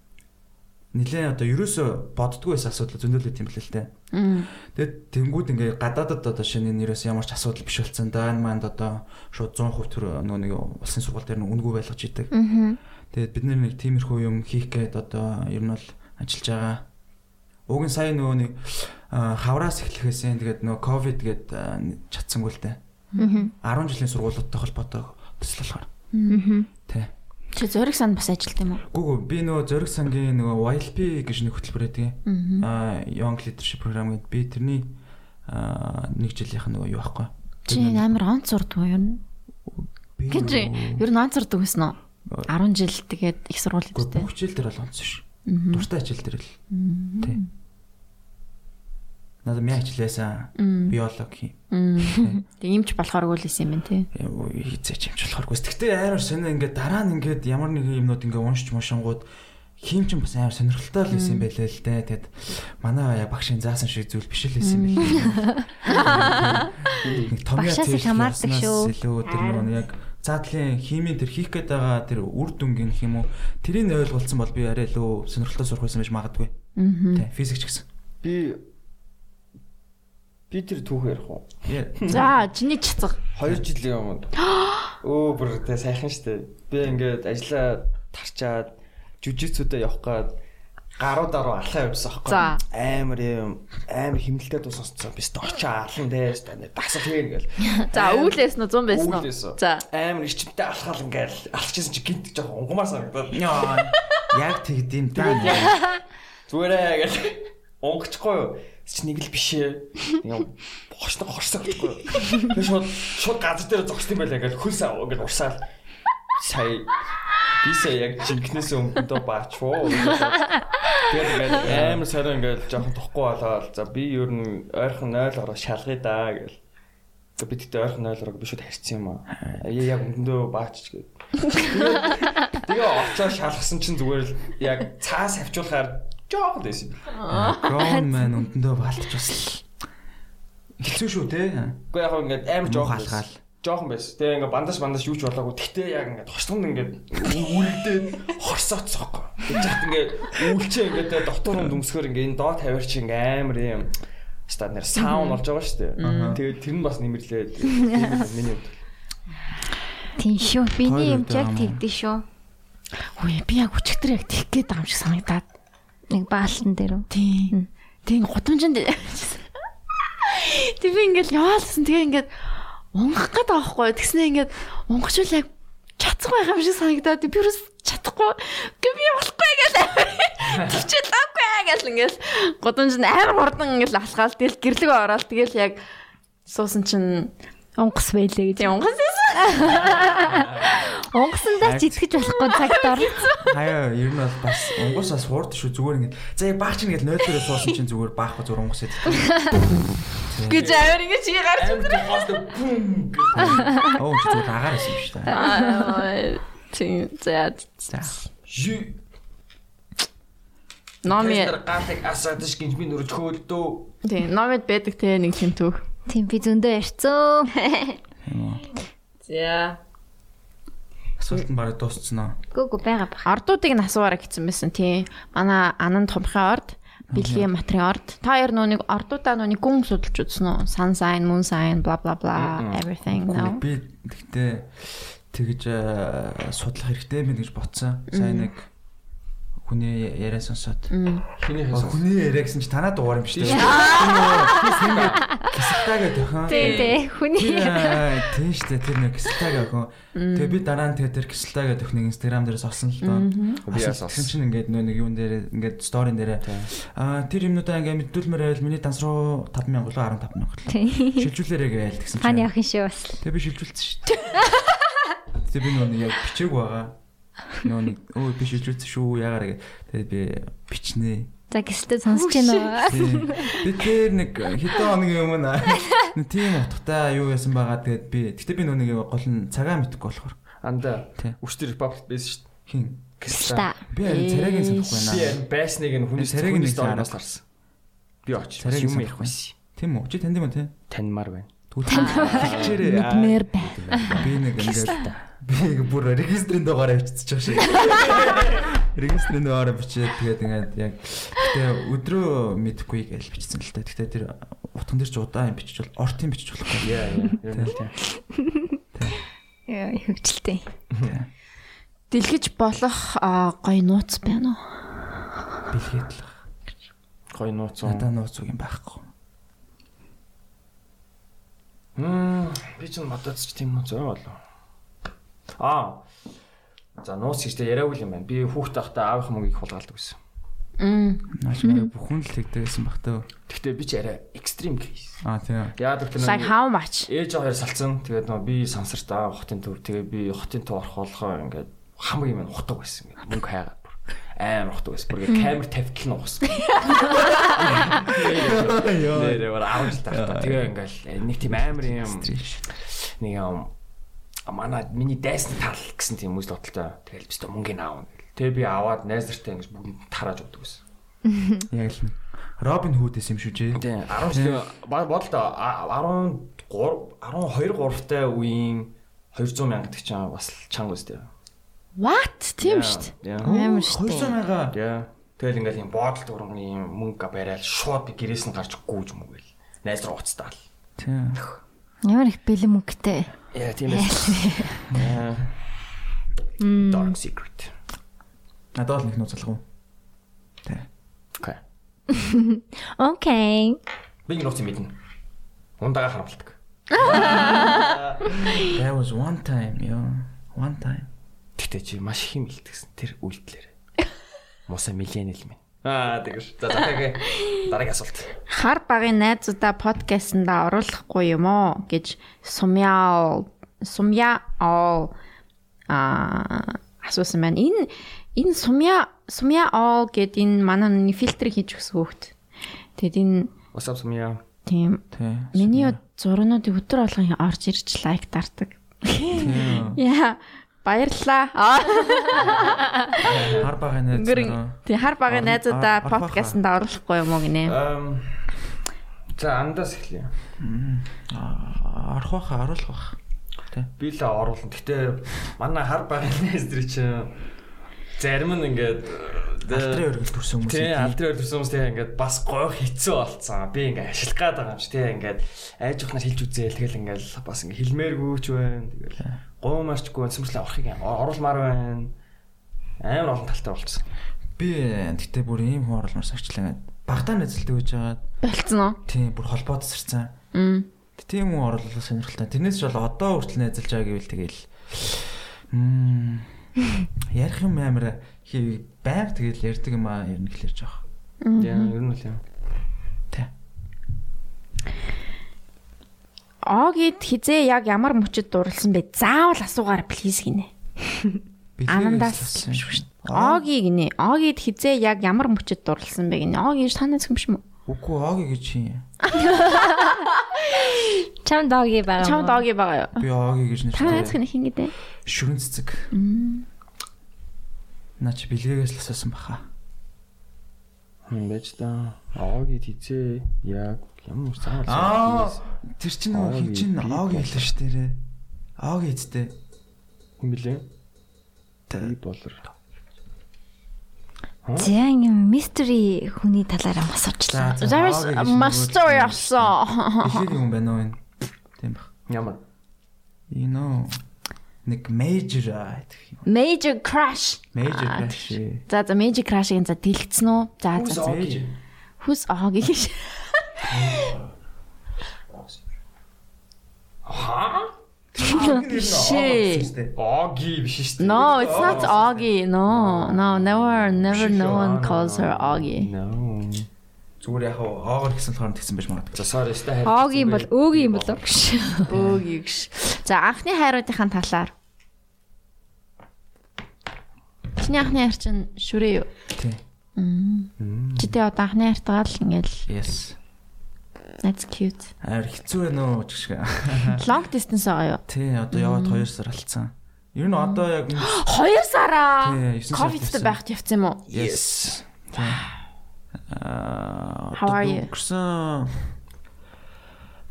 D: нилээн одоо ерөөсө боддгүй байсан асуудал зөндөөлөд юм лээ л те. Тэгээд тэнгууд ингээ гадаадад одоо шинэ нэрээс ямар ч асуудал биш болсон да энэ манд одоо шууд 100% төр нөгөө нэг улсын сургууль дээр нь үнгүй байлгаж идэг. Тэгээд бид нэр нэг тиймэрхүү юм хийх гээд одоо ер нь бол ажиллаж байгаа. Уг нь сая нөгөө нэг аа, хавраас эхлэхээсээ тэгээд нөгөө ковид гээд аа, чатсангүй л те. 10 жилийн сургуулиудтай холбоотой төсөл болохоор. Тэ.
B: Чи зураг санд бас ажилт юм уу?
D: Гүү гүү, би нөгөө зориг сангийн нөгөө YLP гэж нэг хөтөлбөр байдаг. Аа Young Leadership Program гэдэг би тэрний аа нэг жилийнх нь нөгөө юу байхгүй.
B: Чи амар онц зурд уу юу?
D: Би
B: Гэж
D: нөгөө-
B: ер нь онц зурд үзсэн үү? 10 жил тэгээд их сургууль
D: Гүү,
B: дэжтэй.
D: бүх хичээл дээр бол онцсон ш. Дуртай хичээл дээр л. Тэ. Надад мяа хичээлээсээ биолог хий.
B: Тэг юмч болохоор гүйлсэн юм байна тий.
D: хизээч юмч болохооргүй. Гэхдээ амар сонио ингээд дараа нь ингээд ямар нэгэн юмнууд ингээд уншиж мушингууд хийм ч бас амар сонирхолтой л байсан байлээ л дээ. Тэгэд манай багшийн заасан шиг зүйл биш л байсан байлээ. Нэг том
A: Багшаас их
D: зүйл
A: хамаардаг
D: яснаас
A: шүү.
D: Илүү тэр нөгөө нэг яг заадлын химийн тэр хийх гээд байгаа тэр үр дүнгийн гэх юм уу тэрийг нь ойлголцсон бол би арай илүү сонирхолтой сурах байсан байж магадгүй. Тэ физик ч гэсэн.
C: Би би тэр түүх ярих уу?
D: Яа.
B: За, чиний чацга.
C: 2 жилийн өмнө. Өө бүр тэ сайхан штэ. Би ингээд ажиллаа тарчаад жүжигчүүдэд явах гээд гаруудаар руу алхаа явжсан аахгүй.
B: За.
C: Амар юм амар химэлтэй дуу сонсцсон. Би сте очоо алан дээ сте дасах юм гээл.
B: За, үүлээс нь 100 байсан уу?
C: Үүлээсэн.
B: За.
C: Амар ичмтэй алхаал ингээл алхчихсан чи гинт жоохон унгамаар санагдаад.
D: Яг тэгдэм даа.
C: Зүгээрээ гэж унгахгүй юу? Чи нэг л бишээ. Нэг хошдог хорсог гэхгүй юу? Би шууд шууд газар дээр зогсд юм байлаа гэж хөлсөө ингээд урсаал. Сая бисээ яг жинкнээс өмнөдөө баач уу. Тэгээд ингээд амар сараа ингээд жоохон тухгүй болоод за би ер нь ойрхон 0 ороо шалгая даа гэл. Тэгээд бид тэгтээ ойрхон 0 ороог би шууд харьцсан юм аа. Аа, Яг өмнөдөө баач гэж. Тэгээ очоо шалгасан чинь зүгээр л яг цаас авчуулахаар жоохон дэсэн.
D: Гон мэн өндөндөө балтж бас л. Хэлсэн шүү те.
C: Уу яг хав ингээд амар жоохон
D: Муухай алгаал.
C: жоохон байсан. Тэгээ ингээд бандаж бандаж юу ч болоогүй. Тэгтээ яг ингээд хоцлонд ингээд үрдээд хорсооцсоохгүй. Тэгж хат ингээд үүлчээ ингээд тэ дотор юм дүмсгөр ингээд энэ доо тавиар чи ингээд амар юм стандарт саун болж байгаа шүү дээ. Тэгээд тэр нь бас нэмэрлээ. Миний хувьд.
A: Тийм шүү. Биний юм
D: Хоёр
A: ч яг
D: удаа юм.
A: тэгдэж шүү.
B: Үгүй, би яг өчигдөр яг тэлэх гээд байгаа юм шиг санагдаад.
A: Нэг баалтан дээр үү.
B: Тийм. Тийм гудамжинд Тэг би ингээл яваалсан. Тэгээ ингээд унгах гээд байгаа байхгүй. юу. Тэгснээ ингээд унгачвал яг чадахгүй байгаа юм шиг санагдаад би юус чадахгүй. Гэ би болохгүй гэж хичээлээгүй гэж ингээл гудамжинд амар хурдан ингээл алхаал тэгэл гэрлэг ороод тэгэл яг суусан чинь
A: Унгас байлээ гэж.
B: тийм унгас байсан.
A: Унгасандаа ч итгэж болохгүй цагт ор.
D: Хаяа ер нь бол бас онгос бас хуурд шүү зүгээр ингээд. За яг баах чинь ингээд 0 дээрээ суусан чинь зүгээр баах зур онгос эд.
B: Гэж амар ингээд чи гарч
C: Амар тийм хоцлоо бум гэх.
D: Оо чи зүгээр агаар байсан юм шүү дээ.
B: Аа, Тийм зэт
D: За.
C: Жи
B: номи
C: тэр гатыг асаад ш гинж би нүрж хөөлдөө.
B: тийм номид байдаг те нэг юм түүх.
A: Тийм би зөндөө ярьцсан.
B: За.
D: Асуулт нь бараг дууссан аа.
A: Гүг байгаа бах.
B: Ордуудыг нь асуувараа гэсэн байсан тий. Манай Ананд Томхийн орд, Бэлгийн Матрийн орд. Та хоёр нөө нэг ордуудаа нөө нэг гүн судалж үзсэн үү? Sun sign, moon sign, blah blah blah everything now.
D: Би тэгтээ тэгж аа, судлах хэрэгтэй мэт гэж ботсон. Сайн нэг хүний яриа сонсоод.
C: Хиний
D: Оо,
C: хэсэг.
D: Хүний яриа гэсэн чи танаа дугаар юм шүү дээ.
C: Тийм.
D: Кисэлтаагаа тохион.
A: Тэ хүний
D: Тийм шүү дээ тэр нэг кислтагаа өхөн. Тэгээ би дараа нь тэгээ тэр кислтагаа өхнийг инстаграм дээрээс олсон л доо.
F: Би яас олсон.
D: Тэгсэн чинь ингээд нөө нэг юун дээр ингээд сторийн дээр аа тэр юмнуудаа ингээд мэдүүлмээр байвал миний данс руу 5000 руу 15000 руу. Шилжүүлээрэй гэвэл тэгсэн
A: Таны
D: чинь.
A: ах юм шүү бас.
D: Тэгээ би шилжүүлсэн шүү дээ. Тэгээ би нөө нэг яг бичээг байгаа. Нөө нэг өө би шилжүүлсэн шүү яагаар гэ. Тэгээ би бичнэ.
A: За гэстэй сонсож байна уу?
D: Тийм. Би тэр нэг хэдэн хоногийн өмнө нэг тийм утгатай юу яасан байгаа тэгээд би гэхдээ би нүг гол нь цагаа мэдхгүй болохоор
C: Анда.
D: Тийм.
C: Өчтөр Republic байсан ш.
D: хин
A: Та.
D: би харин царайгийн
C: Би
D: санахгүй байна.
C: харин байсныг нь хүнээс
D: Царайг нь
C: хүнээс
D: нэг
C: доороос
D: хараад.
C: харсан. Би очиж
D: Царайг нь
C: юм
D: санахгүй.
C: явах байсан.
D: Тийм үү? Чи танд юм уу те?
C: Таньмар байна.
D: Тэгвэл
A: Мэр бай.
D: би нэг ингээд би бүр регистрийн дугаараа авчиж байгаа шиг. Регистр нэг ороо бичээд тэгээд ингээд яг гэтээ өдрөө мэдхгүй гэж бичсэн л та. Гэтээ тэр утган дээр ч удаа юм бичиж бол ортын бичиж болохгүй.
C: Яа яа.
A: Яа, хөвчлөлтэй.
B: Дэлгэж болох аа, гоё нууц байна уу?
D: Бэлгээд л.
C: Гой нууц уу?
D: Надаа нууц үг юм байхгүй.
C: Мм, би ч мадацч тийм үү зөө болов. Аа. За нууц гэж яриаг үл юм байна. Би хүүхд тахта аавынх мөнгө их хулгаалдаг байсан.
D: Маш маяг бүхэн л тэгдэгэсэн бах төө.
C: Гэхдээ би ч арай экстрим кейс.
D: Аа тийм.
C: Яа гэвэл
B: Like how much?
C: ээж хоёр салцсан. Тэгээд нөө би сансарт аа хотын төв. Тэгээд би хотын төв орох болохоо ингээд хамгийн минь ухдаг байсан. Ингээд Мөнгө хайгаад бүр амар ухдаг байсан. Бүр ингээд камер тавьтал нь ухсан.
D: Яа.
C: Нэрээ бараа авч тартаа. Тэгээ ингээл э, нэг тийм амар юм нэг юм манай миний дайсны тал гэсэн тийм үйл бодолтой. Тэгэл бистэ мөнгөний аав. Тэгээ би аваад найз нартай ингэж бүгд тарааж өгдөг гэсэн.
D: Яг л. Робин Хуудээс юм шүү жээ.
C: Тэгээ 10 жил бодолтой 13 12 3-тай үеийн 200 мянга гэдэг чинь бас л чанга үстэй.
B: What? Тийм шүү дээ.
C: Яа.
A: Амар шүү.
D: 200 мянга.
C: Яа. Тэгэл ингээл юм бодолт урмын юм мөнгө барайл шууд би гэрээс нь гарч гүүж мөгөл. Найз руу уцтаал.
D: Тийм.
A: Ямар их бэлэн мөнгөтэй.
C: Яа тийм ээ. Яа. Dark secret.
D: Надад л нэг нууцлах уу? Тийм.
C: Окей.
A: Окей.
C: Би нэг нууц мэднэ. Ундагаа харамтдаг.
D: That was one time, yo. One time.
C: Тэгтээ чи маш их юм илтгэсэн тэр үйлдэлээр. Муса миллениал минь. Аа тэгэж. За дахиад дараагийн асуулт.
B: Хар багын найзуудаа подкастнда оруулахгүй юм уу гэж сумяал сумяал аа асуусан байна. Энэ энэ сумя сумяал гэд энэ манай нүний фильтр хийж өгсөн хөөхт. Тэгэд энэ
C: What's up Sumia?
B: тийм
D: Тийм.
B: миний зурнуудыг өдөр болгон орж ирж лайк дартаг.
D: Тийм.
B: Яа баярлаа. Аа
D: Хар байгаа найз.
B: гэрэн. Тий хар багын
D: Орно-
B: найзуудаа
D: орно- орно-
B: подкастнда оруулахгүй юм уу гинэ.
C: Эм За андаас эхлэе.
D: Арах байха, оруулах байх.
C: Би л оруулна. Гэтэ манай хар багын нэстри чи зарим нь ингээд э,
D: Алтрын өргөл төрсөн хүмүүс.
C: Тий, алдрын хоёр төрсөн хүмүүс тэгээ ингээд бас гоё хэцүү болцсон. Би ингээд ашиглах гээд байгаа юм чи тэгээ ингээд айж их нар хэлж үзээл тэгэл ингээд бас ингээд хэлмээргүй ч байна. Тэгэл гуймаарчгүй цэмцлээ орохыг юм оруулмаар байна. Амар олон талтай болцсон.
D: Би гэтээ бүр ийм хүн орлмор сагчлаа гэдэг. Багтаа нэзэлдэг гэж жаад
B: Болцсон уу?
D: тийм бүр холбоод сэрцэн.
B: Мм.
D: Тийм хүн орлол сонирхолтой. Тэрнээс ч бол одоо хүртэл нэзэлж байгаа гэвэл тэгэл мм ярих юм амар хий байг тэгэл ярьдаг юм аа ер нь хэлэрч байгаа.
C: Тийм, ер нь л юм.
D: Тий.
B: Огид хизээ яг ямар мөчөд дурлсан бэ? Заавал асуугаар плиз гинэ.
D: Би
B: Анандаас юм шүү дээ. Оги гинэ. Огид хизээ яг ямар мөчөд дурлсан бэ гинэ. Оги ш танаас юм биш үү?
D: Үгүй ооги гэж хин.
A: Чам доги байгаа.
B: Чамд оги байгаа юу?
D: Би ооги гэж нэр.
B: Танаас гинэ хин гэдэг.
D: Шүрэн цэцэг. Наа чи бэлгээгээс л асуусан баха.
C: Хм байж та. Ооги тицээ яг ямар цаавал.
D: Аа тэр чинь нөгөө хин
C: Ооги,
D: чинь
C: би
D: ооги хэлсэн ш тэрэ. Ооги эцтэй.
C: юм билээ.
D: Тэ.
C: доллар.
A: За юм мистери хүний талаар ам асуучлаа.
D: За, за,
B: There is
D: ооги гэж
B: my
D: нэр
B: story
D: өгсөн.
B: also.
D: Эхлэх юм байна уу энэ? Тийм бах.
C: Ямар?
D: You know нэг major аа гэх юм.
B: Major crash.
D: Major
B: Аа,
D: crash. ээ.
B: За за major crash-ийн за дэлгэцэн үү? За за.
D: Major.
B: Хүс оги гэж.
C: Ха?
B: Shit.
C: Ооги биш шүү дээ.
B: No, it's not Augie. No, no, never, never. No one calls her Augie.
C: No.
D: Зүгээр яг оогор гэсэн болохоор тэгсэн байж магадгүй.
C: За sorry ста хайр.
A: Оги бол өөги юм болов гэж.
B: Augie гэж. За анхны хайруудынхаа талаар. Чиний анхны хайр чинь шүрээ юу?
D: Тий.
B: Чи тэ одоо анхны хайртайгаа л ингээл
D: Yes.
B: that's cute.
D: Аар хэцүү байна уу ч гэх шиг.
B: Long distance байгаа юу?
D: Тий одоо яваад 2 сар алцсан. Ер нь одоо яг
B: 2
D: нэг
B: сараа.
D: Тий, есөн сар
B: Ковидтэй
D: болсон.
B: байхад явсан юм уу?
D: Yes. Аа.
B: How are you?
D: Өнгөрсөн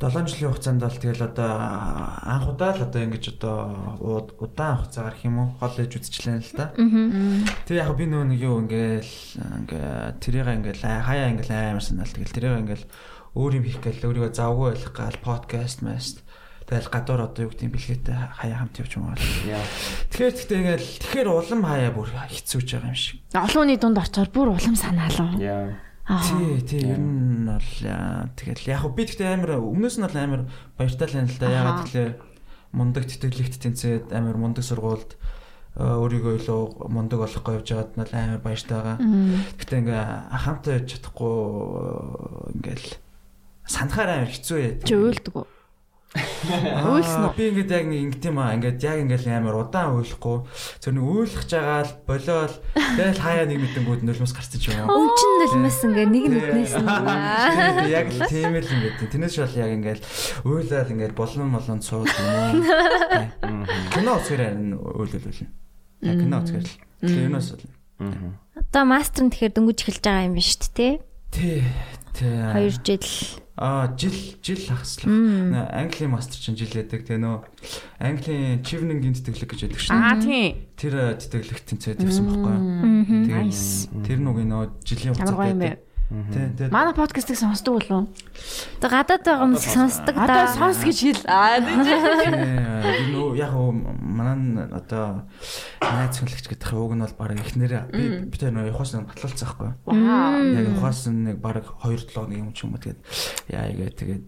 D: 7 жилийн хугацаанд л тэгэл одоо анх удаа л одоо ингэж одоо уу- удаан хугацаагаар хэм үү хол ээж үзчихлээ л да. Тэр яг би нөө нэг юу ингээл ингээ тэрийг ингээл аа, хаяа ингээл амар санаал тэгэл тэрийг ингээл өөр юм хийх гээл өөрийгөө завгүй байлгах гал подкаст маст тэгэл гадуур одоо юу гэдэг юм бэлгээтэй хаяа хамт явж байгаа.
C: Яа.
D: Тэгэхээр тэгтээ ингээл тэгэхээр улам хаяа бүр хэцүүж байгаа юм шиг.
B: Олон хүний дунд очоор бүр улам санаалаа.
C: Яа.
D: Тий, тий, ер нь бол аа, тэгэл яг хөө би тэгтээ амар өмнөөс нь бол амар баяртай л байна л да. Ягаад
B: Аха.
D: гэвэл мундаг тэтгэлэгт тэнцээд амар мундаг сургуульд аа, өөрийгөө илүү мундаг болох гэж явж байгаад нь л амар баяртай байгаа. Гэтэ ингээ хамтаа явж чадахгүй э, ингээл санахаар амар хэцүү яа.
B: Чи уйлдаг уу?
D: Аа,
B: Уйлсан уу?
D: Би ингээд яг нэг ингэт юм аа. Ингээд яг ингээд амар удаан уйлахгүй. Зөв нэг уйлах жагаал болоол тэгэл хаяа нэг мэдэнгүүд нулимс гарсан ч юм уу.
A: Өмчин нулимс ингээ нэг
D: Тий.
A: нүднээс нь.
D: Тий, Яг л тийм л юм гэдэг. Тэрнээс бол яг ингээд уйлаад ингээд болон болон цууд юм уу. Кино үзэхээр харин уйлуулвал. Яг кино үзэхээр л. Тэр юунаас бол.
A: Одоо мастер нь тэгэхээр дөнгөж эхэлж байгаа юм биш үү те?
D: Тий. Тий.
A: 2 жил.
D: Аа жил жил хаслах. Нэ, Английн мастер чинь жил яадаг тий нөө. Английн Чивнингийн тэтгэлэг гэж яддаг шнэ.
B: Аа тийм.
D: Тэр э, тэтгэлэг тэнцээд явсан байхгүй юу? Тэгээ,
B: Nice.
D: Тэр нүг нөө жилийн
B: Ямар гоё юм бэ?
D: Тий, тий.
B: Манай подкастыг сонсдог болов уу?
A: Одоо гадаад байгаа хүмүүс сонсдог
B: Одоо
A: да.
B: сонс гэж хэл. Аа тийм.
D: Тий, энэ үе- Э, яг уу, манай н- одоо найз хүлэгч гэдэг үг нь бол баг эхнэрээ би би тэр нөө ухаас нь батлалцсан байхгүй юу?
B: Вау.
D: Яг ухаас нь нэг баг 2-7 нэг юм ч юм уу тэгээд яа яа тэгээд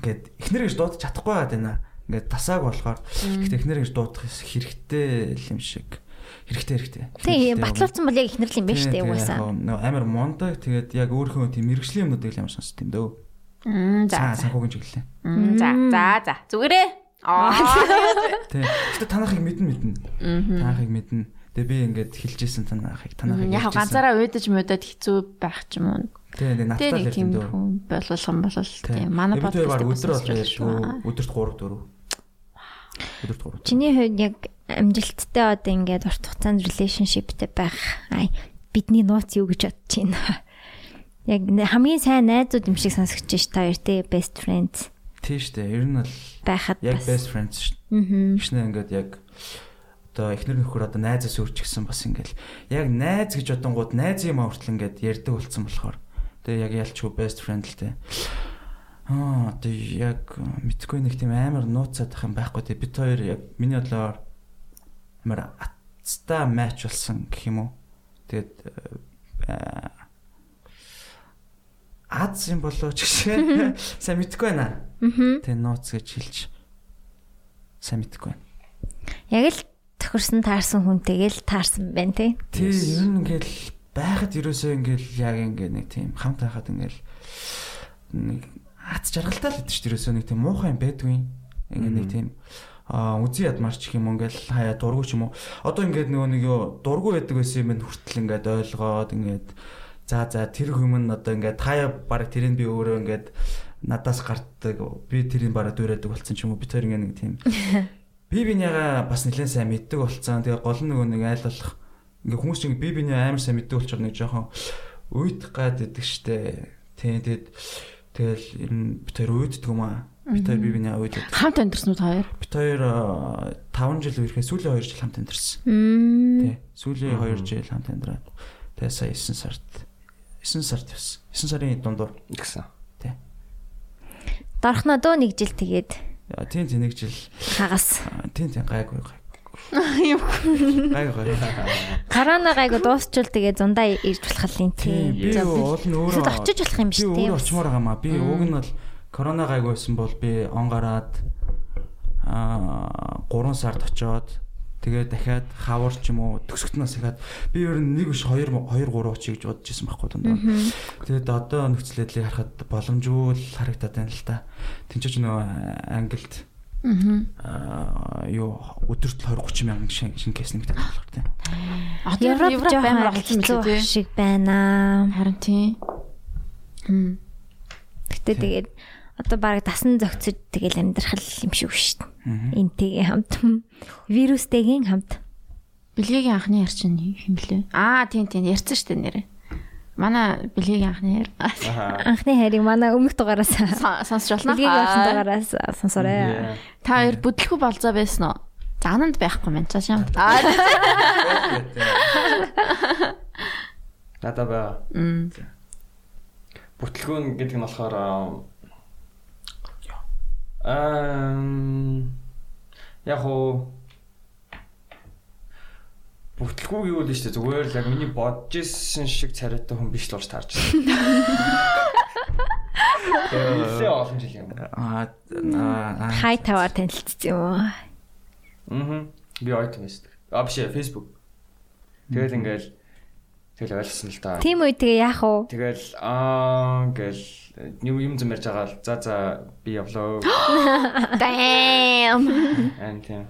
D: ингээд эхнэр гэж дуудаж чадахгүй байгаад байна. Ингээд тасааг болохоор гэхдээ эхнэр гэж дуудах хэрэгтэй л юм шиг. Хэрэгтэй хэрэгтэй.
A: Тий,
D: Хэрэгтэй.
A: батлуулсан бол яг ихнэрл юм байна шүү
D: Тий,
A: дээ
D: тий, яг
A: угаасаа.
D: уу, нөө амар мундаг тэгээд яг өөрийнхөө тийм мэрэгжлийн юмнуудыг л амар сонсд юм дөө.
B: Мм, За
D: За санхүүгийн чиглэлээ.
B: Мм, за за за. Зүгээрээ. Аа.
D: Тий. Гэтэ танахыг мэднэ мэднэ. Танахыг мэднэ. Тэгээ би ингээд хэлжсэн танахыг танахыг.
B: Яг ганцаараа уйдаж муудад хэцүү байх ч юм уу.
D: Тий,
B: Тэ
D: тий, надтай л
B: нэг
D: ярьсан
B: тийм
D: дөө.
B: болох юм бол тийм. Манай
D: подкаст
B: подкаст
D: дээр өдөр болж байсан. Өдөрт 3 4. Өдөрт 3.
A: Чиний хувьд яг амжилттай одоо ингээд урт хугацаанд relationshipтэй байх. Ай, бидний нууц юу гэж бодож байна. Яг нэ- хамгийн сайн найзууд юм шиг сонсогдож ш та хоёр те best friends
D: Тий штэ. Ер нь бол
A: байхад
D: яг
A: бас.
D: best friends штэ. Эхнээ ингээд яг одоо эхнэр нөхөр одоо найзаас өөрчлөгсөн бас ингээд яг найз гэж бодонгууд найз юм хүртэл ингээд ярьдаг болсон болохоор тэгээ яг ялчгүй best friend л тэ. Аа одоо яг э, мэдгүй нэг тийм амар нууцаад ах юм байхгүй тий бид хоёр яг миний бодлоор амар атста матч болсон гэх юм уу. Тэгээд э, Аз юм болоо ч гэсэн сайн мэдгүй байна. Тэгээ нууц гэж хэлж сайн мэдгүй байна.
A: Яг л тохирсон таарсан хүнтэйгээл таарсан байна те.
D: Тий, ер нь ингээл байхад ерөөсөө ингээл яг ингээ нэг тийм хамт байхад ингээл нэг ац жаргалтай л гэдэг чинь ерөөсөө нэг тийм муухай юм байдгүй. Ингээ нэг тийм а үгүй ядмарч гэх юм уу, ингээл хаяа дургу ч юм уу. Одоо ингээд нөгөө нэг юу дургу байдаг байсан юм байна хүртэл ингээд ойлгоод ингээд за за тэр хүмүүс нь одоо ингээд хаяа баг тэрийг би өөрөө ингээд надаас гарддаг би тэрийг бараг дуурайдаг болсон ч юм уу. Би тэр ингээд нэг тийм би бинийгаа бас нэлээд сайн мэддэг болцсон. Тэгээ гол нь нөгөө нэг айл болох ингээ хүмүүс чинь би биний амар сайн мэддэг болчоор нэг жоохон уйдах гад идэг штэ. Тий, тэгэд тэгэл ер нь бид хоёр уйддаг юм аа. Бид хоёр би биний уйддаг.
B: Хамт амьдэрснүүд хоёр.
D: Бид хоёр 5 жил үерхээ сүүлийн 2 жил хамт амьдэрсэн.
A: Мм.
D: Тий, сүүлийн 2 жил хамт амьдраад тэгээ сая 9 сард 9 сард явсан. 9 сарын дундуур
C: Гэсэн.
A: Дорхно дөө нэг жил тэгээд
D: Яа, тий, тий нэг жил
A: хагас.
D: аа, тий, тий гайгүй гайгүй. Гайгүй гайгүй.
A: Корона гайг дуусчул тэгээд зундаа ирж болох юм
D: Тийм, би
A: тий.
D: уул нь
A: Эсвэл
D: өөрөө
A: очиж болох юм биш
D: Би
A: тий.
D: өөрөө очимоор байгаа маа. Би уг нь бол корона гайгүй байсан бол би он гараад аа 3 сард очоод тэгээ дахиад хавар ч юм уу төсөгтнөөс дахиад би ер нь нэг биш 2 2 3 очий гэж бодож исэн байхгүй дундаа. Тэгээд одоо нөхцөл байдлыг харахад боломжгүй л харагдаад байна л та. Тинч ч нөө англид аа юу өдөрт 20 30 мянган шин шин кейс нэмэгдэх болохоор тийм.
B: Одоо
A: Европ жоохон хэцүү шиг байна.
B: Харин тийм.
A: Гэтэ тэгээд одоо баг дасан зөгцөж тэгэл амьдрах л юм шиг шүү дээ. Энтэйгээ хамт. Вирустэйгийн хамт.
B: Бэлгийн анхны ярчин юм блэ? Аа тийм тийм ярьсан шүү дээ нэрээ. Манай бэлгийг анхны
A: Анхны хайрыг манай өмнөх дугаараас
B: сонсож
A: бэлгийг авсан
B: байна.
A: дугаараас сонсоорой.
B: Та хоёр бүдлэхүү болзоо байсан уу? Зананд байхгүй мэн цааш юм.
C: Надаа байгаа.
B: Мм.
C: Бүтлгүүн гэдэг нь болохоор аа яг хоо бүтлгүү юу л нь штэ зүгээр л яг миний бодож исэн шиг царайтай хүн биш л болж таарч байна. Нилээ олон жил юм.
D: Аа аа, аа.
A: Хай таваар танилцсан юм уу?
C: Аа. Би ойт мэсдэг. А биш ээ, Facebook. Тэгэл ингээл тэгэл ойлгосон л да.
A: Тийм үү тэгээ яах вэ?
C: Тэгэл аа гэл юм юм зам ярьж байгаа л за за би явлаа.
B: Damn.
C: Аа тийм.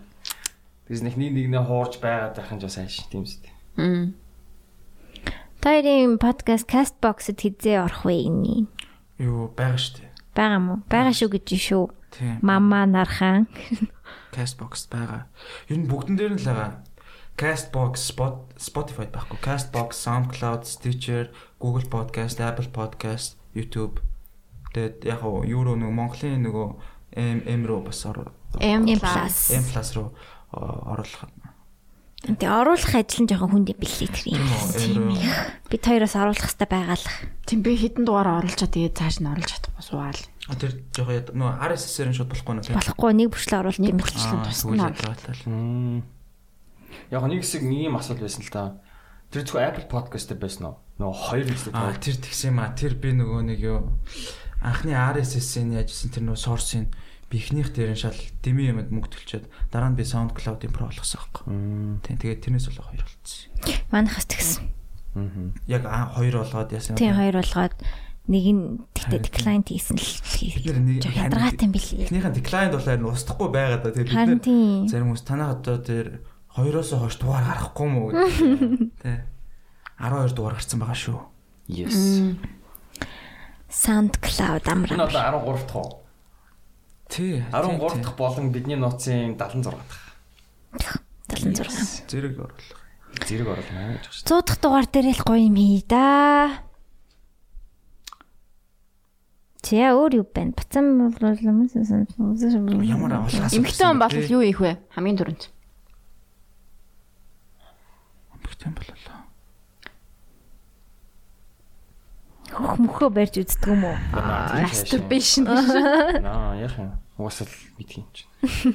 C: Бис нэг нэг нэгнээ хуурж байгаад байх нь ч бас сайн шин тийм үстэй.
B: Мм.
A: Тойрын подкаст Castbox-д хизээ орох вэ энэ?
D: Юу байгаа штэ.
A: Бага мó? Бага шүү гэж шүү.
D: Тийм.
A: Мама нархан.
D: Castbox байгаа. Ер нь бүгдэн дээр нь л байгаа. Castbox, Spot- Spotify байхгүй. Castbox, SoundCloud, Stitcher, Google Podcast, Apple Podcast, YouTube. Тэгээд яг уу Euro нөгөө Монголын нөгөө M M руу бас ор-
B: M+.
A: M plus.
D: M+ руу о- оруулах.
A: Тэгээ оруулах ажил нь жоохон хүнд бэлээ тэр
D: Тийм
A: юм.
D: үү? M руу.
A: Бид хоёроос оруулах хэрэгтэй байгаалах.
B: Тийм би хідэн дугаараа оруулчаа тэгээд цааш нь оруулж чадахгүй суугаал.
D: А, Тэр жоохон яд- нөгөө RSS-ээр нь шууд болохгүй нэ.
A: Болохгүй нэг бүрчлээ оруулах юм биш.
D: Аа,
B: тусна.
D: сүүлийн талаар.
C: Яг нэг хэсэг нэг юм асуулт байсан л та. Тэр зөвхөн Apple Podcast дээр байсан уу? Нөгөө хоёр хэсэг
D: Аа
C: тав.
D: тэр тэгсэн юм аа. Тэр би нөгөө нэг юу анхны RSS-ийн яжсэн тэр нөгөө source-ийн би ихнийх дээр нь шал дэмий юмд мөнгө төлчөөд дараа нь би SoundCloud-ийн Pro болгосон байхгүй. Тийм тэгээд тэрнээс болоо хоёр болцсон.
A: Манайхас тэгсэн.
D: Яг аа, хоёр болгоод яасан юм
A: Тийм
D: бэ?
A: хоёр болгоод нэг нь тэгтээ
D: Харин тийм.
A: decline хийсэн л
D: Бид нэр нэг-
A: Жоо ядаргаатай юм бэлээ.
D: Эхнийхэн declined болохоор нь устдахгүй байгаад та тэгээд
A: Харин
D: бид
A: тийм.
D: нэр зарим хүмүүс танаа одоо тэр хоёроос хойш дугаар гарахгүй мүү гэдэг. Тэ. 12 дугаар гарсан байгаа шүү.
C: Yes.
A: SoundCloud
C: Энэ
A: амраа.
C: одоо 13 дахь уу?
D: Тий.
C: 13 дахь болон бидний нууцын 76 дахь.
A: 76.
D: зэрэг орлоо.
C: Зэрэг оруулна гэж байна.
A: 100 дахь дугаар дээр л гоё юм хий да. Тэ өөр юу байна? Бацам бол юм сан.
D: Ямар авалгаас
B: Эмэгтэй хүн бол юу ийх вэ? Хамгийн дөрөнд.
D: Эмэгтэй боллоо.
A: хөхмөхөө барьж үздэг юм уу?
B: Masturbation.
C: Наа яах юм? Уусал мэдхийн чинь.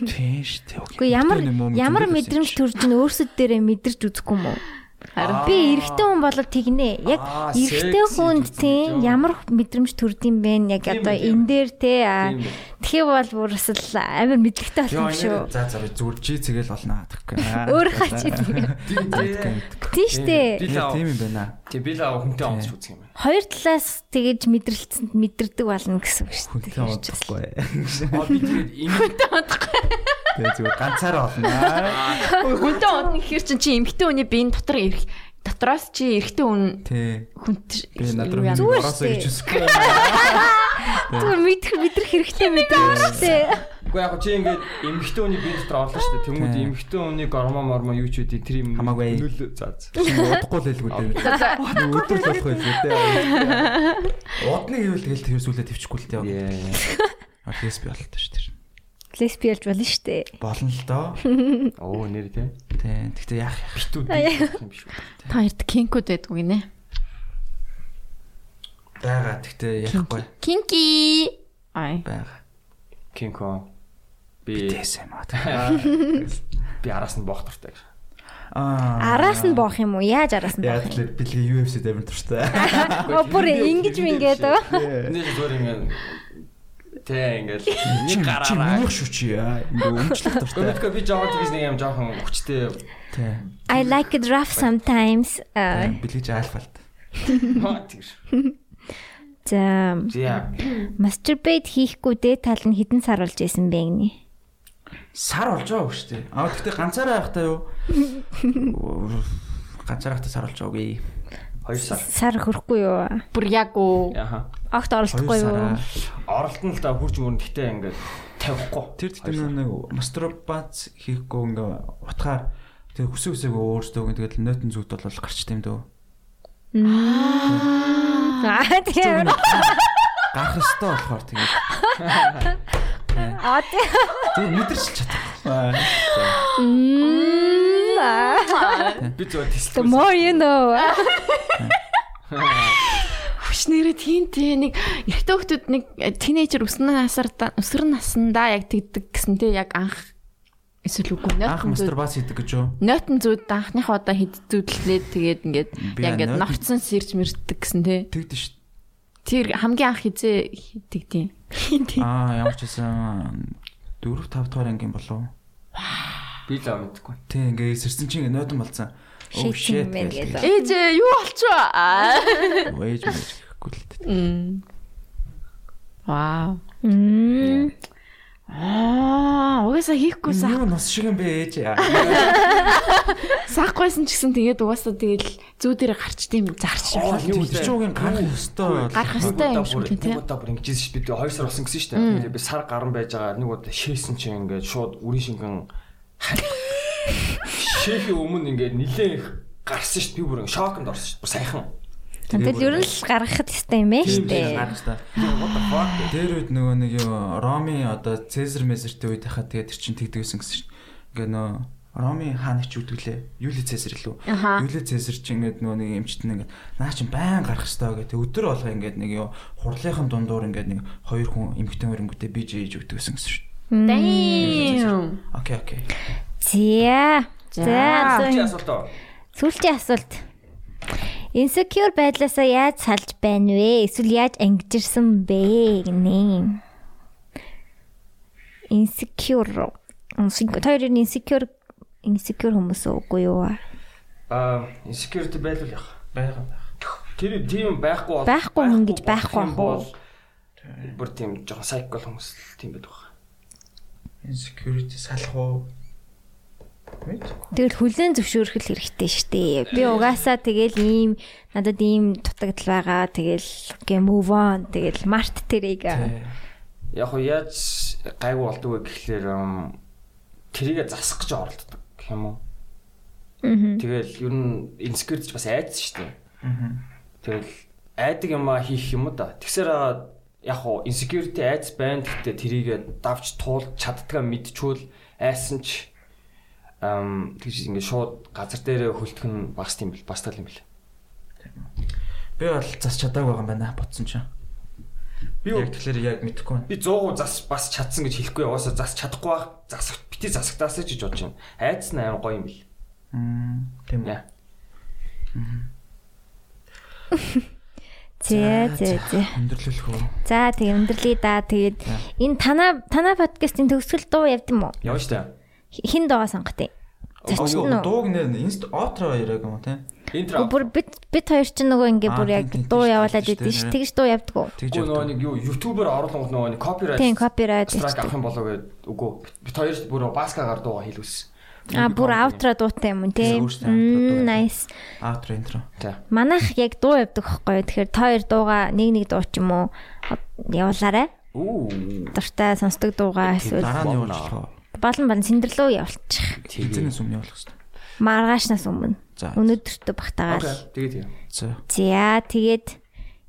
D: Тийм шүү дээ.
A: Гэхдээ ямар ямар мэдрэмж төрж нь өөрсөд дээрээ мэдэрч үзэхгүй юм уу? Харин би эрэгтэй хүн болоод тэгнэ. Яг
C: Аа,
A: эрэгтэй
C: секси
A: хүнд
C: үзэж
A: тийм
C: үү?
A: ямар мэдрэмж төрдим бэ? Яг
C: Тийм
A: одоо
C: үү, тийм
A: энэ
C: үү.
A: дээр те аа.
C: Тийм үү.
A: Тэгэх бол бүрсэл амар мэдлэгтэй болох юм шүү.
D: За за би зүгээр чи цэгэл олно гэхгүй.
A: Өөр хач
C: Тийм тийм.
A: тийм штэ.
C: Би л аа.
D: Тийм юм байна.
C: Тэг би л аа хүнтэй онцч үзэх юм байна.
A: Хоёр талаас тэгэж мэдрэлцэнд мэдэрдэг болно гэсэн үг шүү
D: Хүнтэй унтахгүй.
C: Аа би тэгээд энэ
D: Тэгээ зүгээр ганцаараа олно.
B: Хүнтэй унах ихэр чинь чи эмэгтэй хүний биеийн дотор ирэх дотроос чи эрэгтэй хүн
D: Тий.
B: хүнтэй
D: Би надад
B: юу яа-
A: зүгээр
D: ороосоо
A: шүү
D: гэж
A: дээ.
D: үсэхгүй.
A: Зүгээр мэдрэх мэдрэх хэрэгтэй мэдрэмж штэ.
C: Уу яг чи ингээд эмгэгтэй хүний бие дотор орлоо шүү дээ. Тэмүүл
D: Тийм.
C: эмгэгтэй хүний гормон мормон юу ч үгүй тэр юм.
D: Хамаагүй.
C: Нөл за за.
D: Удахгүй л хэлгүй дээ. Өдөр л болох байлгүй дээ. Удны гэвэл тэгэл тэр сүлээ төвчихгүй л дээ.
C: Яа.
D: Олес би болтой шүү тэр.
A: Лесби ялж болно штэ.
D: Болно л доо.
C: Оо нэр тий.
D: Тий. Тэгтээ яах яах.
C: Битүү дийх юм биш үү?
B: Та хоёрт кинкуд байдгүй гинэ.
D: Бага тэгтээ ярихгүй.
B: Кинки. Ай.
D: Бага.
C: King Kong. Би
D: Тэсэн маа.
C: би араас нь боох дуртай гэж.
D: Аа.
A: Араас нь боох юм уу? Яаж араас нь
D: Яг
A: боох юм?
D: л бэлгийн UFC дээр туртай.
A: Оо, Бүр ингэж мингээд оо.
C: Энд зүгээр ингээд тий ингээд нэг
D: Чи
C: гараараа.
D: мөнх шүү чи яа. Ингээ өмчлөх дуртай.
C: Гэхдээ би жоохон тийс нэг юм жоохон хүчтэй.
D: Тий.
A: I like it rough sometimes. Э, Аа,
D: Бэлгийч альфалт.
C: Хаа, Тэр.
A: За,
C: Зя.
A: masturbate хийхгүй дээд тал нь хідэн сар болж исэн бэ гинэ.
D: Сар болж байгаа шүү дээ. Аа гэхдээ ганцаараа явахтаа юу? Ганцаараа явахтаа сар болж байгаагүй.
C: Хоёр сар.
A: Сар хөрөхгүй юу?
B: Бүр яг уу.
C: Яха.
A: Огт оролцохгүй юу?
C: Оролт нь л та хурж мөрөнд гэтээ ингээд тавихгүй.
D: Тэр тэгтээ нэг мастурбац хийхгүй ингээ утгаар тэр хүсээ хүсээгөө өөрсдөө ингэ тэгэл нойтон зүгт бол гарч тэмдөө.
A: Аа. За тийм.
D: гарах ёстой болохоор тэгээд
A: Аа тийм.
D: зөв мэдэрч чадах.
C: Би зөв
A: The
C: тестэлсэн.
A: more you know.
B: Хүч нэрээ тийм тий нэг эрэгтэй хүмүүс нэг э, тинейжер өснө насар өсөр насндаа яг тэгдэг гэсэн тий яг анх эсвэл үгүй
D: Анх
B: нойрхон зүүд
D: мастурбац хийдэг гэж юу?
B: нойтон зүүд анхныхаа одоо хэд зүүдлээд тэгээд ингээд
D: Би
B: яг ингээд
D: нойтон-
B: ногцсон сэрж мэрдэг гэсэн тий
D: Тэгдэж шв.
B: тэр хамгийн анх хизээ хийдэг тий
D: Аа ямар ч байсан 4 5 дахь ангийн болов.
C: Би л аа мэдгүй.
D: Тий ингээ сэрсэн чинь ингээ нойтон болсон. Oh shit
A: Шийтгэн мэн
D: гэж.
A: гэдэг.
B: ээж ээ, юу болчихоо аа
D: Вэж мэж гэхгүй л дээ.
B: вау Аа, угаасаа хийхгүй сах
D: Юу нас шиг юм бэ ээж. Аа.
B: сахгүйсэн ч гэсэн тэгээд угаасаа тэгэл зүү дээр гарч тийм зарч
C: Оо,
B: юм.
C: юу
D: Тэр чинь угийн гарах ёстой.
B: Гарах ёстой юм шиг тий, тий.
C: Нэг удаа бүр ингэжсэн шүү. Би 2 сар болсон гэсэн шүү. Тэгээ би сар гарan байж байгаа. Нэг удаа шээсэн чинь ингээд шууд үрийн шингэн шээхийн өмнө ингээд нилээн их гарсан шүү. Би бүр ингээд шокнд орсон шүү. Бүр сайхан.
A: Тэгэл ер нь л гаргахад хэвээр юм ээ шүү дээ.
D: гарах ёстой. Тэр үед нөгөө нэг юу Роми одоо Цезар Месертэй үед хахад тэгээд тэр чинь тэгдэг байсан гэсэн шв. Ингээ нөгөө Роми хааны ч үтгэлээ. Юли Цезар илүү. Юли Цезар чинь ингээд нөгөө нэг эмчтэн ингээд наа чинь баян гарах ёстой гэдэг. Өдөр болго ингээд нэг юу хурлынхан дундуур ингээд нэг хоёр хүн эмхтэн өрөнгөтэй бие жээж өгдөг гэсэн гэсэн шв.
B: Damn.
D: Окей окей.
A: За. За.
C: Чи
A: асуу-
C: асуултаа.
A: Сүүлчийн асуулт. Insecure байдлаасаа яаж салж байна вэ? Эсвэл яаж ангижирсан бэ гинэ? Insecure. Insecure. Тэр нь insecure insecure хүмүүс үгүй юу? аа?
C: Аа, insecurity байл уу яах? Байгаа байх. Тэр тийм байхгүй бол
A: Байхгүй хүн гэж байхгүй
C: юм
A: ах
C: бол
A: уу?
C: бүр тийм жоохон psycho хүмүүс л тийм байдаг байна.
D: Insecurity салах уу? Мэд.
A: Тэгэл хүлэн зөвшөөрөх л хэрэгтэй штэ. Би угаасаа тэгэл ийм надад ийм дутагдал байгаа. Тэгэл гээ move on. Тэгэл март тэрийг
D: Э,
C: Яг уу яаж гайгүй болдог вэ гэхлээр ам, тэрийгэ засах гэж оролддог гэх юм уу?
A: Мгм.
C: Тэгэл ер нь insecurity ч бас айдас шүү дээ. Тэгэл айдаг юм а хийх юм уу да. Тэгсээр аа, яг уу insecurity айдас байна гэхдээ тэрийгэ давж туулж чаддгаа мэдчихвэл айсан ч ам тэгж ингэ шууд газар дээрээ хөлтөх нь багс тийм бил бас тал юм бил.
D: Би бол зас чадаагүй байгаа юм байна бодсон чинь.
C: Би
D: Яг тэгэхээр яг мэдэхгүй байна.
C: би 100% зас бас чадсан гэж хэлэхгүй яваасаа зас чадахгүй байх. Засах бити засагдаасаа ч гэж бодож байна. Айдас нь амар гоё юм бил.
D: Мм, Тийм үү.
C: Яа.
A: зээ зээ зээ.
D: Өндөрлөх үү?
A: За тэг өндөрлөе да. Тэгээд энэ танаа танаа подкастын төгсгөл дуу явд юм уу?
C: Явж та.
A: Хин дуугаа сонгох тий. Зочин
D: Аюу,
A: уу?
D: Дууг нэр инст отро яриаг юм уу тийм.
C: Интро.
A: Бүр бит бит хоёр ч нөгөө ингээ
D: Аа,
A: бүр яг
D: тий, тий,
A: дуу
D: тий,
A: явуулаад
D: тий,
A: байдэн ш.
D: тий.
A: Тэгж дуу явдаг уу?
D: Тэгж
C: Гүү нөгөө
D: явдаг.
C: нэг юу ютубер орлонгод нөгөө нэг копирайт
A: Тийм, copyright
C: страйк
A: авчихдаг.
C: авах юм болов гэд үгүй бит хоёр бүр баскагаар дууга хэлүүлсэн.
A: А бүр аутро дуутай юм уу тий?
D: Тий, өөрсдөө outro
A: Мм,
D: дуутай.
A: Nice.
D: Отро интро.
C: Тий.
A: Манайх яг дуу явдаг байхгүй юу? Тэгэхээр та хоёр дуугаа нэг нэг дуу ч юм уу явуулаарай.
C: Үу.
A: Дуртай сонсдог дуугаа эсвэл
D: Дараа нь явуулах.
A: болон болон сэндэрлөө явуулчих.
D: Эцэнээс юм явуулах хэрэгтэй.
A: Маргаашнаас өмнө.
D: За.
A: Өнөөдөртөө багтаагаал.
C: Окей. Тэгээ тэгээ.
D: За.
A: За тэгээд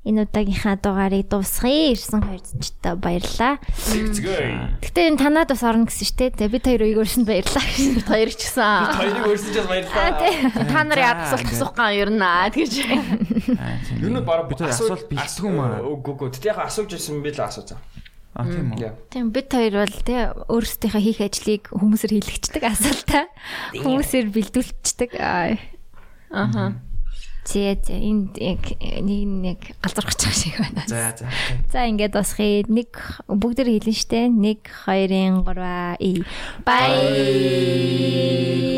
A: энэ удаагийнхаа дугаарыг дуусгая. Ирсэн хоёр зочтой баярлалаа.
C: Цэгэй.
A: Гэтэ энэ танаад бас орно гэсэн штэ. За бид хоёр өөрсөнд баярлалаа.
B: Хоёр ч гэсэн.
C: Хоёрыг өөрсдөө ч баярлалаа.
B: Та нар яд асуулт асуухгүй ер нь аа тэгэж.
C: Юу нэг баруун
D: бид асуулт бэлтгэв юм аа.
C: Үгүй үгүй. Тэгтээ яг асууж ирсэн би л асуусан.
D: А тийм үү.
C: Яа.
A: Тийм бид хоёр бол те өөрсдийнхөө хийх ажлыг хүмүүсээр хийлгчдэг асуултаа. Хүмүүсээр бэлдүүлчихдэг. Аа.
B: Аха.
A: Зэ зэ энд яг нэг нэг галзуурхачих шиг байна.
D: За за.
A: За ингээд дуусгая. Нэг бүгдэр хэлэн штэ. 1 2 3 и. Bye.